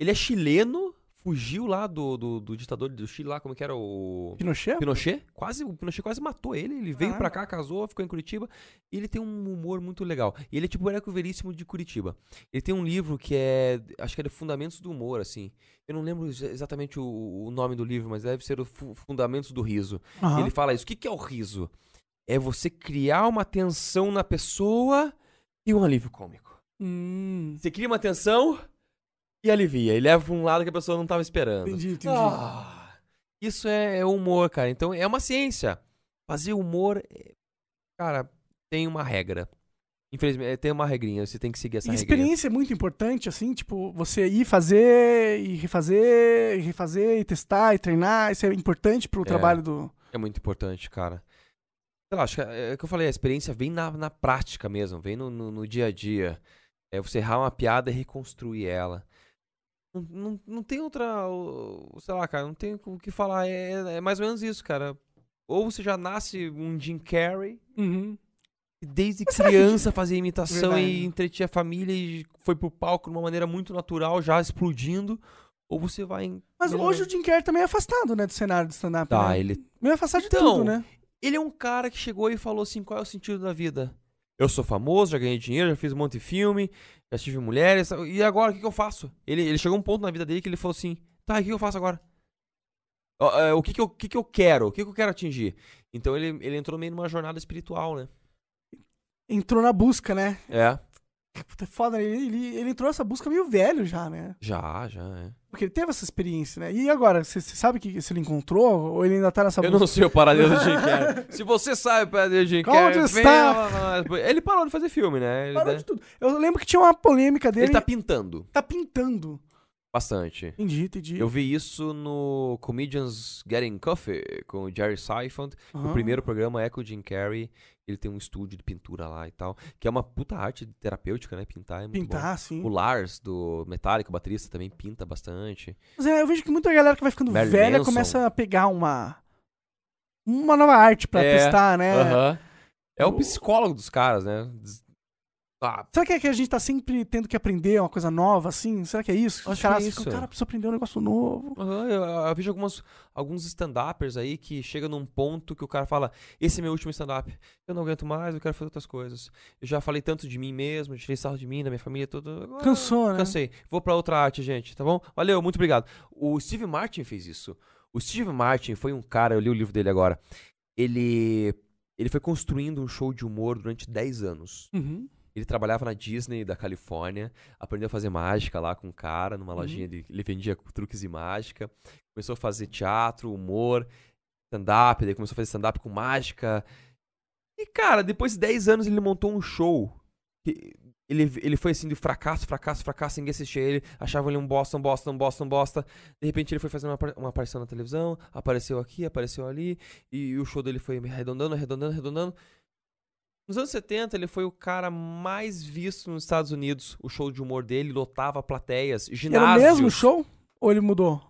B: Ele é chileno, fugiu lá do, do, do ditador do Chile lá, como é que era o
A: Pinochet?
B: Pinochet? Quase, o Pinochet quase matou ele, ele veio pra
A: Caralho.
B: cá, casou, ficou em Curitiba, e ele tem um humor muito legal. E ele é tipo o Érico Veríssimo de Curitiba. Ele tem um livro que é, acho que é de Fundamentos do Humor, assim. Eu não lembro ex- exatamente o, o nome do livro, mas deve ser o Fu- Fundamentos do Riso.
A: Aham.
B: Ele fala isso. O que, que é o riso? É você criar uma tensão na pessoa e um alívio cômico.
A: Hum,
B: Você cria uma tensão e alivia. E leva pra um lado que a pessoa não tava esperando.
A: entendi, entendi.
B: Ah, isso é, é humor, cara. Então é uma ciência. Fazer humor, é- cara, tem uma regra. Infelizmente, é, tem uma regrinha. Você tem que seguir essa
A: E
B: regrinha.
A: experiência é muito importante, assim, tipo, você ir fazer e refazer e refazer e testar e treinar, isso é importante pro
B: É.
A: trabalho do...
B: É muito importante, cara. Sei lá, acho que é, é o que eu falei, a experiência vem na, na prática mesmo, vem no, no- no dia a dia. É você errar uma piada e reconstruir ela. Não, não, não tem outra. o- Sei lá, cara, não tem o que falar. É, é mais ou menos isso, cara. Ou você já nasce um Jim Carrey,
A: Uhum.
B: E Desde
A: Mas será que
B: criança fazia imitação
A: Verdade.
B: e entretinha a família e foi pro palco de uma maneira muito natural, já explodindo. Ou você vai em.
A: Mas
B: Ele-
A: hoje o Jim Carrey também é afastado, né, do cenário do stand-up.
B: Uhum. Tá,
A: né?
B: ele.
A: Meio afastado de
B: Então,
A: tudo, né?
B: Ele é um cara que chegou e falou assim: qual é o sentido da vida? Eu sou famoso, já ganhei dinheiro, já fiz um monte de filme, já tive mulheres. E agora, o que, que eu faço? Ele, ele chegou a um ponto na vida dele que ele falou assim: tá, e o que, que eu faço agora? Ó, é, O que, que, eu, o que, que eu quero? O que, que eu quero atingir? Então ele, ele entrou meio numa jornada espiritual, né?
A: Entrou na busca, né?
B: É.
A: Puta, é foda, né? ele, ele, ele entrou nessa busca meio velho já, né?
B: Já, já, é.
A: Porque ele teve essa experiência, né? E agora, você você sabe que, se ele encontrou ou ele ainda tá nessa
B: Eu
A: busca?
B: não sei o paralelo do Jim Carrey. Se você sabe o paralelo do Jim
A: Onde
B: Carrey,
A: está?
B: lá, lá. ele parou de fazer filme, né? Ele,
A: Parou
B: né?
A: de tudo. Eu lembro que tinha uma polêmica dele.
B: Ele tá pintando
A: tá pintando.
B: bastante.
A: Entendi, entendi.
B: Eu vi isso no Comedians Getting Coffee com o Jerry Seinfeld.
A: Aham.
B: O primeiro programa é com o Jim Carrey. Ele tem um estúdio de pintura lá e tal. Que é uma puta arte terapêutica, né? Pintar é muito
A: Pintar,
B: bom.
A: sim.
B: O Lars, do Metallica, o baterista, também pinta bastante.
A: Mas é, eu vejo que muita galera que vai ficando
B: Marilyn
A: velha
B: Manson.
A: começa a pegar uma. Uma nova arte pra
B: É,
A: testar, né?
B: Aham. É o
A: O-
B: psicólogo dos caras, né? Des- Ah,
A: Será que é que a gente tá sempre tendo que aprender uma coisa nova, assim? Será que é isso?
B: Acho
A: Os
B: que
A: caras
B: é
A: ficam,
B: isso.
A: cara, preciso aprender um negócio novo.
B: Aham, eu, eu vejo algumas, alguns stand-uppers aí que chega num ponto que o cara fala: Esse é meu último stand-up, eu não aguento mais, eu quero fazer outras coisas. Eu já falei tanto de mim mesmo, tirei sarro de mim, da minha família, toda. agora
A: Cansou, né?
B: Cansei. Vou pra outra arte, gente, tá bom? Valeu, muito obrigado. O Steve Martin fez isso. O Steve Martin foi um cara, eu li o livro dele agora. Ele, ele foi construindo um show de humor durante 10 anos.
A: Uhum.
B: Ele trabalhava na Disney da Califórnia, aprendeu a fazer mágica lá com um cara, numa lojinha de, ele vendia truques e mágica. Começou a fazer teatro, humor, stand-up, daí começou a fazer stand-up com mágica. E, cara, depois de 10 anos ele montou um show. que- Ele, ele foi assim, de fracasso, fracasso, fracasso, ninguém assistia ele, achava ele um bosta, um bosta, um bosta, um bosta. De repente ele foi fazendo uma, apar- uma aparição na televisão, apareceu aqui, apareceu ali, e o show dele foi arredondando, arredondando, arredondando. Nos anos 70, ele foi o cara mais visto nos Estados Unidos. O show de humor dele lotava plateias, ginásios.
A: Era o mesmo show? Ou ele mudou?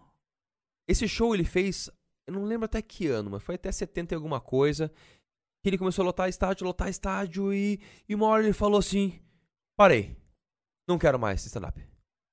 B: Esse show ele fez, eu não lembro até que ano, mas foi até 70 e alguma coisa, que ele começou a lotar estádio, lotar estádio, e, e uma hora ele falou assim, parei, não quero mais stand-up.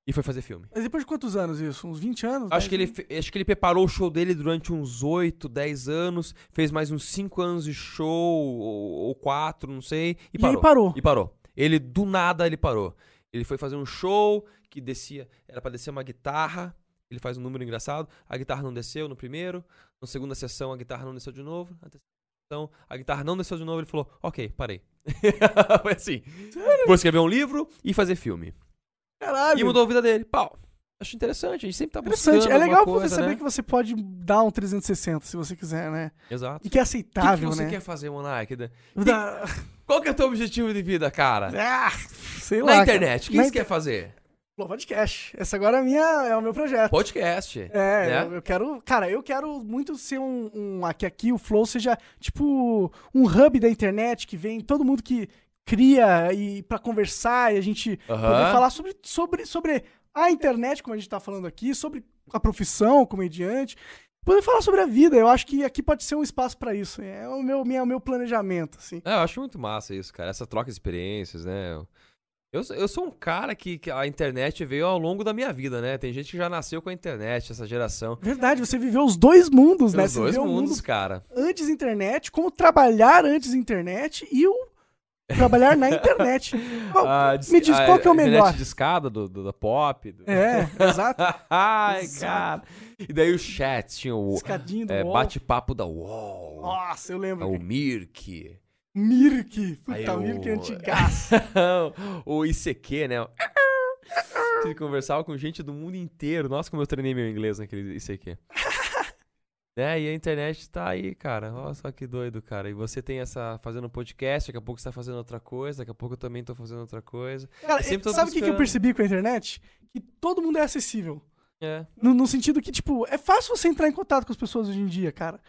B: E foi fazer filme.
A: Mas depois de quantos anos isso? Uns 20 anos?
B: Acho que,
A: 10
B: ele, fe- acho que ele preparou o show dele durante uns 8, 10 anos, fez mais uns 5 anos de show, ou 4, não sei,
A: E
B: e
A: aí
B: parou.
A: parou.
B: E parou. Ele, do nada, ele parou. Ele foi fazer um show que descia. Era pra descer uma guitarra. Ele faz um número engraçado. A guitarra não desceu no primeiro. Na segunda sessão, a guitarra não desceu de novo. Na terceira sessão, a guitarra não desceu de novo. Ele falou: Ok, parei. foi assim. Vou escrever um livro e fazer filme.
A: Caralho.
B: E mudou a vida dele. Pau. Acho interessante. A gente sempre tá buscando.
A: Ah, Interessante. É legal
B: alguma
A: você
B: coisa,
A: saber
B: né?
A: que você pode dar um 360 se você quiser, né?
B: Exato.
A: E que é
B: O que, que
A: aceitável,
B: você
A: né?
B: quer fazer, Monark?
A: Da-
B: Qual que é o teu objetivo de vida, cara?
A: Ah, sei lá.
B: Na
A: cara.
B: internet, o que
A: Na
B: você
A: inter-
B: quer fazer?
A: Pô, podcast. Essa agora é, a minha, é o meu projeto.
B: Podcast.
A: É,
B: né?
A: eu, eu quero. Cara, eu quero muito ser um. um aqui, aqui o Flow seja tipo um hub da internet que vem todo mundo que cria e para conversar e a gente poder
B: Aham.
A: falar sobre, sobre, sobre a internet, como a gente tá falando aqui, sobre a profissão, comediante. Poder falar sobre a vida. Eu acho que aqui pode ser um espaço para isso. É o meu, minha, o meu planejamento, assim.
B: É, eu acho muito massa isso, cara. Essa troca de experiências, né? Eu- Eu, sou- eu sou um cara que, que a internet veio ao longo da minha vida, né? Tem gente que já nasceu com a internet, essa geração.
A: Verdade, você viveu os dois mundos, né?
B: Os
A: Você
B: dois
A: viveu o
B: mundos,
A: mundo
B: cara.
A: antes internet, como trabalhar antes internet e o Trabalhar na internet. Qual-
B: Ah,
A: me
B: dis-
A: diz,
B: ah,
A: qual que é o
B: internet
A: melhor?
B: de escada do, do- da pop. do-
A: É, exato.
B: Ai,
A: Exato.
B: cara. E daí o chat tinha o
A: Escadinha do Ah,
B: é,
A: UOL.
B: bate-papo da UOL.
A: Nossa, eu
B: é
A: lembro.
B: o Mirk.
A: Mirk.
B: Aí
A: Puta,
B: o-
A: Mirk é antigaço.
B: o ICQ, né? Tive que conversar com gente do mundo inteiro. Nossa, como eu treinei meu inglês naquele ICQ. né? E a internet tá aí, cara. Olha só que doido, cara. E você tem essa fazendo podcast, daqui a pouco você tá fazendo outra coisa, daqui a pouco eu também tô fazendo outra coisa.
A: Cara,
B: Eu sempre tô
A: sabe o que, que eu
B: buscando.
A: percebi com a internet? Que todo mundo é acessível.
B: É.
A: No, no sentido que, tipo, é fácil você entrar em contato com as pessoas hoje em dia, cara.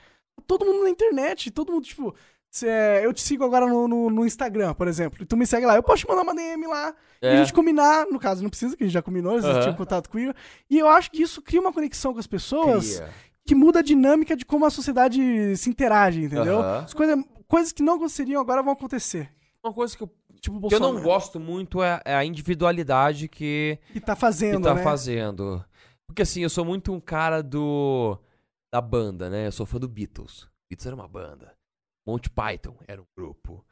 A: Todo mundo na internet, todo mundo, tipo. cê- eu te sigo agora no, no- no Instagram, por exemplo, e tu me segue lá. Eu posso te mandar uma DM lá e a
B: É.
A: gente combinar. No caso, não precisa, que a gente já combinou, a gente
B: Aham.
A: tinha um contato comigo. E eu acho que isso cria uma conexão com as pessoas
B: Cria.
A: que muda a dinâmica de como a sociedade se interage, entendeu?
B: Aham.
A: As coisa- coisas que não aconteceriam agora vão acontecer.
B: Uma coisa que eu,
A: Tipo, o
B: que eu
A: Bolsonaro.
B: não gosto muito é, é a individualidade que,
A: Que tá
B: que
A: fazendo,
B: tá
A: né?
B: fazendo. Porque assim, eu sou muito um cara do. da banda, né? Eu sou fã do Beatles. Beatles era uma banda. Monty Python era um grupo.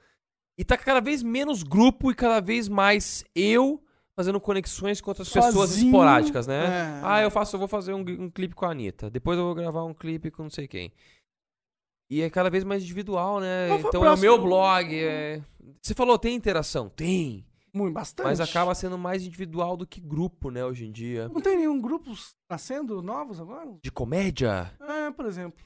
B: E tá cada vez menos grupo e cada vez mais eu fazendo conexões com outras pessoas
A: Sozinho,
B: esporádicas, né?
A: é.
B: Ah, eu faço, eu vou fazer um, um clipe com a Anitta. Depois eu vou gravar um clipe com não sei quem. E é cada vez mais individual, né?
A: Qual foi o
B: então é o meu
A: próximo?
B: blog. é- Você falou, tem interação? Tem.
A: Muito, bastante.
B: Mas acaba sendo mais individual do que grupo, né, hoje em dia.
A: Não tem nenhum grupo nascendo novos agora?
B: De comédia?
A: É, por exemplo.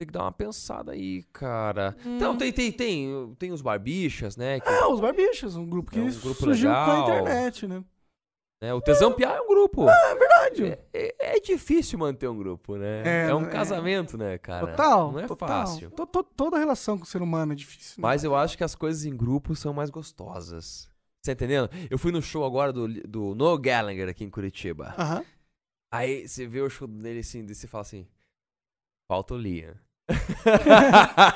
B: Tem que dar uma pensada aí, cara. Então, tem, tem, tem, tem os barbichas, né? que-
A: Ah, os Barbichas, um grupo que
B: É um grupo
A: surgiu com a
B: legal.
A: internet, né?
B: né, O Tesão Piá é um grupo.
A: É verdade.
B: É, é- é difícil manter um grupo, né?
A: É,
B: É, um
A: é.
B: casamento, né, cara?
A: total.
B: Não é
A: total.
B: fácil.
A: To- to- toda relação com o ser humano é difícil. né?
B: Mas eu acho que as coisas em grupo são mais gostosas. Você tá entendendo? Eu fui no show agora do, do Noel Gallagher aqui em Curitiba.
A: Aham.
B: Aí você vê o show dele assim, e você fala assim: falta o Liam.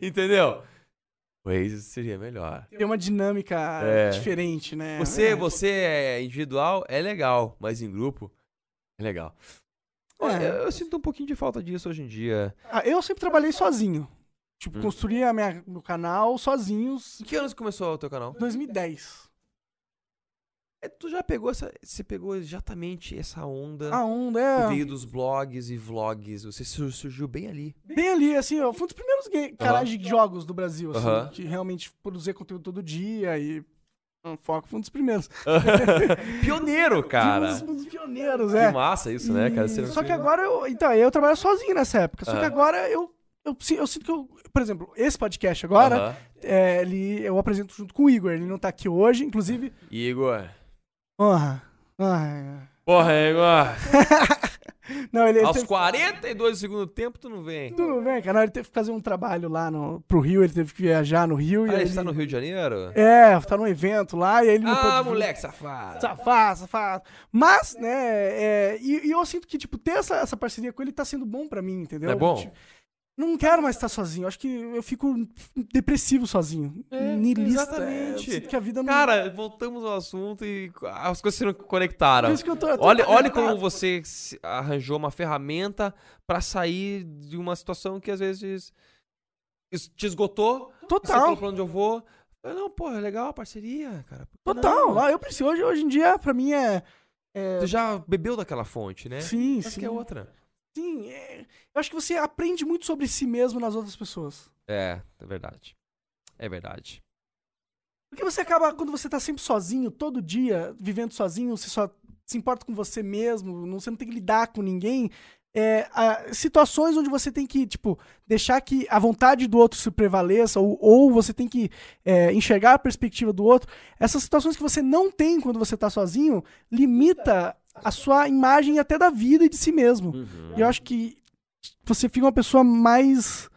B: Entendeu? O Waze seria melhor.
A: Tem uma dinâmica
B: É.
A: diferente, né?
B: Você,
A: É.
B: você é individual é legal, mas em grupo é legal. Olha,
A: É.
B: eu sinto um pouquinho de falta disso hoje em dia.
A: Ah, eu sempre trabalhei sozinho. Tipo,
B: Hum.
A: construí a minha, meu canal sozinhos
B: Em que anos começou o teu canal?
A: em 2010.
B: É, Tu já pegou essa. Você pegou exatamente essa onda
A: A onda
B: que
A: é.
B: veio dos blogs e vlogs. Você sur- surgiu bem ali.
A: Bem ali, assim, eu fui um dos primeiros ga- canais de jogos do Brasil, assim,
B: Aham.
A: de realmente produzir conteúdo todo dia e. Um foco foi um dos primeiros.
B: Pioneiro, cara.
A: Um dos, um dos pioneiros, é.
B: Que massa isso, né, cara? Você- Ah.
A: E- Só que agora eu. Então, eu trabalho sozinho nessa época. Só que
B: Aham.
A: agora eu, eu. si- Eu sinto que eu. Por exemplo, esse podcast agora,
B: Aham.
A: é, ele, eu apresento junto com o Igor. Ele não tá aqui hoje, inclusive.
B: Igor.
A: Honra. honra.
B: Porra, Igor.
A: Não, ele, ele
B: Aos
A: teve-
B: 42 do segundo tempo, tu não vem.
A: Tudo bem, cara. é Não, Ele teve que fazer um trabalho lá no, pro Rio, ele teve que viajar no Rio. e
B: Ah,
A: aí
B: ele tá
A: ele-
B: no Rio de Janeiro?
A: É, tá num evento lá e aí ele não pôde
B: Ah,
A: vir.
B: moleque safado.
A: Safado, safado. Mas, né, é, e, e eu sinto que, tipo, ter essa, essa parceria com ele tá sendo bom pra mim, entendeu?
B: É bom?
A: Tipo, não quero mais estar sozinho. Acho que eu fico depressivo sozinho.
B: É,
A: Nilista.
B: exatamente.
A: Eu sinto que a vida não.
B: Cara, voltamos ao assunto e as coisas se conectaram.
A: Por isso que eu tô- eu tô
B: olha, olha
A: conectado.
B: como você se arranjou uma ferramenta pra sair de uma situação que às vezes es- te esgotou. Você falou
A: Total.
B: pra onde eu vou. Eu, não, pô, é legal a parceria, cara. Por que
A: Total.
B: não?
A: Ah, eu preciso. Hoje, hoje em dia, pra mim, é.
B: Tu já bebeu daquela fonte, né?
A: Sim,
B: Mas
A: sim.
B: que é outra.
A: Sim, é- Eu acho que você aprende muito sobre si mesmo nas outras pessoas.
B: É, é verdade. É verdade.
A: Porque você acaba, quando você tá sempre sozinho, todo dia, vivendo sozinho, você só se importa com você mesmo, não, você não tem que lidar com ninguém. É, a- situações onde você tem que, tipo, deixar que a vontade do outro se prevaleça, ou, ou você tem que é, enxergar a perspectiva do outro. Essas situações que você não tem quando você tá sozinho, limita a sua imagem até da vida e de si mesmo.
B: Uhum.
A: E eu acho que você fica uma pessoa mais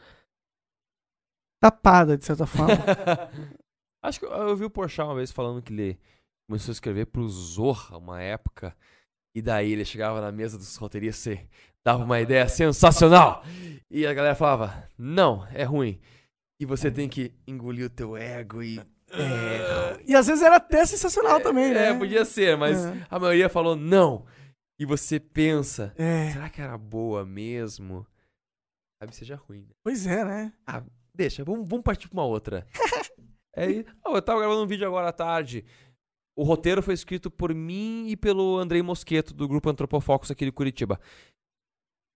A: tapada, de certa forma.
B: Acho que eu, eu vi o Porchat uma vez falando que ele começou a escrever pro Zorra uma época. E daí ele chegava na mesa dos roteiristas e dava uma ideia sensacional. E a galera falava, não, é ruim. E você tem que engolir o teu ego e... É, ruim."
A: E às vezes era até sensacional também, né?
B: É, podia ser, mas
A: É.
B: a maioria falou não. E você pensa,
A: É,
B: será que era boa mesmo? Sabe, seja ruim. né?
A: pois é, né?
B: Deixa, vamos, vamos partir pra uma outra. É isso. Ah, eu tava gravando um vídeo agora à tarde. O roteiro foi escrito por mim e pelo Andrei Mosqueto, do grupo Antropofocus aqui de Curitiba.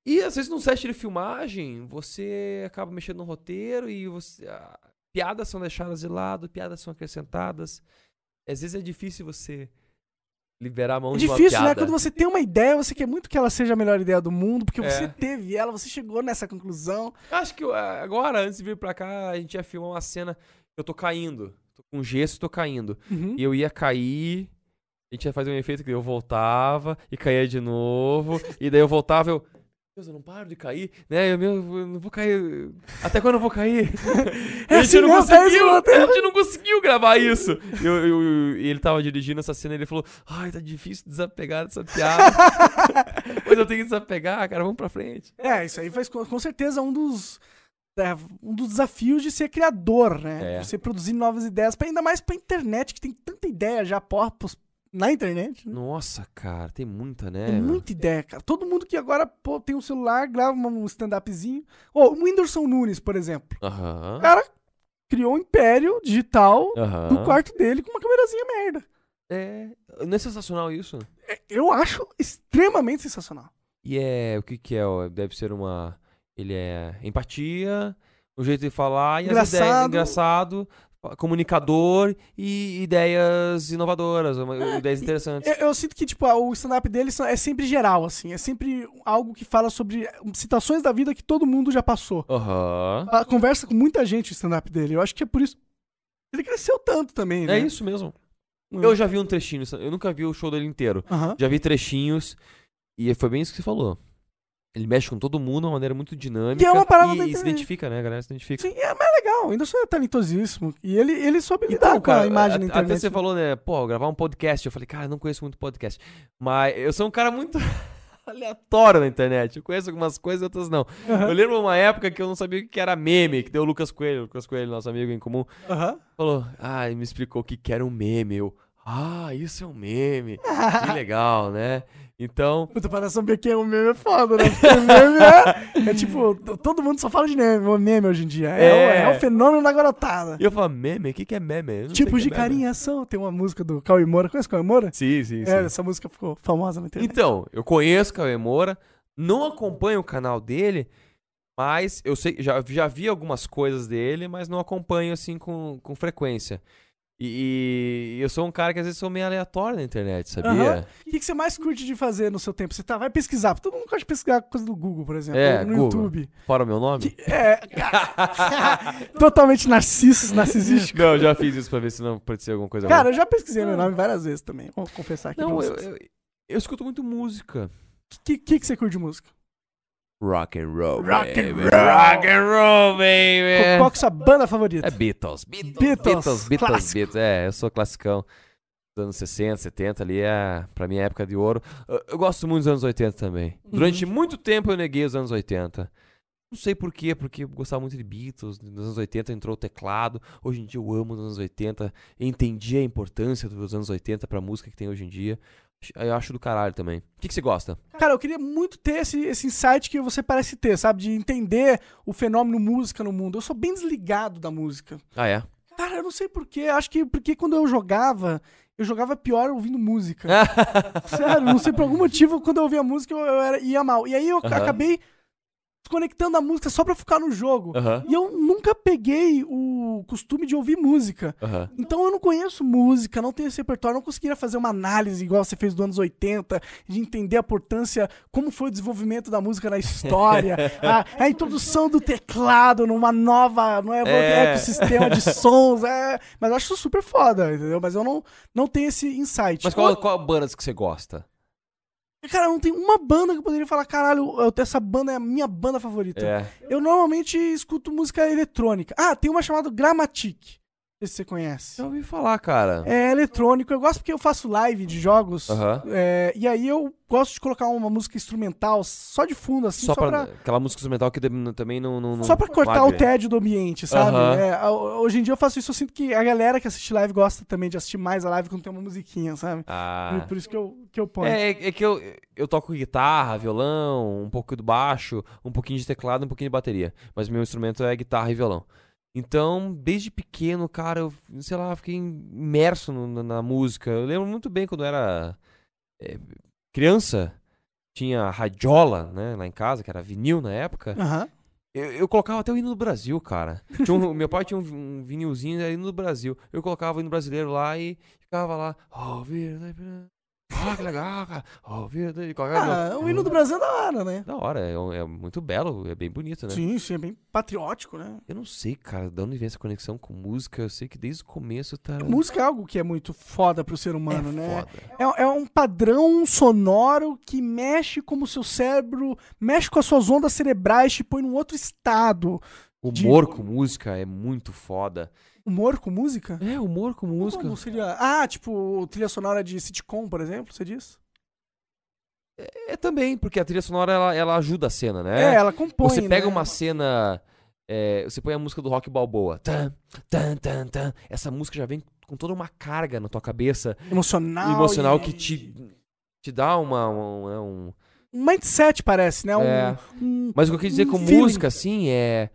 B: E às vezes num set de filmagem, você acaba mexendo no roteiro e você. ah, piadas são deixadas de lado, piadas são acrescentadas. Às vezes é difícil você liberar a mão
A: É
B: de uma
A: difícil, né?
B: piada.
A: Quando você tem uma ideia, você quer muito que ela seja a melhor ideia do mundo, porque
B: É.
A: você teve ela, você chegou nessa conclusão.
B: Acho que eu- ah, agora, antes de vir pra cá, a gente ia filmar uma cena que eu tô caindo. Tô com gesso e tô caindo.
A: Uhum.
B: E eu ia cair, a gente ia fazer um efeito que eu voltava e caía de novo. e daí eu voltava eu. Deus, eu não paro de cair, né? Eu, meu, eu não vou cair. Até quando eu vou cair? E a gente
A: assim
B: não
A: mesmo, é esse
B: conseguiu!
A: o
B: a gente não conseguiu gravar isso! E eu- eu- eu- e ele tava dirigindo essa cena e ele falou: Ai, tá difícil desapegar dessa piada. Mas eu tenho que desapegar, cara, vamos pra frente.
A: É, isso aí faz com com certeza um dos. é, um dos desafios de ser criador, né?
B: É.
A: Você produzir novas ideias, pra- ainda mais pra internet, que tem tanta ideia já pós- pos- na internet. né?
B: Nossa, cara, tem muita, né?
A: Tem
B: meu?
A: muita ideia, cara. Todo mundo que agora pô, tem um celular, grava um stand-upzinho. Ó, o Whindersson Nunes, por exemplo.
B: Aham.
A: Criou um império digital
B: Aham.
A: do quarto dele com uma câmerazinha merda.
B: É. Não é sensacional isso?
A: É, Eu acho extremamente sensacional.
B: E é. O que que é? ó? Deve ser uma. Ele é empatia, o jeito de falar e as ideias.
A: Engraçado.
B: Engraçado, comunicador e ideias inovadoras, uma-
A: Ah,
B: ideias interessantes.
A: Eu, eu sinto que, tipo, ah, o stand-up dele é sempre geral, assim. É sempre algo que fala sobre um, situações da vida que todo mundo já passou.
B: Aham.
A: Ah, Conversa com muita gente o stand-up dele. Eu acho que é por isso. Ele cresceu tanto também, né?
B: É isso mesmo.
A: Hum.
B: Eu já vi um trechinho, eu nunca vi o show dele inteiro.
A: Aham.
B: Já vi trechinhos e foi bem isso que você falou. Ele mexe com todo mundo de uma maneira muito dinâmica.
A: é uma parada da
B: e, e se
A: internet.
B: identifica, né? A galera se identifica.
A: Sim, é mais legal. Ainda é talentosíssimo. E ele, ele soube lidar
B: Então,
A: com a
B: cara,
A: imagem
B: a-
A: da
B: até
A: internet.
B: você falou, né? Pô, gravar um podcast. Eu falei, cara, eu não conheço muito podcast. Mas eu sou um cara muito aleatório na internet. Eu conheço algumas coisas e outras não. Eu lembro uma época que eu não sabia o que era meme, que deu o Lucas Coelho, Lucas Coelho, nosso amigo em comum,
A: Aham.
B: falou, ah, ele me explicou o que que era um meme. Eu, ah, isso é um meme. Que legal, né? Então,
A: Puta, para saber quem é o meme é foda, né? Porque o meme é, é tipo, t- todo mundo só fala de meme, meme hoje em dia. É,
B: É.
A: O, é o fenômeno da garotada.
B: eu falo, meme? O que que é meme? Eu não sei o
A: Tipos Tipo
B: que
A: de
B: é meme."
A: carinha são. Tem uma música do Cauê Moura. Conhece o Cauê Moura?
B: Sim, sim, sim.
A: É, essa música ficou famosa na internet.
B: Então, eu conheço o Cauê Moura, não acompanho o canal dele, mas eu sei, já, já vi algumas coisas dele, mas não acompanho assim com, com frequência. E, e eu sou um cara que às vezes sou meio aleatório na internet, sabia?
A: Aham. O que, que você mais curte de fazer no seu tempo? Você tá, vai pesquisar. Todo mundo gosta de pesquisar coisa do Google, por exemplo.
B: É,
A: ou no
B: Google.
A: YouTube. é
B: Fora o meu nome?
A: Totalmente narciso, narcisístico.
B: Não, eu já fiz isso pra ver se não aparecia alguma coisa.
A: Cara, eu já pesquisei meu nome várias vezes também. Vou confessar aqui.
B: ruim.
A: pra
B: não, eu,
A: vocês.
B: eu, eu escuto muito música.
A: Que, que, que você curte de música?
B: Rock and roll. Rock and roll. Rock and roll, baby.
A: Qual que é a sua banda favorita?
B: É Beatles. Beatles,
A: Beatles,
B: Beatles, Beatles,
A: clássico.
B: Beatles. É, eu sou classicão. Dos anos 60, 70 ali, é, pra mim é época de ouro. Eu, eu gosto muito dos anos 80 também. Durante muito tempo eu neguei os anos 80. Não sei por quê, porque eu gostava muito de Beatles. Nos anos 80 entrou o teclado. Hoje em dia eu amo os anos 80. Entendi a importância dos anos 80 pra música que tem hoje em dia. Eu acho do caralho também. O que, que você gosta?
A: Cara, eu queria muito ter esse, esse insight que você parece ter, sabe? De entender o fenômeno música no mundo. Eu sou bem desligado da música.
B: Ah, é?
A: Cara, eu não sei porquê. Acho que porque quando eu jogava, eu jogava pior ouvindo música. Sério, não sei por algum motivo, quando eu ouvia música, eu, eu era- ia mal. E aí eu ac-
B: Aham.
A: acabei desconectando a música só pra ficar no jogo.
B: Aham.
A: E eu nunca peguei o costume de ouvir música.
B: Aham.
A: Então eu não conheço música, não tenho esse repertório, não conseguiria fazer uma análise igual você fez dos anos 80, de entender a importância, como foi o desenvolvimento da música na história, a, a introdução do teclado numa nova, não é,
B: É.
A: ecossistema de sons, é, mas eu acho super foda, entendeu? Mas eu não, não tenho esse insight.
B: Mas qual, qual bandas que você gosta?
A: Cara, não tem uma banda que eu poderia falar, caralho, eu- essa banda é a minha banda favorita.
B: É.
A: Eu normalmente escuto música eletrônica. Ah, tem uma chamada Gramatic. Não sei se você conhece.
B: Já ouvi falar, cara.
A: É eletrônico. Eu gosto porque eu faço live de jogos.
B: Aham.
A: é, e aí eu gosto de colocar uma música instrumental só de fundo, assim,
B: Só,
A: só,
B: pra,
A: pra.
B: Aquela música instrumental que dem- também não. não, não
A: Só pra cortar
B: magre.
A: o tédio do ambiente, sabe?
B: Aham.
A: É, a- hoje em dia eu faço isso, eu sinto que a galera que assiste live gosta também de assistir mais a live quando tem uma musiquinha, sabe?
B: Ah.
A: E Por isso que eu, que eu ponho.
B: É, é- é que eu, eu toco guitarra, violão, um pouco do baixo, um pouquinho de teclado, um pouquinho de bateria. Mas meu instrumento é guitarra e violão. Então, desde pequeno, cara, eu, sei lá, fiquei imerso no- na, na música. Eu lembro muito bem quando eu era eh, criança, tinha radiola, né, lá em casa, que era vinil na época.
A: Aham.
B: Eu, eu colocava até o hino do Brasil, cara. Tinha um- meu pai tinha um, vi- um vinilzinho, era hino do Brasil. Eu colocava o hino brasileiro lá e ficava lá. Oh, vida. Oh, que legal, cara. Oh, vida. e colocava-
A: Ah, o hino do Brasil é da hora, né?
B: Da hora, é, um- é muito belo, é bem bonito, né?
A: Sim, sim, é bem patriótico, né?
B: Eu não sei, cara, de onde vem essa conexão com música. Eu sei que desde o começo tá.
A: Música é algo que é muito foda pro ser
B: é
A: humano, né?
B: foda.
A: É, é um padrão sonoro que mexe como o seu cérebro, mexe com as suas ondas cerebrais, te põe num outro estado. Tipo
B: Humor com música é muito foda.
A: Humor com música?
B: É, humor com música.
A: Como seria? Ah, tipo, trilha sonora de sitcom, por exemplo, você diz?
B: É também, porque a trilha sonora ela, ela ajuda a cena, né?
A: É, ela compõe.
B: Você pega
A: né?
B: uma cena. é, você põe a música do Rock Balboa. Tan, tan, tan, tan. Essa música já vem com toda uma carga na tua cabeça
A: emocional.
B: emocional
A: e-
B: que te, te dá uma. uma- é um-
A: Um mindset, parece, né? Um,
B: É.
A: um-
B: Mas o que eu quis dizer
A: um
B: com
A: feeling.
B: música, assim, é.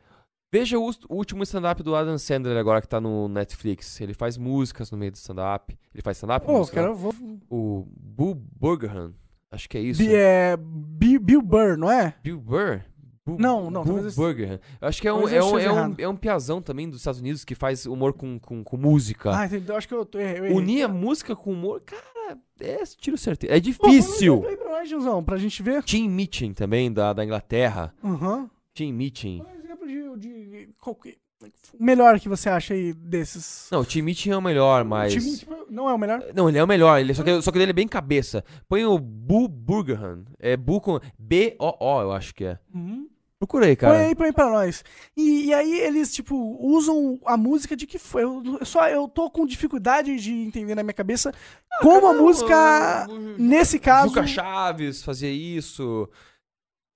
B: Veja o us- o último stand-up do Adam Sandler agora que tá no Netflix. Ele faz músicas no meio do stand-up. Ele faz stand-up?
A: Pô,
B: música,
A: cara,
B: né?
A: eu vou.
B: O Boo Burgerhan. Acho que é isso.
A: Bi- é, Bi- Bill Burr, não é?
B: Bill Burr? Bu-
A: Não, não,
B: Bill
A: talvez esse-
B: Burger. Eu acho que é um,
A: talvez eu
B: é, um,
A: esteja
B: é, um,
A: errado.
B: é um piazão também dos Estados Unidos que faz humor com, com, com música.
A: Ah, entendi. Eu acho que eu tô errei. eu errei.
B: Unir a música com humor, cara, é tiro certeza. É
A: Pô, manda um
B: difícil.
A: exemplo aí pra nós, Gilzão, pra gente ver.
B: Tim Meeting também, da, da Inglaterra.
A: Aham.
B: Tim Meeting.
A: Um exemplo de. de- qual que- o melhor que você acha aí desses.
B: Não, o Tim Meeting é o melhor, mas...
A: Time, tipo, não é o melhor?
B: Não, ele é o melhor, ele, só, que, só que ele é bem cabeça. Põe o Bu Burgerhan. É Bu com B-O-O, eu acho que é.
A: Uhum.
B: Procura
A: Põe
B: aí, cara.
A: aí, põe aí pra nós. E, e aí eles, tipo, usam a música de que foi. Eu, eu só, eu tô com dificuldade de entender na minha cabeça
B: Ah,
A: como a música, nesse caso.
B: Juca Chaves fazia isso.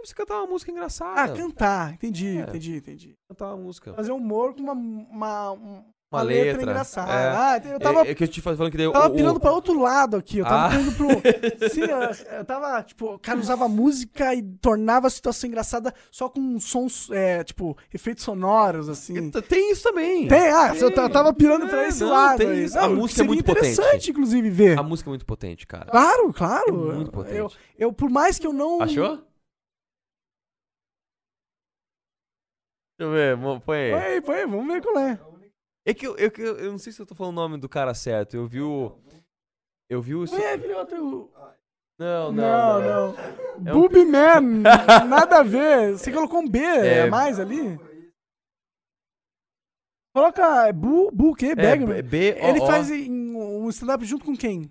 B: Você cantava uma música engraçada.
A: Ah, cantar. Entendi,
B: É.
A: entendi, entendi.
B: cantava uma música.
A: Fazer humor com uma, uma, um, uma,
B: Uma
A: letra,
B: letra,
A: engraçada.
B: é.
A: Ah, ent- eu tava,
B: É, é que eu te falando que deu.
A: eu tava pirando pra outro lado aqui. Eu tava
B: Ah.
A: indo pro. Sim, eu, eu tava, tipo, o cara usava música e tornava a situação engraçada só com sons, é, tipo, efeitos sonoros, assim.
B: Tem isso também.
A: Tem, ah, eu ta- tava pirando
B: Então, É,
A: pra esse
B: não,
A: lado.
B: tem
A: aí.
B: isso. A
A: Não,
B: música é muito
A: seria interessante,
B: potente.
A: inclusive, ver.
B: A música é muito potente, cara.
A: Claro, claro.
B: É muito potente.
A: Eu, eu, por mais que eu não.
B: Achou? Deixa eu ver, mo- põe aí.
A: Foi, foi, vamos ver qual é.
B: É que eu, eu, que eu, eu não sei se eu tô falando o nome do cara certo. Eu vi o. Eu vi o.
A: Foi aquele outro.
B: Não, não.
A: Não,
B: não. um
A: não. Booby Man, nada a ver. Você colocou um B
B: É.
A: a mais ali? Coloca é Bu, Bu o quê? Bagman.
B: É, B, O,
A: Ele
B: O.
A: faz em- um stand-up junto com quem?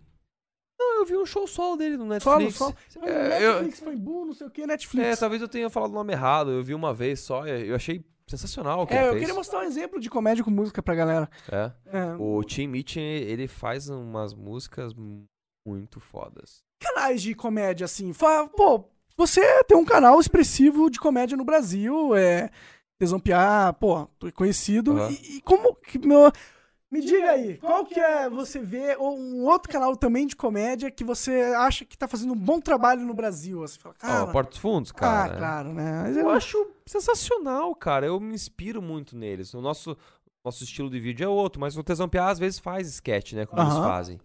B: Não, eu vi um show solo dele no
A: Solo,
B: Netflix.
A: solo.
B: É, eu-
A: Netflix foi Bu, não sei o que,
B: É,
A: Netflix.
B: talvez eu tenha falado o nome errado. Eu vi uma vez só. Eu achei sensacional o que
A: É,
B: ele
A: eu
B: fez.
A: queria mostrar um exemplo de comédia com música pra galera.
B: É.
A: É.
B: O Tim Meeting, ele faz umas músicas muito fodas.
A: Canais de comédia, assim. Fa- Pô, você tem um canal expressivo de comédia no Brasil, é. Tesão Piá, pô, tu é conhecido.
B: Aham.
A: E, e como que. Meu, me diga aí, qual que é você vê ou um outro canal também de comédia que você acha que tá fazendo um bom trabalho no Brasil? Você fala, cara.
B: Ó, Porta dos Fundos,
A: ah,
B: cara.
A: claro, né? Mas
B: Eu
A: eu-
B: acho sensacional, cara. Eu me inspiro muito neles. O nosso, nosso estilo de vídeo é outro, mas o Tesão Piá às vezes faz sketch, né? Como eles
A: Aham.
B: fazem.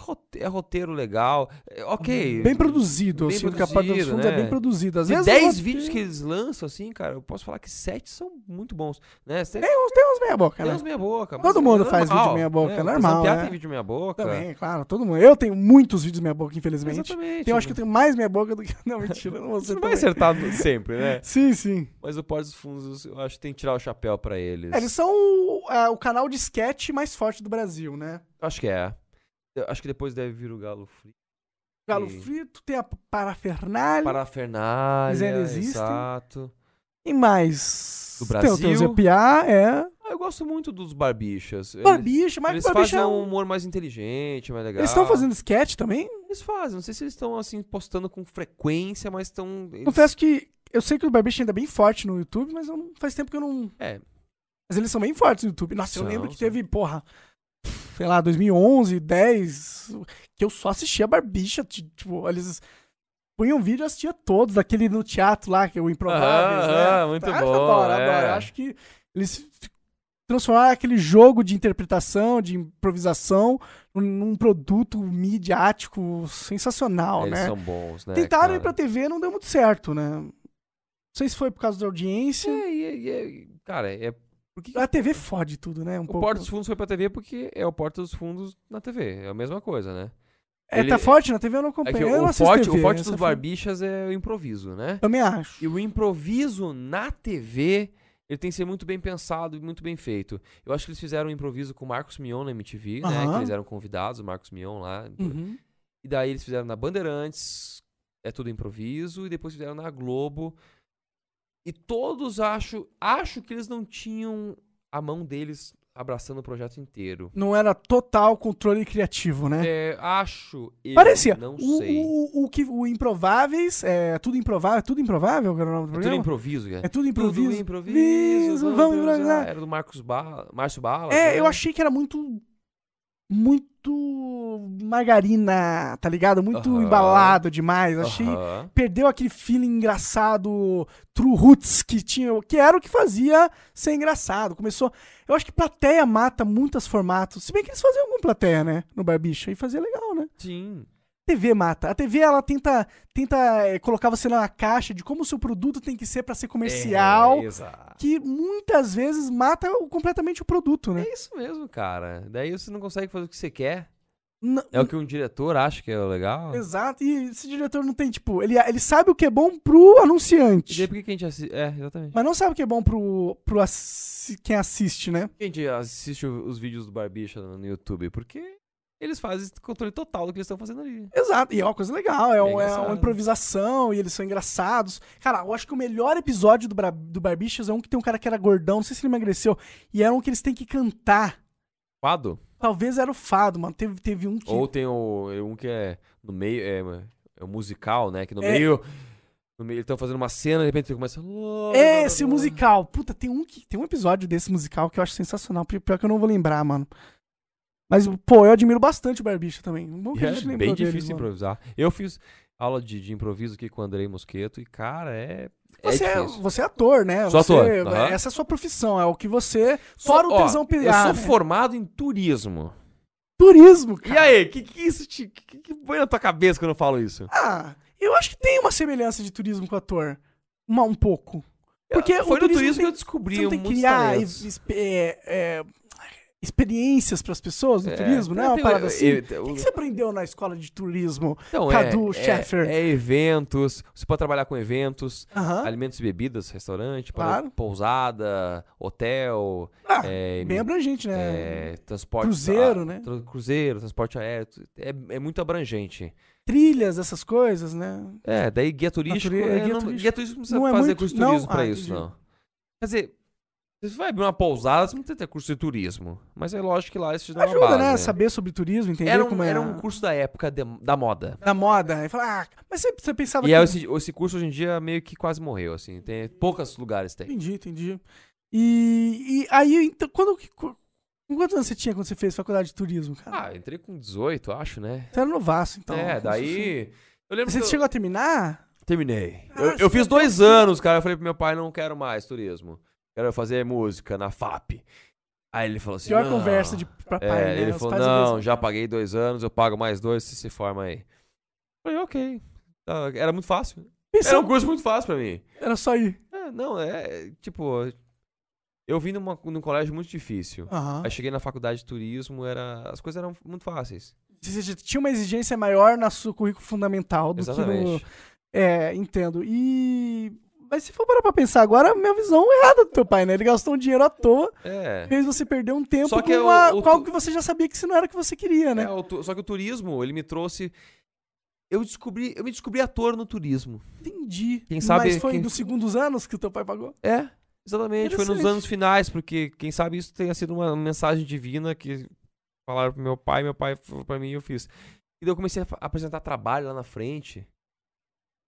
B: Rote- É roteiro legal. É, ok.
A: Bem produzido,
B: Bem
A: eu sinto que a Porta dos
B: produzido,
A: Fundos é
B: né?
A: bem produzida. Às
B: De
A: vezes. é
B: 10
A: eu-
B: vídeos que eles lançam, assim, cara, eu posso falar que 7 são muito bons. Né? Tem,
A: Tem uns, tem uns meia boca,
B: tem
A: né?
B: uns meia boca. mas
A: Todo
B: é
A: mundo faz vídeo
B: normal,
A: meia boca,
B: né?
A: é
B: O Tesão
A: normal,
B: Piá
A: né?
B: tem vídeo meia boca.
A: Também, claro, todo mundo. Eu tenho muitos vídeos meia boca, infelizmente.
B: Exatamente.
A: Eu um acho que eu tenho mais meia boca do que. Não, mentira, não vou
B: Você
A: ser
B: não vai
A: também.
B: acertar sempre, né?
A: Sim, sim.
B: Mas o Porta dos Fundos, eu acho que tem que tirar o chapéu pra eles.
A: É, eles são o, é, o canal de sketch mais forte do Brasil, né?
B: Acho que é. Eu acho que depois deve vir o Galo Free.
A: Galo
B: Sim.
A: Frito, tem a Parafernália.
B: Parafernália.
A: Eles ainda existem?
B: Exato.
A: E mais.
B: Do
A: Tem, o- tem o
B: Brasil.
A: ZPA, é.
B: Ah, eu gosto muito dos Barbichas. Eles-
A: Barbicha, mas
B: Eles
A: Barbicha.
B: fazem
A: é
B: um
A: um-
B: humor mais inteligente, mais legal.
A: Eles estão fazendo sketch também?
B: Eles fazem. Não sei se eles estão, assim, postando com frequência, mas estão... eles-
A: Confesso que. Eu sei que o Barbicha ainda é bem forte no YouTube, mas eu não- faz tempo que eu não.
B: É.
A: Mas eles são bem fortes no YouTube. Nossa, eu
B: São,
A: lembro que
B: são.
A: teve, porra, sei lá, 2011, 10, que eu só assistia Barbicha, ti- tipo, eles punham um vídeo e eu assistia todos, aquele no teatro lá, que é o Improváveis,
B: Aham,
A: né?
B: aham, muito
A: Ah,
B: bom,
A: Adoro, adoro.
B: é.
A: Acho que Eles f- transformaram aquele jogo de interpretação, de improvisação, num- num produto midiático sensacional,
B: Eles
A: né?
B: são bons, né?
A: Tentaram ir
B: cara?
A: pra TV, não deu muito certo, né? Não sei se foi por causa da audiência.
B: É, e- e- e- cara, é. Por que que
A: A TV fode tudo, né? Um
B: o
A: pouco.
B: Porta dos Fundos foi pra TV porque é o Porta dos Fundos na TV. É a mesma coisa, né?
A: É,
B: ele-
A: tá forte na TV, eu não
B: É
A: acompanhei.
B: que
A: eu não
B: o
A: assisto né?
B: forte,
A: TV,
B: o forte
A: essa
B: dos
A: foi-
B: barbichas é o improviso, né?
A: Também acho.
B: E o improviso na TV, ele tem que ser muito bem pensado e muito bem feito. Eu acho que eles fizeram um improviso com o Marcos Mion na MTV, né? Que
A: Aham.
B: eles eram convidados, o Marcos Mion lá.
A: Uhum.
B: E daí eles fizeram na Bandeirantes, é tudo improviso, e depois fizeram na Globo. E todos acho, acho que eles não tinham a mão deles abraçando o projeto inteiro.
A: Não era total controle criativo, né?
B: É, acho. Eu
A: Parecia.
B: Não
A: o,
B: sei. É
A: O, o que, o Improváveis, é tudo improvável, é tudo improvável que era o nome do
B: é tudo
A: programa?
B: improviso, cara.
A: É tudo improviso.
B: Tudo improviso.
A: Improviso, vamos improvisar.
B: Era do Marcos Bala, Márcio Bala. né?
A: É, eu achei que era muito. Muito margarina, tá ligado? Muito
B: Aham.
A: embalado demais. Achei. Perdeu aquele feeling engraçado, true roots que tinha, que era o que fazia ser engraçado. Começou. Eu acho que plateia mata muitos formatos. Se bem que eles faziam algum plateia, né? No Barbicha. E fazia legal, né?
B: Sim.
A: TV mata. A TV ela tenta tenta eh, colocar você numa caixa de como o seu produto tem que ser pra ser comercial,
B: É, exato.
A: que muitas vezes mata o- completamente o produto, né?
B: É isso mesmo, cara. Daí você não consegue fazer o que você quer.
A: N-
B: É o que um diretor acha que é o legal.
A: Exato. E esse diretor não tem tipo, ele ele sabe o que é bom pro
B: E daí
A: anunciante,
B: por que que a gente assiste? É, exatamente.
A: mas não sabe o que é bom pro pro assi- quem assiste, né?
B: Por que a gente assiste o- os vídeos do Barbicha no no YouTube? Porque eles fazem controle total do que eles estão fazendo ali.
A: Exato, e é uma coisa legal, é,
B: É
A: um- é
B: engraçado.
A: uma improvisação, e eles são engraçados. Cara, eu acho que o melhor episódio do, Bra- do Barbixas é um que tem um cara que era gordão, não sei se ele emagreceu, e era um que eles têm que cantar.
B: Fado?
A: Talvez era o Fado, mano. Teve, teve um que.
B: Ou tem o, um que é no meio, é, é o musical, né? Que no
A: É.
B: meio. No meio, eles estão fazendo uma cena e de repente começa.
A: É, Esse musical. Puta, tem um, que, tem um episódio desse musical que eu acho sensacional. Pi- Pior que eu não vou lembrar, mano. Mas, pô, eu admiro bastante o Barbicha também. Um Bom que a gente
B: É
A: lembrou
B: bem
A: deles,
B: difícil
A: mano.
B: improvisar. Eu fiz aula de, de improviso aqui com o Andrei Mosqueto e, cara, é. é
A: Você, é
B: difícil.
A: você é ator, né?
B: Sou
A: Você-
B: ator, aham.
A: Essa é a sua profissão, é o que você.
B: Sou-
A: Fora o
B: ó,
A: tesão
B: Eu
A: pilar.
B: sou
A: né?
B: formado em turismo.
A: Turismo, cara.
B: E aí, que que isso te. Que, que põe na tua cabeça quando eu falo isso?
A: Ah, eu acho que tem uma semelhança de turismo com ator. Uma, um pouco. Porque o
B: É, Foi no
A: turismo
B: turismo
A: tem-
B: que eu descobri
A: Você não tem que
B: muitos
A: criar
B: talentos.
A: es- é, é, experiências pras pessoas no
B: É,
A: turismo, né?
B: tem-
A: Uma
B: tem-
A: parada
B: eu-
A: assim.
B: eu-
A: o que, que você aprendeu na escola de turismo?
B: Então,
A: Cadu
B: é,
A: Scheffer.
B: É, é eventos, você pode trabalhar com eventos,
A: Aham.
B: alimentos e bebidas, restaurante, pode-
A: Claro.
B: pousada, hotel,
A: Ah,
B: é,
A: bem abrangente, né?
B: é, transporte...
A: Cruzeiro,
B: a-
A: né?
B: tra- Cruzeiro, transporte aéreo, tu- é, é muito abrangente.
A: Trilhas, essas coisas, né?
B: É, daí guia turístico...
A: Nature- é,
B: é,
A: guia
B: não,
A: turístico.
B: guia turístico não precisa
A: Não é
B: fazer
A: muito-
B: curso de
A: não?
B: turismo pra
A: Ah,
B: isso,
A: entendi.
B: não. Quer dizer... Você vai abrir uma pousada, você não tem que ter curso de turismo. Mas é lógico que lá eles te dão uma
A: Ajuda,
B: base.
A: né? Saber sobre turismo, entender
B: Era um,
A: como é
B: era um curso da época de- da moda.
A: da moda. Aí fala, ah, mas você, você pensava
B: E é
A: que...
B: aí, esse, esse curso hoje em dia meio que quase morreu, assim. Tem poucos lugares tem.
A: Entendi, entendi. E, e aí, então, quando... que- qu- Quantos anos você tinha quando você fez faculdade de turismo, cara?
B: Ah, eu entrei com 18, acho, né?
A: Você era novaço, então.
B: é,
A: Como se
B: daí. Eu
A: fosse-
B: lembro que
A: Você
B: eu
A: chegou a terminar?
B: terminei.
A: Ah,
B: eu
A: você
B: eu fiz
A: tá
B: dois anos, cara. Eu falei pro meu pai, não quero mais turismo. Quero fazer música na FAP. Aí ele falou assim.
A: Pior
B: não.
A: conversa de pra pai,
B: é,
A: né?
B: Ele
A: Os
B: falou,
A: pais às vezes-
B: não, já paguei dois anos, eu pago mais dois, se se forma aí. Eu falei, ok. Tá, Era muito fácil. Era
A: Pensando-
B: um curso muito fácil pra mim.
A: Era só ir.
B: É, não, é. Tipo, eu vim numa, num colégio muito difícil.
A: Aham.
B: Aí cheguei na faculdade de turismo, era... as coisas eram muito fáceis.
A: Você já tinha uma exigência maior no seu currículo fundamental do
B: Exatamente.
A: que no. É, entendo. E. Mas se for parar pra pensar agora, a minha visão é errada do teu pai, né? Ele gastou um dinheiro à toa,
B: É.
A: fez você perder um tempo
B: Só que
A: com,
B: o-
A: uma-
B: o
A: com algo
B: tu-
A: que você já sabia que isso não era o que você queria, né?
B: É, o tu- Só que o turismo, ele me trouxe. Eu descobri, eu me descobri ator no turismo.
A: Entendi.
B: Quem sabe-
A: Mas foi
B: quem-
A: dos segundos anos que o teu pai pagou?
B: É, exatamente. Foi nos
A: Interessante.
B: anos finais, porque quem sabe isso tenha sido uma mensagem divina que falaram pro meu pai, meu pai falou pra mim e eu fiz. E daí eu comecei a fa- apresentar trabalho lá na frente.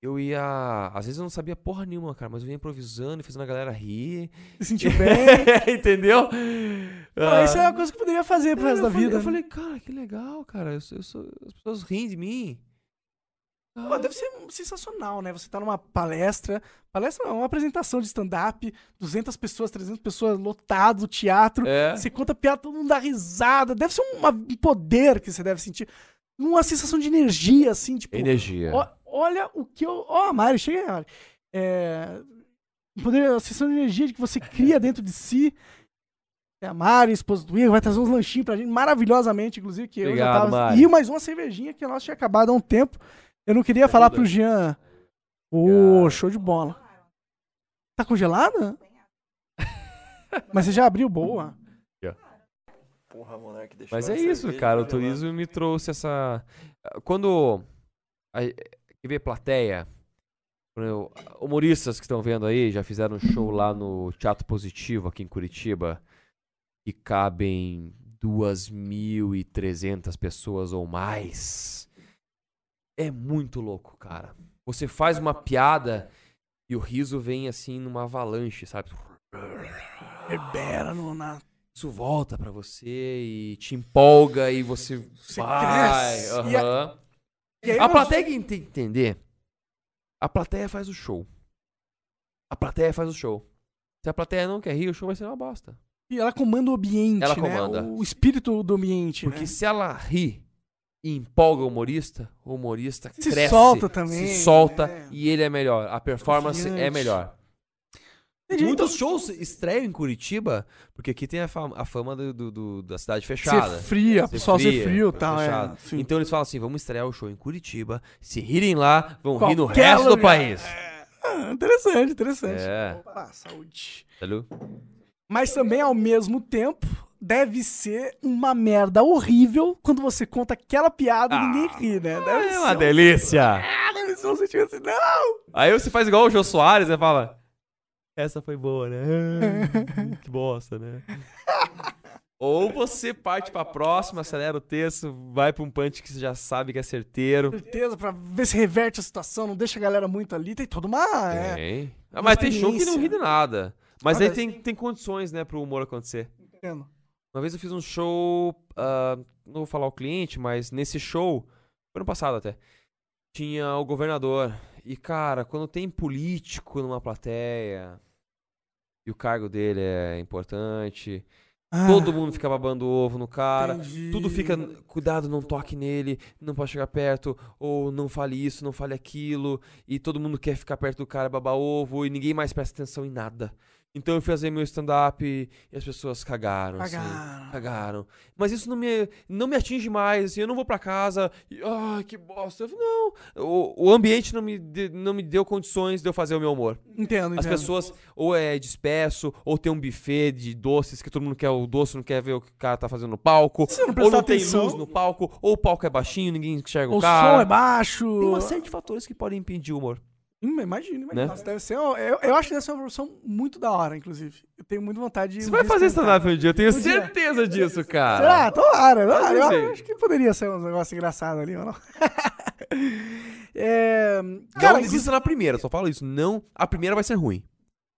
B: Eu ia. Às vezes eu não sabia porra nenhuma, cara, mas eu ia improvisando e fazendo a galera rir.
A: Se
B: É.
A: sentiu bem.
B: Entendeu?
A: Pô,
B: Ah.
A: isso é uma coisa que eu poderia fazer pro
B: É,
A: resto
B: eu
A: da
B: falei-
A: vida.
B: Eu
A: né?
B: falei, cara, que legal, cara. Eu sou, eu sou- as pessoas riem de mim.
A: Pô, deve ser sensacional, né? Você tá numa palestra, palestra não, uma apresentação de stand-up, 200 pessoas, 300 pessoas, lotado, teatro,
B: É.
A: você conta piada, todo mundo dá risada, deve ser uma- um poder que você deve sentir, uma sensação de energia, assim, tipo,
B: Energia.
A: ó- olha o que eu... Ó, Mário, chega aí, Mário. É... um Poder, a sensação de energia de que você cria dentro de si. É a Mari, esposa do Igor, vai trazer uns lanchinhos pra gente, maravilhosamente, inclusive, que eu já
B: Obrigado,
A: tava...
B: Mari.
A: E mais uma cervejinha que a nossa tinha acabado há um tempo. Eu não
B: Tá
A: queria falar pro Jean. Ô, show de bola. Tá congelada? Mas você já abriu boa.
C: Porra, Monark, deixa
B: Mas
C: eu
B: é
C: ver a
B: isso,
C: cerveja,
B: cara. O
C: olha lá.
B: turismo me trouxe essa. ah, Quando. a- eh, Quer ver plateia? Quando eu- Humoristas que estão vendo aí já fizeram um show lá no Teatro Positivo, aqui em Curitiba, que cabem 2.300 pessoas ou mais. É muito louco, cara. Você faz uma piada e o riso vem assim numa avalanche, sabe?
A: Libera no na.
B: isso volta pra você e te empolga e você, vai.
A: cresce.
B: aham.
A: E E aí
B: A
A: nós-
B: plateia que tem que entender. A plateia faz o show. A plateia faz o show. Se a plateia não quer rir, o show vai ser uma bosta.
A: e ela comanda o ambiente,
B: Ela
A: né?
B: comanda.
A: O espírito do ambiente.
B: Porque
A: né?
B: se ela ri e empolga o humorista, o humorista
A: Se
B: cresce.
A: solta também,
B: Se solta
A: né?
B: e ele é melhor. A performance é
A: Confiante.
B: melhor.
A: Entendi,
B: Muitos shows estreiam em Curitiba, porque aqui tem a fama, a fama do- do- do- da cidade
A: então,
B: fechada.
A: ser fria,
B: Ser
A: pessoal ser
B: fria,
A: frio e
B: tá
A: tal. É,
B: fechado.
A: sim.
B: Então eles falam assim: vamos estrear o show em Curitiba. Se rirem lá, vão rir no
A: Qualquer
B: resto do
A: lugar.
B: país.
A: Ah, interessante, interessante.
B: É,
A: Opa, saúde.
B: entendeu?
A: Mas também, ao mesmo tempo, deve ser uma merda horrível quando você conta aquela piada e ninguém ri, né? Deve
B: Ah. É
A: ser
B: uma
A: um-
B: delícia.
A: Ah, deve ser um sentimento assim, não!
B: Aí você faz igual o Jô Soares e fala: Essa foi boa, né? Ah, que bosta, né? Ou você parte pra próxima, acelera o texto, vai pra um punch que você já sabe que é certeiro.
A: certeza, pra ver se reverte a situação, não deixa a galera muito ali, tem toda uma. É.
B: Tem. Ah, mas tem show que não ri de nada. Mas
A: Ah,
B: aí
A: mas-
B: tem, tem condições, né, pro humor acontecer.
A: entendo.
B: Uma vez eu fiz um show. ah, não vou falar o cliente, mas nesse show. Foi ano passado até. Tinha o governador. E, cara, quando tem político numa plateia. E o cargo dele é importante.
A: Ah,
B: Todo mundo fica babando ovo no cara.
A: entendi.
B: Tudo fica. Cuidado, não toque nele, não pode chegar perto, ou não fale isso, não fale aquilo. E todo mundo quer ficar perto do cara, babar ovo, e ninguém mais presta atenção em nada. Então eu fui fazer meu stand-up e as pessoas cagaram.
A: Cagaram.
B: Assim, cagaram. Mas isso não me, não me atinge mais, assim, eu não vou pra casa. E, ah, que bosta. Eu falei, não. O, o ambiente não me, de- não me deu condições de eu fazer o meu humor.
A: Entendo, entendo.
B: As pessoas ou é disperso, ou tem um buffet de doces que todo mundo quer o doce, não quer ver o que o cara tá fazendo no palco.
A: Se não
B: ou
A: prestar
B: não tem
A: atenção.
B: luz no palco, ou o palco é baixinho, ninguém enxerga o,
A: O
B: cara.
A: som é baixo.
B: Tem uma série de fatores que podem impedir o humor.
A: Hum, imagina, imagina.
B: Né?
A: Nossa, deve ser, eu, eu- eu acho que deve ser uma profissão muito da hora, inclusive. Eu tenho muita vontade de.
B: Você
A: um
B: vai
A: dia
B: fazer
A: experimentar.
B: stand-up um dia, eu tenho
A: Um dia.
B: certeza disso, cara.
A: Será? Tomara. tomara.
B: Mas,
A: Eu
B: assim-
A: acho que poderia ser um negócio engraçado ali, ou não? É, cara,
B: não desista na primeira, só falo isso. Não, a primeira vai ser ruim.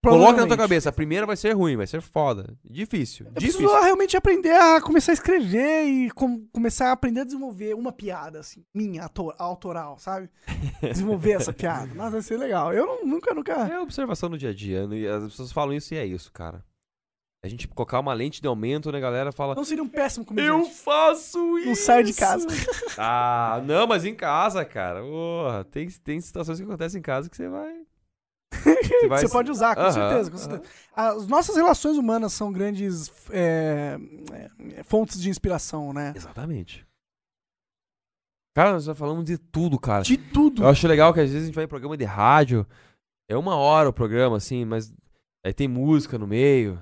B: Coloca na
A: provavelmente.
B: tua cabeça, a primeira vai ser ruim, vai ser foda. Difícil,
A: Eu
B: difícil.
A: preciso realmente aprender a começar a escrever e com- começar a aprender a desenvolver uma piada, assim, minha, ator- autoral, sabe? Desenvolver essa piada. Nossa, vai ser legal. Eu não- nunca, nunca.
B: É observação no dia a dia, né? E as pessoas falam isso e é isso, cara. A gente colocar uma lente de aumento, né, a galera fala,
A: Não seria um péssimo
B: Eu
A: comediante.
B: faço isso!
A: Não saio de casa.
B: Ah, não, mas em casa, cara. Porra, tem, tem situações que acontecem em casa que você vai. Você, vai-
A: Você pode usar, Ah, com
B: Aham,
A: certeza, com
B: aham.
A: certeza. As nossas relações humanas são grandes é, é, fontes de inspiração, né?
B: Exatamente. Cara, nós já falamos de tudo, cara.
A: De tudo.
B: Eu acho legal que às vezes a gente vai em programa de rádio. É uma hora o programa, assim, mas aí tem música no meio.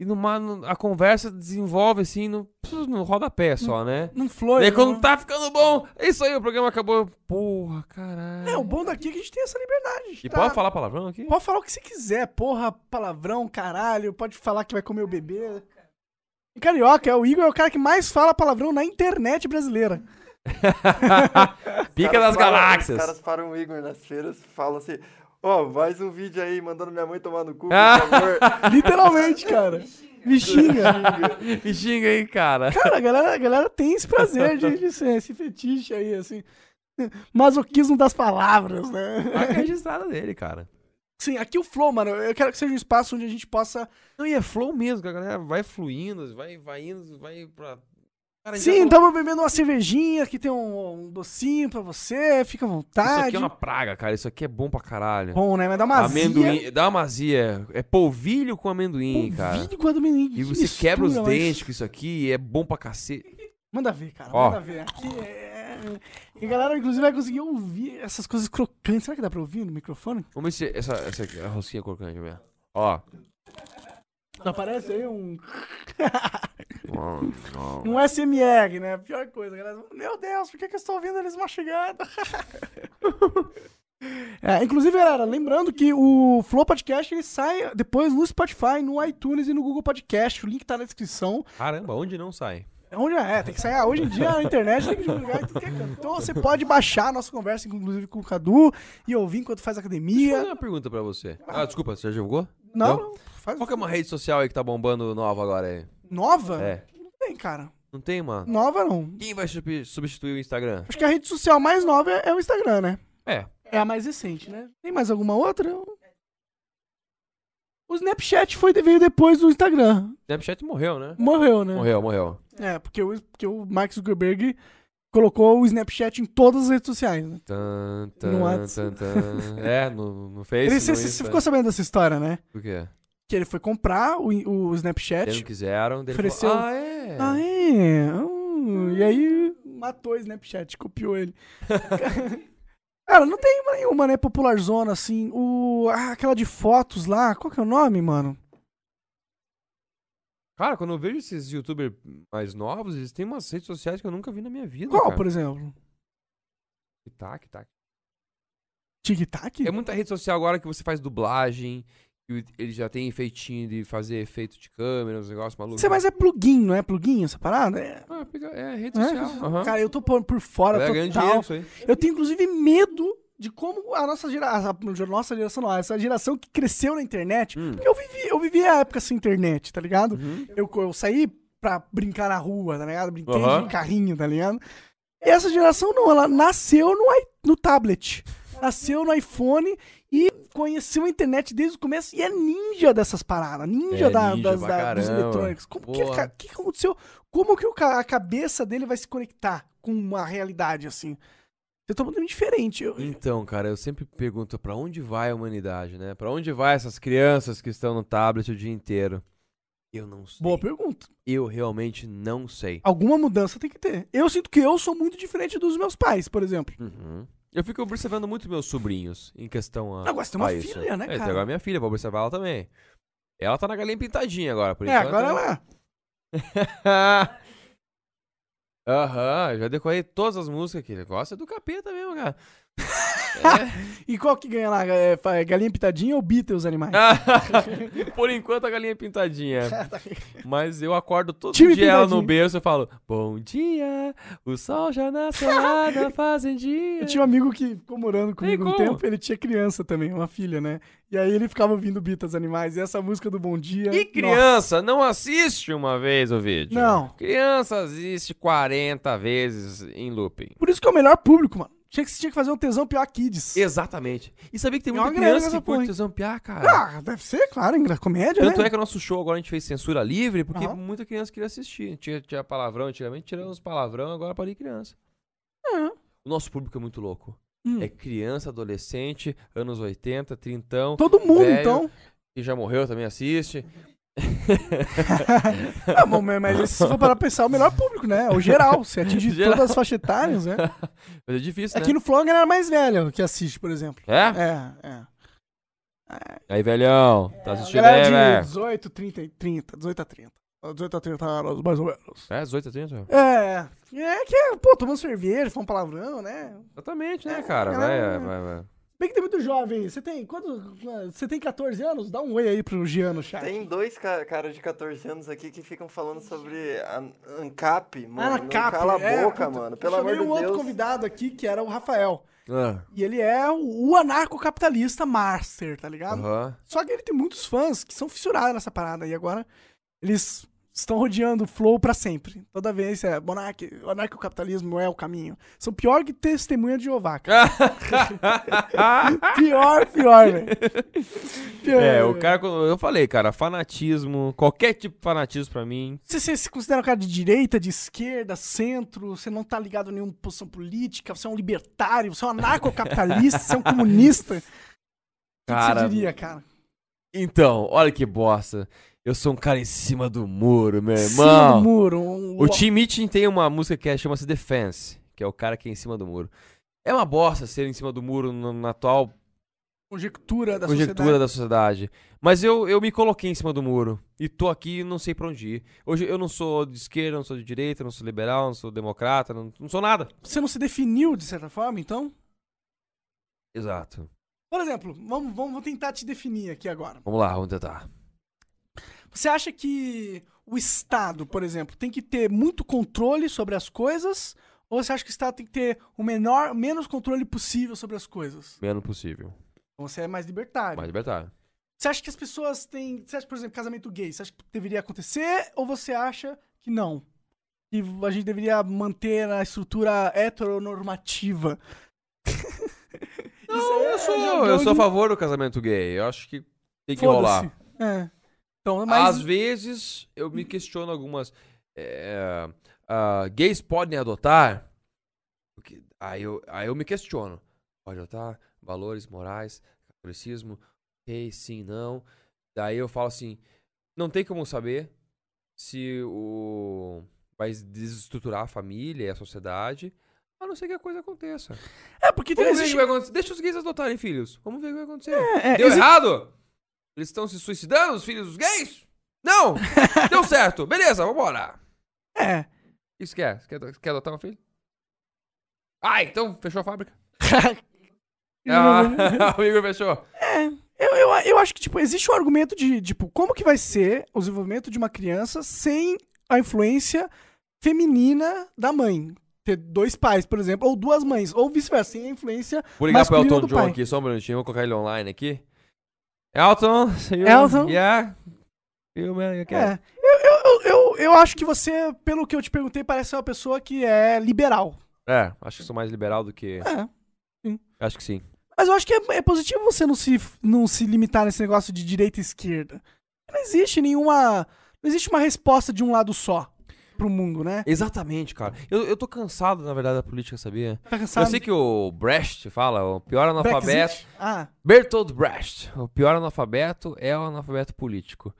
B: E numa, no- a conversa desenvolve, assim, no, no rodapé só, né?
A: Não flui.
B: E aí quando
A: não-
B: tá ficando bom, é isso aí, o programa acabou. Porra, caralho.
A: É, o bom daqui é que a gente tem essa liberdade.
B: E
A: tá?
B: pode falar palavrão aqui?
A: Pode falar o que você quiser, porra, palavrão, caralho, pode falar que vai comer o bebê. E Carioca, é o Igor é o cara que mais fala palavrão na internet brasileira.
C: Os
B: Pica
C: caras
B: das
C: param-
B: galáxias.
C: Os caras param o Igor nas feiras e falam assim: Ó, mais um vídeo aí mandando minha mãe tomar no cu, por
B: Ah.
C: favor.
A: Literalmente, cara. Me xinga.
B: Me xinga aí, cara.
A: Cara, a galera, a galera tem esse prazer de, de ser, esse fetiche aí, assim. Masoquismo das palavras, né?
B: Marca registrada dele, cara.
A: Sim, aqui o Flow, mano, eu quero que seja um espaço onde a gente possa.
B: Não, e é flow mesmo, que a galera vai fluindo, vai, vai indo, vai pra. Cara, já
A: Sim,
C: então,
B: não-
A: estamos bebendo uma cervejinha que tem um, um docinho pra você, fica à
B: Isso
A: vontade.
C: tá,
B: aqui é uma praga, cara. Isso aqui é bom pra caralho.
A: Bom, né? Mas dá uma azia.
B: Amendoim, dá uma azia. É polvilho com amendoim, cara.
A: Vinho com amendoim.
B: E
A: que
B: você quebra os
A: mistura, mas-
B: dentes com isso aqui e é bom pra cacete.
A: Manda ver, cara.
B: Ó.
A: Manda ver. Aqui é... E a galera, inclusive, vai conseguir ouvir essas coisas crocantes. Será que dá pra ouvir no microfone?
B: Vamos ver se essa, essa aqui, a rosquinha crocante mesmo. Ó.
A: Não aparece aí um. um SMR, né? Pior coisa, galera. Meu Deus, por que, que eu estou ouvindo eles mastigando? É, inclusive, galera, lembrando que o Flow Podcast ele sai depois no Spotify, no iTunes e no Google Podcast. O link tá na descrição.
B: Caramba, onde não sai?
A: É Onde é, tem que sair. Ah, Hoje em dia a internet tem que divulgar em tudo que é canto. Então você pode baixar a nossa conversa, inclusive com o Cadu, e ouvir enquanto faz
B: Vou fazer
A: academia.
B: uma pergunta pra você. Ah, desculpa, você já jogou?
A: Não,
B: Não?
A: não, faz
B: Qual que é uma rede social aí que tá bombando nova agora aí?
A: nova?
B: É.
A: Não tem, cara.
B: Não tem, mano?
A: Nova não.
B: Quem vai subi- substituir o Instagram?
A: Acho que a rede social mais nova é é o Instagram, né?
B: É.
A: É a mais recente, né? Tem mais alguma outra? O Snapchat foi, veio depois do Instagram.
B: Snapchat morreu, né?
A: Morreu, né?
B: Morreu, morreu.
A: É, porque o, porque o Mark Zuckerberg colocou o Snapchat em todas as redes sociais. Né?
B: Tan, tan,
A: No Whats.
B: tan, tan. É, no, no Face.
A: Ele,
B: no
A: você, você
B: Insta.
A: ficou sabendo dessa história, né?
B: Por quê?
A: Que ele foi comprar o, o
B: Eles
A: Snapchat.
B: não quiseram. daí ele
A: Ofereceu.
B: falou, ah, é.
A: Ah, é? Hum, e aí matou o Snapchat, copiou ele. Cara, não tem nenhuma, né, popular zona, assim. O, ah, aquela de fotos lá, qual que é o nome, mano?
B: Cara, quando eu vejo esses youtubers mais novos, eles têm umas redes sociais que eu nunca vi na minha vida.
A: Qual,
B: cara.
A: por exemplo?
B: Tac, tac.
A: Tic Tac?
B: É muita rede social agora que você faz dublagem, que o- ele já tem efeitinho de fazer efeito de câmera, uns negócios malucos.
A: Você mais é plugin, não é plugin essa parada? É,
B: Ah, pega- é rede
A: é?
B: social. aham.
A: Cara, eu tô por, por fora
B: Vai ganhando dinheiro
A: total.
B: com isso aí.
A: Eu tenho, inclusive, medo de como a nossa geração, a nossa geração não, essa geração que cresceu na internet,
B: Hum. Uhum.
A: porque eu vivi, eu vivi a época sem internet, tá ligado? Eu, eu saí pra brincar na rua, tá ligado? Brinquei
B: Aham.
A: de carrinho, tá ligado? E essa geração não, ela nasceu no, i- no tablet, nasceu no iPhone e conheceu a internet desde o começo e é ninja dessas paradas, ninja,
B: É
A: da-
B: ninja
A: das,
B: pra
A: da- dos
B: caramba.
A: eletrônicos. Como que,
B: Porra.
A: ca- que que aconteceu? Como que o ca- a cabeça dele vai se conectar com uma realidade assim? Você tá muito diferente. Eu,
B: Então, cara, eu sempre pergunto pra onde vai a humanidade, né? Pra onde vai essas crianças que estão no tablet o dia inteiro? Eu não sei.
A: boa pergunta.
B: Eu realmente não sei.
A: Alguma mudança tem que ter. Eu sinto que eu sou muito diferente dos meus pais, por exemplo.
B: Uhum. Eu fico observando muito meus sobrinhos em questão a.
A: Agora você tem uma
B: a isso.
A: filha, né,
B: Ah, É, tem
A: cara?
B: agora minha filha, vou observar ela também. Ela tá na galinha pintadinha agora, por
A: É,
B: enquanto.
A: agora
B: né?
A: ela.
B: Aham, já decorei todas as músicas que ele gosta do capeta mesmo, cara.
A: E qual que ganha lá? É, fa- é galinha pitadinha ou Beatles animais?
B: Ah. Por enquanto a galinha é pintadinha. Mas eu acordo todo
A: Time
B: dia ela no
A: pintadinho.
B: berço e falo: Bom dia, o sol já nasceu lá na fazendinha.
A: Eu tinha um amigo que ficou morando comigo um
B: como?
A: tempo, ele tinha criança também, uma filha, né? E aí ele ficava ouvindo Beatles Animais e essa música do Bom Dia.
B: E criança não assiste uma vez o vídeo.
A: Não.
B: Criança assiste 40 vezes em looping.
A: Por isso que é o melhor público, mano. Tinha que, tinha que fazer um tesão pior kids.
B: Exatamente. E sabia que tem
A: É uma
B: muita
A: grana
B: criança
A: essa
B: que
A: porra,
B: curte
A: hein?
B: zampear, cara.
A: Ah, deve ser, claro, em gra- comédia,
B: Tanto
A: né?
B: é que o nosso show agora a gente fez censura livre, porque
A: Aham.
B: muita criança queria assistir. Tinha, tinha palavrão antigamente, tiramos palavrão, agora parei criança.
A: Ah.
B: O nosso público é muito louco.
A: Hum.
B: É criança, adolescente, anos 80, trintão,
A: Todo mundo,
B: Velho.
A: então.
B: que já morreu também assiste.
A: Ah, bom, mas- mas esse, se for para pensar, é o melhor público, né? O geral, você atinge
B: Geral.
A: todas as faixas etárias, né?
B: Mas é difícil,
A: Aqui
B: né?
A: no Flow, a galera mais velha que assiste, por exemplo.
B: É?
A: É, é.
B: Aí, velhão, tá
A: A
B: assistindo aí,
A: galera de
B: velho?
A: 18, 30 e 30, 18 a 30. 18 a 30 anos, mais ou menos.
B: É, 18 a 30?
A: É, é que, é, pô, tomando cerveja, falando palavrão, né?
B: Exatamente,
A: É,
B: né, cara?
A: galera-
B: Vai, vai, vai.
A: Bem que tem muito jovem. Você tem quanto? Você tem 14 anos? Dá um oi aí pro Giano chat.
C: Tem dois ca caras de 14 anos aqui que ficam falando sobre a ANCAP, mano. não
A: Cap,
C: cala
A: Ah, é,
C: a boca,
A: puta,
C: mano.
A: eu
C: Pelo amor
A: chamei
C: de
A: um outro
C: Deus.
A: convidado aqui que era o Rafael.
B: Ah,
A: E ele é o, o anarcocapitalista master, tá ligado?
B: Aham.
A: Só que ele tem muitos fãs que são fissurados nessa parada. E agora eles estão rodeando o Flow pra sempre. Toda vez é monarque, monarque o capitalismo é o caminho. São pior que testemunha de Jeová, cara. Tá pior, pior, velho. Pior,
B: É, o
A: velho.
B: cara, eu falei, cara, fanatismo, qualquer tipo de fanatismo pra mim,
A: Você, você se considera um cara de direita, de esquerda, centro, você não tá ligado a nenhuma posição política, você é um libertário, você é um anarcocapitalista, você é um comunista. O que que,
B: Cara,
A: você diria, cara?
B: Então, olha que bosta. Eu sou um cara em cima do muro, meu
A: Sim, um
B: irmão.
A: muro, um...
B: O Tim Mitin tem uma música que é- chama-se Defense, que é o cara que é em cima do muro. É uma bosta ser em cima do muro no- na atual
A: conjectura da
B: conjectura da sociedade. Mas eu, eu me coloquei em cima do muro. E tô aqui e não sei pra onde ir. Hoje eu não sou de esquerda, não sou de direita, não sou liberal, não sou democrata, não, não sou nada.
A: Você não se definiu, de certa forma, então?
B: Exato.
A: Por exemplo, vamos, vamos vou tentar te definir aqui agora.
B: Vamos lá, vamos tentar.
A: Você acha que o Estado, por exemplo, tem que ter muito controle sobre as coisas? Ou você acha que o Estado tem que ter o menor, menos controle possível sobre as coisas?
B: Menos possível.
A: Então você é mais libertário.
B: Mais libertário.
A: Você acha que as pessoas têm. Você acha, por exemplo, casamento gay, você acha que deveria acontecer ou você acha que não? Que a gente deveria manter a estrutura heteronormativa?
B: Não,
A: é
B: eu sou, eu sou a favor do casamento gay. Eu acho que tem que rolar.
A: Foda-se. É. Então, mas.
B: Às vezes eu me questiono algumas. é, ah, gays podem adotar? Porque- aí, eu, aí eu me questiono. Pode adotar? Valores, morais, catolicismo, ok, sim, não. Daí eu falo assim: não tem como saber se o. vai desestruturar a família e a sociedade. A não ser que a coisa aconteça.
A: É, porque tem
B: Vamos ver o
A: existe-
B: que vai acontecer. Deixa os gays adotarem filhos. Vamos ver o que vai acontecer.
A: É, é,
B: Deu
A: exi-
B: errado? Eles estão se suicidando, os filhos dos gays? Não! Deu certo! Beleza, vambora!
A: É.
B: Isso que é? Você Quer, ado- quer adotar um filho? Ah, então fechou a fábrica. Ah, o Igor fechou.
A: é. Eu, eu, eu acho que, tipo, existe um argumento de, tipo, como que vai ser o desenvolvimento de uma criança sem a influência feminina da mãe? Ter dois pais, por exemplo, ou duas mães, ou vice-versa, sem a influência
B: Vou ligar pro
A: masculina do
B: Elton John
A: pai.
B: aqui, só um minutinho, vou colocar ele online aqui. Elton, you,
A: Elton?
B: Yeah. You man, you can.
A: É. Eu, eu, eu, eu acho que você, pelo que eu te perguntei, parece ser uma pessoa que é liberal.
B: É, acho que sou mais liberal do que.
A: É.
B: Acho que sim.
A: Mas eu acho que é, é positivo você não se, não se limitar nesse negócio de direita e esquerda. Não existe nenhuma. Não existe uma resposta de um lado só pro mundo, né?
B: Exatamente, cara. Eu, eu tô cansado, na verdade, da política, sabia?
A: Tá cansado?
B: Eu sei que o Brecht fala, o pior analfabeto.
A: Brexit? Ah.
B: Bertold Brecht, o pior analfabeto é o analfabeto político.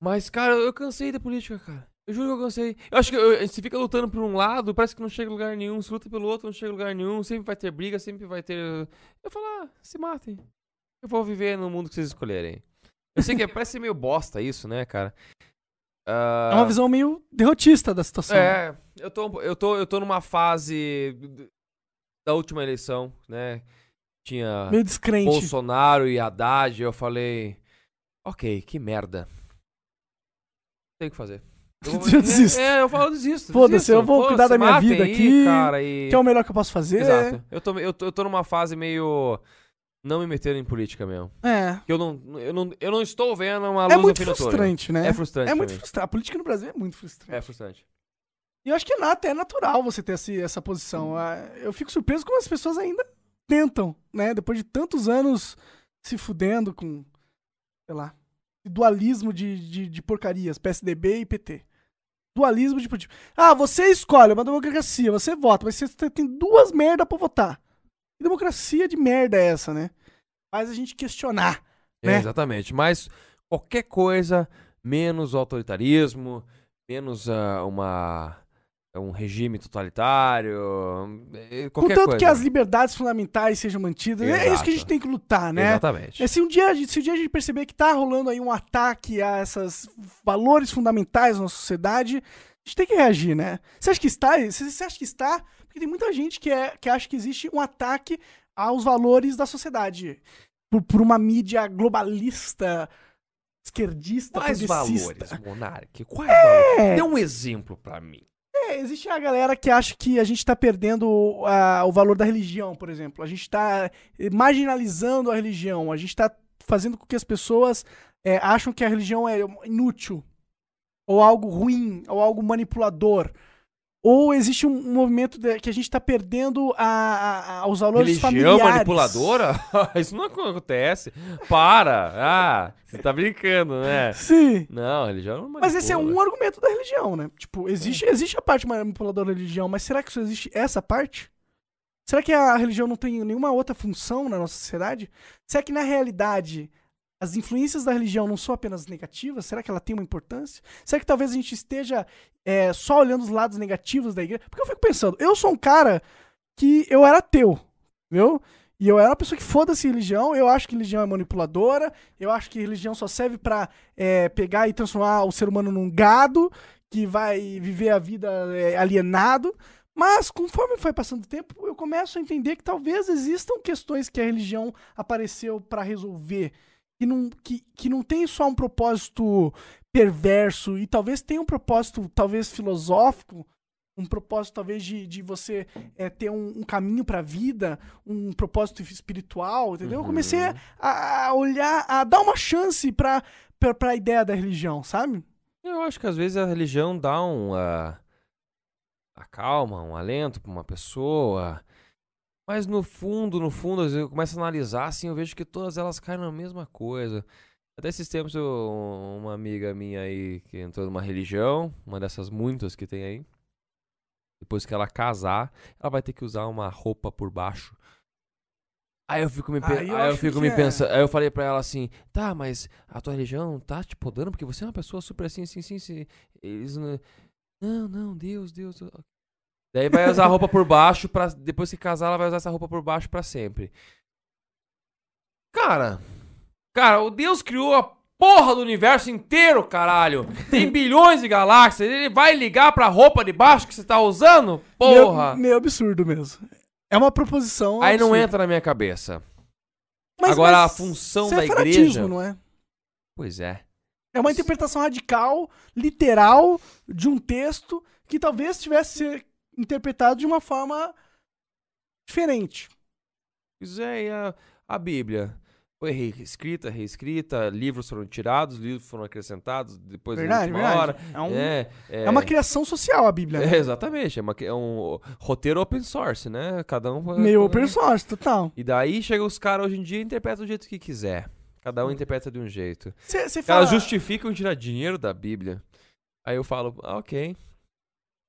B: Mas, cara, eu cansei da política, cara. Eu juro que eu cansei. Eu acho que eu, a gente fica lutando por um lado, parece que não chega a lugar nenhum. Se luta pelo outro, não chega a lugar nenhum. Sempre vai ter briga, sempre vai ter. Eu falo, ah, se matem. Eu vou viver no mundo que vocês escolherem. Eu sei que é- parece meio bosta isso, né, cara? Ah,
A: É uma visão meio derrotista da situação.
B: é, eu tô, eu tô, eu tô numa fase d- da última eleição, né? Tinha
A: Meio descrente.
B: Bolsonaro e Haddad, eu falei, ok, que merda. Não tem o que fazer.
A: Eu desisto.
B: É, eu falo, eu desisto.
A: Foda-se,
B: desisto.
A: eu vou cuidar da
B: Foda-se,
A: minha
B: matem
A: vida
B: aí,
A: aqui,
B: Cara, e...
A: Que é o melhor que eu posso fazer.
B: Exato. Eu tô, eu, tô, eu tô numa fase meio não me metendo em política mesmo.
A: É.
B: Que Eu não, eu não, eu não estou vendo uma luz
A: É
B: no
A: muito
B: fim do túnel.
A: frustrante, né?
B: É frustrante.
A: É
B: pra
A: muito
B: mim.
A: frustrante. A política no Brasil é muito frustrante.
B: É frustrante.
A: E eu acho que é na- até natural você ter esse- essa
B: Uhum.
A: posição. Ah, Eu fico surpreso como as pessoas ainda tentam, né? Depois de tantos anos se fudendo com, sei lá, esse dualismo de, de, de porcarias, PSDB e PT. Dualismo de política. Ah, você escolhe uma democracia, você vota, mas você te- tem duas merda pra votar. Que democracia de merda é essa, né? Faz a gente questionar.
B: É,
A: né?
B: Exatamente. Mas qualquer coisa menos autoritarismo, menos ah, uma um regime totalitário, eh, qualquer
A: Contanto
B: coisa.
A: que as liberdades fundamentais sejam mantidas. É isso que a gente
B: Exato.
A: tem que lutar, né?
B: Exatamente.
A: É, se um dia, a gente- se um dia a gente perceber que tá rolando aí um ataque a esses valores fundamentais da nossa sociedade, a gente tem que reagir, né? Você acha que está? Você você acha que está? Porque tem muita gente que, é, que acha que existe um ataque aos valores da sociedade por, por uma mídia globalista, esquerdista,
B: Quais
A: progressista.
B: valores, Monark? Quais valores? Dê um exemplo pra mim.
A: É, existe a galera que acha que a gente tá perdendo ah, o valor da religião, por exemplo. A gente tá eh, marginalizando a religião. A gente tá fazendo com que as pessoas eh, acham que a religião é inútil. ou algo ruim, ou algo manipulador. Ou existe um um movimento de- que a gente está perdendo a, a- a- os valores
B: Religião
A: familiares.
B: manipuladora? Isso não acontece. Para! Ah, você tá brincando, né?
A: Sim.
B: Não, religião não manipula.
A: Mas esse é um argumento da religião, né? Tipo, existe, existe a parte manipuladora da religião, mas será que só existe essa parte? Será que a religião não tem nenhuma outra função na nossa sociedade? Será que na realidade as influências da religião não são apenas negativas? Será que ela tem uma importância? Será que talvez a gente esteja é, só olhando os lados negativos da igreja? Porque eu fico pensando, eu sou um cara que eu era ateu, viu? E eu era uma pessoa que foda-se religião, eu acho que religião é manipuladora, eu acho que religião só serve pra é, pegar e transformar o ser humano num gado que vai viver a vida é, alienado. Mas conforme foi passando o tempo, eu começo a entender que talvez existam questões que a religião apareceu pra resolver, que não, que, que não tem só um propósito perverso, e talvez tenha um propósito, talvez filosófico, um propósito talvez de, de você é, ter um, um caminho pra vida, um propósito espiritual, entendeu? Eu comecei a, a olhar, a dar uma chance pra, pra, pra ideia da religião, sabe?
B: Eu acho que às vezes a religião dá um. ah, acalma, um alento pra uma pessoa. Mas no fundo, no fundo, às vezes eu começo a analisar assim, eu vejo que todas elas caem na mesma coisa. Até esses tempos, eu- uma amiga minha aí que entrou numa religião, uma dessas muitas que tem aí. Depois que ela casar, ela vai ter que usar uma roupa por baixo. Aí eu fico me, pe-
A: Aí eu
B: aí eu
A: acho
B: fico
A: que
B: me
A: é.
B: pensando. Aí eu falei pra ela assim: tá, mas a tua religião tá te podando porque você é uma pessoa super assim, assim, assim. assim eles não... não, não, Deus, Deus. Deus." Daí vai usar a roupa por baixo, pra... depois que casar, ela vai usar essa roupa por baixo pra sempre. Cara, cara, o Deus criou a porra do universo inteiro, caralho. Tem bilhões de galáxias. Ele vai ligar pra roupa de baixo que você tá usando? Porra.
A: Meio, meio absurdo mesmo. É uma proposição.
B: Aí não
A: absurda.
B: entra na minha cabeça.
A: Mas-
B: Agora,
A: mas
B: a função
A: isso
B: da
A: é
B: igreja-
A: fanatismo, Não é?
B: Pois é.
A: é uma interpretação radical, literal, de um texto que talvez tivesse ser interpretado de uma forma diferente.
B: Pois é, e a, a Bíblia? Foi reescrita, reescrita, livros foram tirados, livros foram acrescentados depois
A: Verdade,
B: da última
A: verdade.
B: hora.
A: É um-
B: é,
A: É.
B: é-
A: uma criação social a Bíblia.
B: É,
A: né?
B: exatamente, é, uma- é um roteiro open source, né? Cada um.
A: Meio open source, total.
B: E daí chega os caras hoje em dia e interpretam do jeito que quiser. Cada um interpreta de um jeito.
A: Você
B: Os caras
A: fala.
B: justificam tirar dinheiro da Bíblia. Aí eu falo, ah, ok.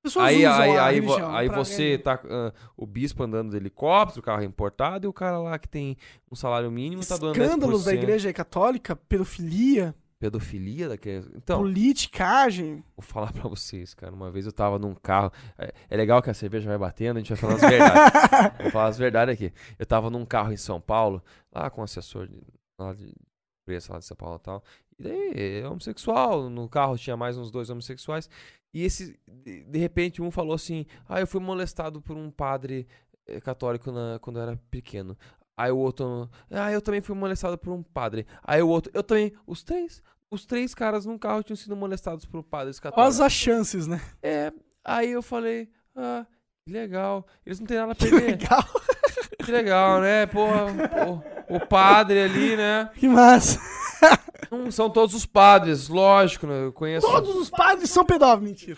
A: as pessoas
B: Aí,
A: usam
B: aí,
A: a
B: aí, vo-
A: religião
B: aí
A: pra
B: você tá. ah, o bispo andando de helicóptero, carro é importado, e o cara lá que tem um salário mínimo tá doando 10%.
A: Escândalos da igreja católica, pedofilia,
B: Pedofilia daquele. Então,
A: politicagem.
B: Vou falar pra vocês, cara. Uma vez eu tava num carro. É, é legal que a cerveja vai batendo, a gente vai falando Então, as verdades. Vou falar as verdades aqui. Eu tava num carro em São Paulo, lá com um assessor de, lá de preço lá de São Paulo e tal. E daí, é homossexual. No carro tinha mais uns dois homossexuais. E esse, de de repente, um falou assim: Ah, eu fui molestado por um padre eh, católico na- quando eu era pequeno. Aí o outro, ah, eu também fui molestado por um padre. Aí o outro, eu também. Os três, os três caras num carro tinham sido molestados por padres
A: Olha
B: católicos.
A: as chances, né?
B: É, aí eu falei, ah, que legal. Eles não têm nada a
A: Que
B: perder.
A: legal,
B: Que legal, né? Porra, o, o padre ali, né?
A: que massa.
B: Não são todos os padres, lógico, né? Eu conheço.
A: Todos os padres são pedófilos, mentira.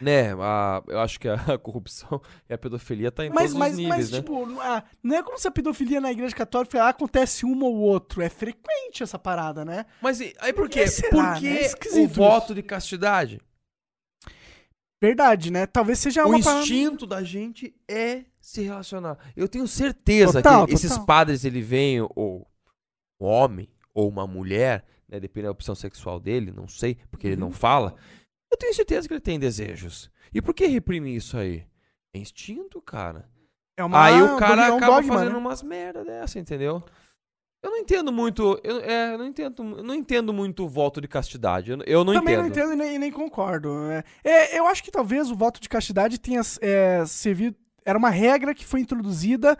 B: Né, a- eu acho que a, corrupção e a pedofilia tá em
A: Mas,
B: todos
A: mas,
B: os níveis,
A: mas
B: né?
A: tipo, não- ah, não é como se a pedofilia na igreja católica ah, acontece uma ou outro. É frequente essa parada, né?
B: Mas e- aí por
A: que
B: quê?
A: será, né?
B: por
A: É
B: que o
A: esquisito
B: voto de castidade?
A: Verdade, né? Talvez seja
B: o
A: uma parada-
B: instinto da gente é se relacionar. Eu tenho certeza
A: Total,
B: que esses
A: total.
B: padres, ele vem ou um homem ou uma mulher, né, depende da opção sexual dele, não sei, porque ele
A: Uhum.
B: não fala. Eu tenho certeza que ele tem desejos. E por que reprimir isso aí? É instinto, cara.
A: É uma
B: aí o cara
A: é um
B: acaba
A: dogma,
B: fazendo
A: né?
B: umas merda dessa, entendeu? Eu não entendo muito, eu, é, eu não entendo, eu não entendo muito o voto de castidade. Eu, eu não
A: Também
B: entendo.
A: não entendo e nem, e nem concordo. né? É, eu acho que talvez o voto de castidade tenha é, servido. Era uma regra que foi introduzida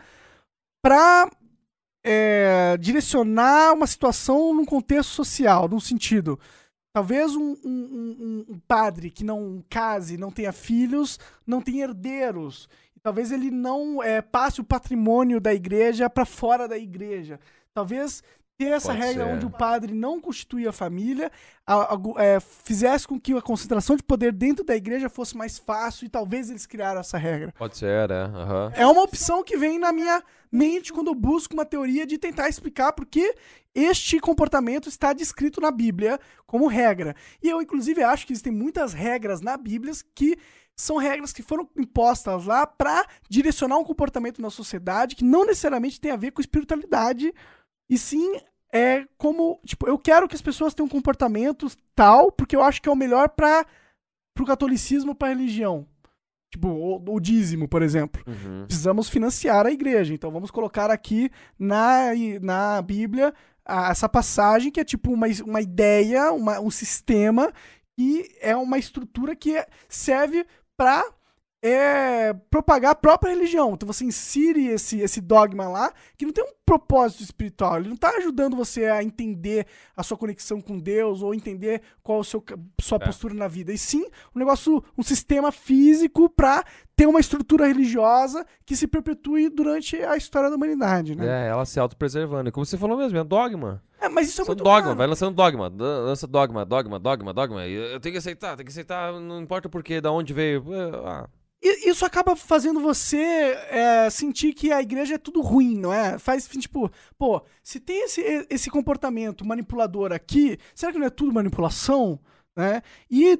A: pra é, direcionar uma situação num contexto social, num sentido. Talvez um, um- um- um- um padre que não case, não tenha filhos, não tenha herdeiros. Talvez eh, ele não é, passe o patrimônio da igreja pra fora da igreja. Talvez ter essa
B: Pode
A: regra
B: ser.
A: onde o padre não constituía a família, a- a- é, fizesse com que a concentração de poder dentro da igreja fosse mais fácil e talvez eles criaram essa regra.
B: Pode ser, é. aham.
A: É uma opção que vem na minha mente quando eu busco uma teoria de tentar explicar por que este comportamento está descrito na Bíblia como regra. E eu, inclusive, acho que existem muitas regras na Bíblia que são regras que foram impostas lá para direcionar um comportamento na sociedade que não necessariamente tem a ver com espiritualidade, e sim é como, tipo, eu quero que as pessoas tenham um comportamento tal, porque eu acho que é o melhor para o catolicismo, para a religião. Tipo, o, o dízimo, por exemplo
B: Uhum.
A: precisamos financiar a igreja. Então vamos colocar aqui na, na Bíblia a- essa passagem que é tipo uma, is- uma ideia, uma- um sistema que é uma estrutura que é- serve para propagar a própria religião. Então você insere esse, esse dogma lá que não tem um propósito espiritual. Ele não está ajudando você a entender a sua conexão com Deus ou entender qual é o seu, ca- sua postura na vida. E sim um negócio, um sistema físico para ter uma estrutura religiosa que se perpetue durante a história da humanidade, né?
B: É, ela se autopreservando. E Como você falou mesmo, é dogma.
A: É, mas isso é
B: São
A: muito
B: dogma,
A: raro.
B: vai lançando dogma. dan- Lança dogma, dogma, dogma, dogma. E Eu tenho que aceitar, tenho que aceitar, não importa o porquê, da onde veio. eh, ah.
A: I- Isso acaba fazendo você é, sentir que a igreja é tudo ruim, não é? Faz, tipo, pô, se tem esse, esse comportamento manipulador aqui, será que não é tudo manipulação? Né? E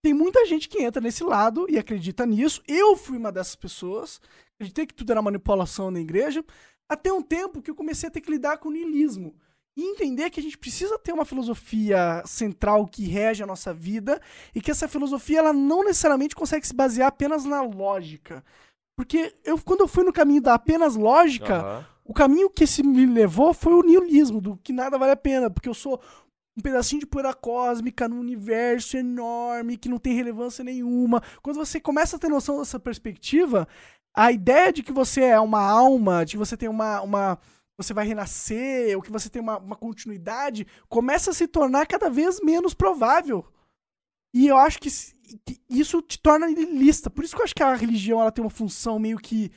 A: tem muita gente que entra nesse lado e acredita nisso. Eu fui uma dessas pessoas. Acreditei que tudo era manipulação na igreja. Até um tempo que eu comecei a ter que lidar com o niilismo. E entender que a gente precisa ter uma filosofia central que rege a nossa vida e que essa filosofia ela não necessariamente consegue se basear apenas na lógica. Porque eu, quando eu fui no caminho da apenas lógica,
B: Aham.
A: o caminho que esse me levou foi o niilismo, do que nada vale a pena, porque eu sou um pedacinho de poeira cósmica num universo enorme que não tem relevância nenhuma. Quando você começa a ter noção dessa perspectiva, a ideia de que você é uma alma, de que você tem uma. uma você vai renascer, ou que você tem uma, uma continuidade, começa a se tornar cada vez menos provável. E eu acho que s- que isso te torna niilista. Por isso que eu acho que a religião ela tem uma função meio que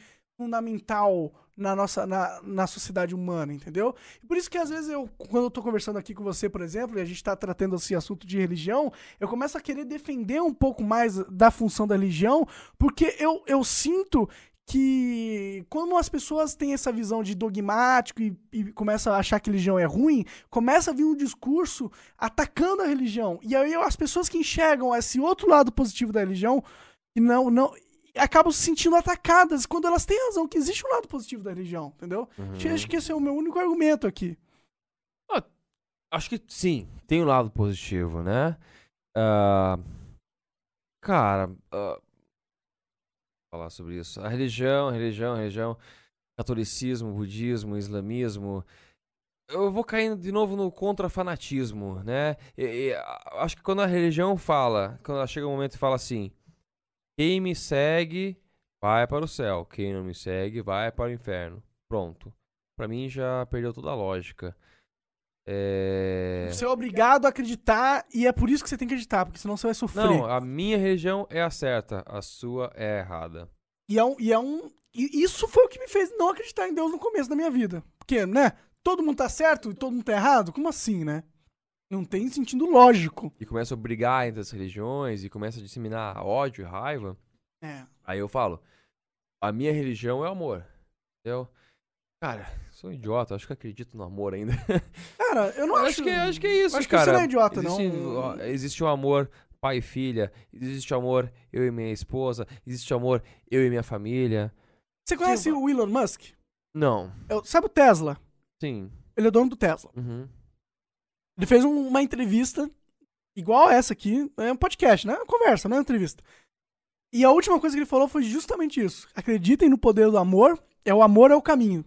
A: fundamental na nossa na, na sociedade humana, entendeu? E por isso que às vezes eu, quando eu tô conversando aqui com você, por exemplo, e a gente tá tratando esse assunto de religião, eu começo a querer defender um pouco mais da função da religião, porque eu, eu sinto que quando as pessoas têm essa visão de dogmático e, e começam a achar que religião é ruim, começa a vir um discurso atacando a religião. E aí as pessoas que enxergam esse outro lado positivo da religião e não não acabam se sentindo atacadas quando elas têm razão que existe um lado positivo da religião, entendeu?
B: Hum.
A: Acho que esse é o meu único argumento aqui.
B: Uhum. Acho que sim, tem um lado positivo, né? Ah, cara, ah, falar sobre isso. A religião, a religião, a religião, catolicismo, budismo, islamismo. Eu vou caindo de novo no contra-fanatismo, né? E- e, ah, acho que quando a religião fala, quando ela chega um momento e fala assim: quem me segue vai para o céu, quem não me segue vai para o inferno. Pronto. Pra mim já perdeu toda a lógica. É...
A: Você é obrigado a acreditar e é por isso que você tem que acreditar, porque senão você vai sofrer.
B: Não, a minha religião é a certa, a sua é a errada.
A: E é um. E é um e isso foi o que me fez não acreditar em Deus no começo da minha vida. Porque, né? Todo mundo tá certo e todo mundo tá errado? Como assim, né? Não tem sentido lógico.
B: E começa a brigar entre as religiões e começa a disseminar ódio e raiva.
A: É.
B: Aí eu falo, a minha religião é o amor. Entendeu? Cara, sou um idiota, acho que acredito no amor ainda.
A: Cara, eu não
B: Eu
A: acho.
B: acho que, acho que é isso,
A: acho que
B: cara.
A: você não é idiota,
B: existe, um,
A: não.
B: ó, Existe o amor pai e filha, existe o amor eu e minha esposa, existe o amor eu e minha família.
A: Você conhece o Elon Musk?
B: Não,
A: É o- sabe o Tesla?
B: sim.
A: Ele é dono do Tesla.
B: uhum.
A: Ele fez um- uma entrevista igual essa aqui. É um podcast, né? Uma conversa, não é uma entrevista. E a última coisa que ele falou foi justamente isso. Acreditem no poder do amor. É o amor é o caminho.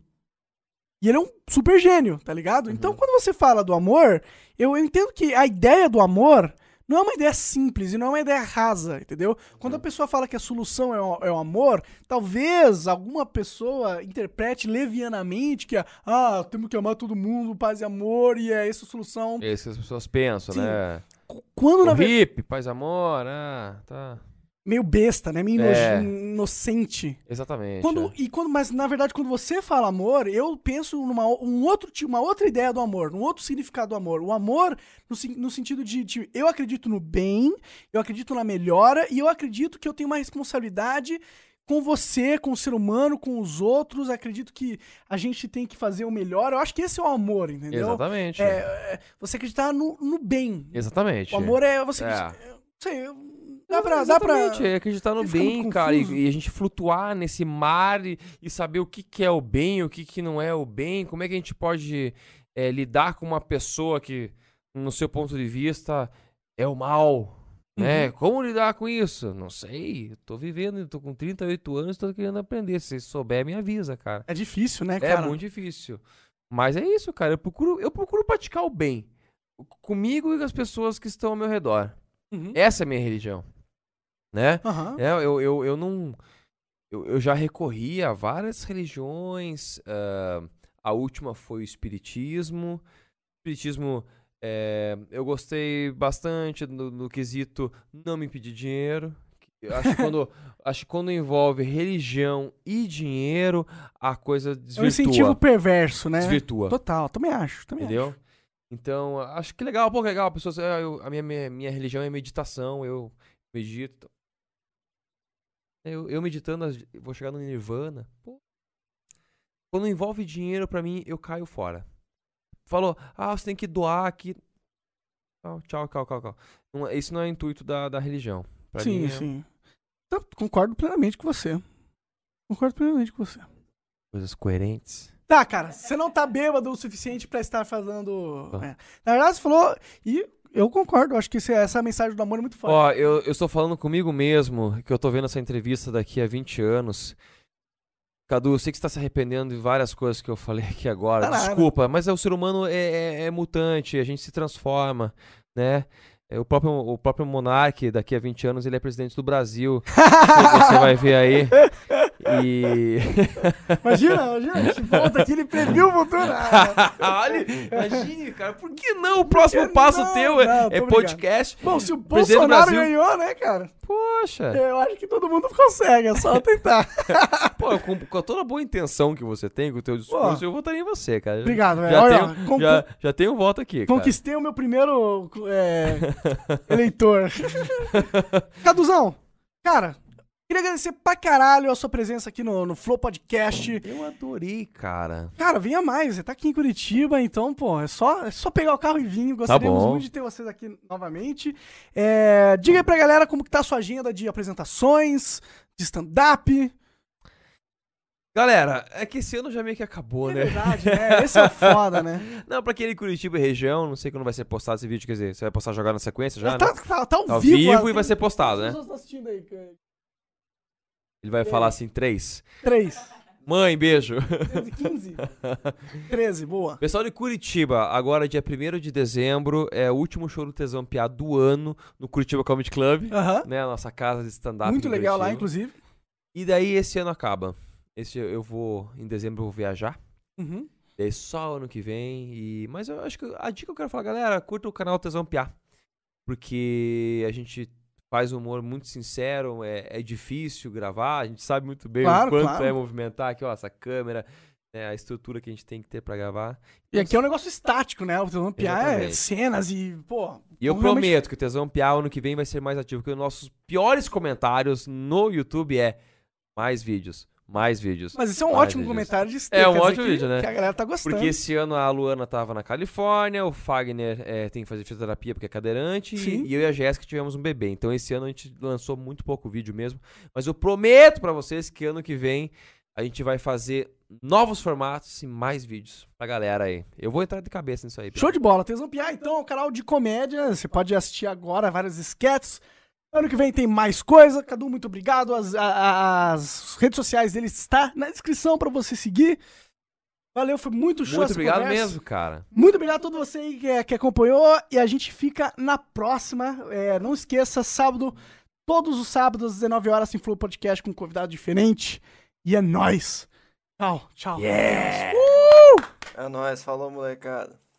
A: E ele é um super gênio, tá ligado? Então, quando você fala do amor, eu, eu entendo que a ideia do amor não é uma ideia simples e não é uma ideia rasa, entendeu? Quando a pessoa fala que a solução é o, é o amor, talvez alguma pessoa interprete levianamente que, ah, temos que amar todo mundo, paz e amor, e é essa a solução.
B: É isso que as pessoas pensam,
A: Sim.
B: né?
A: Quando, na
B: O
A: verdade.
B: hippie, paz e amor, ah, tá.
A: meio besta, né? Meio ino-
B: É.
A: inocente.
B: Exatamente.
A: Quando,
B: é.
A: e quando, mas na verdade, quando você fala amor, eu penso numa o- um outro, ti- uma outra ideia do amor, num outro significado do amor. O amor no, sen- no sentido de, de eu acredito no bem, eu acredito na melhora e eu acredito que eu tenho uma responsabilidade com você, com o ser humano, com os outros. Acredito que a gente tem que fazer o melhor. Eu acho que esse é o amor, entendeu?
B: Exatamente.
A: É, é, você acreditar no, no bem.
B: Exatamente.
A: O amor é você.
B: É.
A: acreditar- Não sei, dá pra. Dá pra...
B: Exatamente, é acreditar no
A: Vai ficando
B: bem, cara,
A: confuso.
B: e, e a gente flutuar nesse mar e, e saber o que, que é o bem, o que, que não é o bem, como é que a gente pode é, lidar com uma pessoa que, no seu ponto de vista, é o mal, né?
A: Uhum.
B: Como lidar com isso? Não sei, eu tô vivendo, eu tô com 38 anos, tô querendo aprender, se souber me avisa, cara.
A: É difícil, né,
B: É,
A: cara?
B: muito difícil. Mas é isso, cara, eu procuro, eu procuro praticar o bem comigo e com as pessoas que estão ao meu redor.
A: Uhum.
B: Essa é a minha religião. Né?
A: Aham.
B: É, eu, eu, eu não. Eu, eu já recorri a várias religiões. ah, a última foi o Espiritismo. Espiritismo. eh, eu gostei bastante no, no quesito não me pedir dinheiro. Eu acho que quando, acho que quando envolve religião e dinheiro, a
A: É
B: coisa
A: um
B: desvirtua.
A: incentivo perverso, né?
B: desvirtua.
A: Total, também acho, também acho.
B: Entendeu? Então, acho que legal, pô, que legal. Pessoas, ah, eu- a minha, minha, minha religião é meditação, eu medito. então. Eu, eu meditando, as- eu vou chegar no nirvana. Pô. Quando envolve dinheiro pra mim, eu caio fora. Falou, ah, você tem que doar aqui. Tchau, tchau, tchau, tchau. tchau. Não é- Isso não é intuito da, da religião. Pra
A: sim,
B: mim, é-
A: sim. Então, concordo plenamente com você. Concordo plenamente com você.
B: Coisas coerentes.
A: Tá, cara, você não tá bêbado o suficiente pra estar fazendo.
B: Tá.
A: é. Na verdade, você falou. E eu concordo, acho que esse- essa mensagem do amor é muito forte.
B: Ó, eu, eu estou falando comigo mesmo, que eu tô vendo essa entrevista daqui a 20 anos. Cadu, eu sei que você tá se arrependendo de várias coisas que eu falei aqui agora.
A: Tá nada.
B: Desculpa, mas é, o ser humano é, é- é mutante, a gente se transforma, né? É, O próprio, o próprio Monark, daqui a 20 anos, ele é presidente do Brasil. você vai ver aí. E.
A: Imagina, imagina, a gente volta aqui, ele previu o futuro. Ah,
B: Olha, imagine, cara, por que não? O próximo passo
A: não?
B: teu é,
A: Não, tô
B: é
A: brincando.
B: podcast.
A: Bom, se o
B: Presidente do
A: Bolsonaro
B: Brasil. É.
A: ganhou, né, cara?
B: Poxa.
A: Eu acho que todo mundo consegue, é só tentar.
B: Pô, com, com toda a boa intenção que você tem com o teu discurso, eu votaria em você, cara.
A: Obrigado, velho.
B: Já,
A: Olha,
B: tenho,
A: ó, conclu-
B: já, já tenho um voto aqui, cara.
A: Conquistei o meu primeiro é, eleitor. Caduzão, cara, queria agradecer pra caralho a sua presença aqui no, no Flow Podcast.
B: Eu adorei, cara.
A: Cara, venha mais, você tá aqui em Curitiba, então, pô, é só, é só pegar o carro e vir. Gostaríamos
B: Tá bom.
A: muito de ter vocês aqui novamente. É, diga aí pra galera como que tá a sua agenda de apresentações, de stand-up.
B: Galera, é que esse ano já meio que acabou,
A: É
B: né?
A: verdade, né? Esse é o foda, né?
B: Não, pra quem é de Curitiba e região, não sei quando vai ser postado esse vídeo, quer dizer, você vai postar jogar na sequência já,
A: Mas
B: né?
A: tá, tá, tá ao
B: Tá ao
A: vivo.
B: vivo
A: ó,
B: e vai
A: tem-
B: ser postado, né?
A: Quantas pessoas tá assistindo aí, cara?
B: Ele vai falar assim, três.
A: Três.
B: Mãe, beijo.
A: 15? 13, boa.
B: Pessoal de Curitiba, agora dia 1 de dezembro, é o último show do Tesão Piá do ano no Curitiba Comedy Club,
A: Aham.
B: né? A nossa casa de stand-up.
A: Muito
B: em
A: legal lá,
B: Curitiba.
A: inclusive.
B: E daí esse ano acaba. Esse eu- eu vou em dezembro eu vou viajar.
A: Uhum.
B: Daí só ano que vem e mas eu acho que a dica que eu quero falar, galera, curta o canal Tesão Piá. Porque a gente faz um humor muito sincero, é, é difícil gravar, a gente sabe muito bem
A: Claro,
B: o quanto
A: claro.
B: é movimentar aqui, ó, essa câmera, né, a estrutura que a gente tem que ter pra gravar.
A: E aqui é um negócio estático, né? O Teu Piá é
B: Exatamente.
A: cenas e, pô.
B: E eu
A: Então, realmente-
B: prometo que o Tesão Piá ano que vem vai ser mais ativo, porque os nossos piores comentários no YouTube é mais vídeos, mais vídeos.
A: Mas isso é um
B: mais
A: ótimo
B: vídeos.
A: comentário de
B: É
A: quer
B: um
A: dizer
B: ótimo
A: que-
B: vídeo, né?
A: Que a galera tá gostando.
B: Porque esse ano a Luana tava na Califórnia, o Fagner eh, tem que fazer fisioterapia porque é cadeirante,
A: Sim.
B: e, e eu e a Jéssica tivemos um bebê. Então esse ano a gente lançou muito pouco vídeo mesmo. Mas eu prometo pra vocês que ano que vem a gente vai fazer novos formatos e mais vídeos pra galera aí. Eu vou entrar de cabeça nisso aí. Pedro.
A: Show de bola. Tesão Piá, então, é um canal de comédia. Você pode assistir agora vários esquetes. Ano que vem tem mais coisa. Cadu, muito obrigado. As, a- a- as redes sociais dele está na descrição pra você seguir. Valeu, foi muito show
B: Muito
A: essa
B: obrigado
A: conversa.
B: mesmo, cara.
A: Muito obrigado a todo você aí que, que acompanhou e a gente fica na próxima. É, não esqueça, sábado, todos os sábados, às 19 horas, tem Flow Podcast com um convidado diferente. E é nóis. Tchau, Uh! tchau.
C: É nóis, falou, molecada.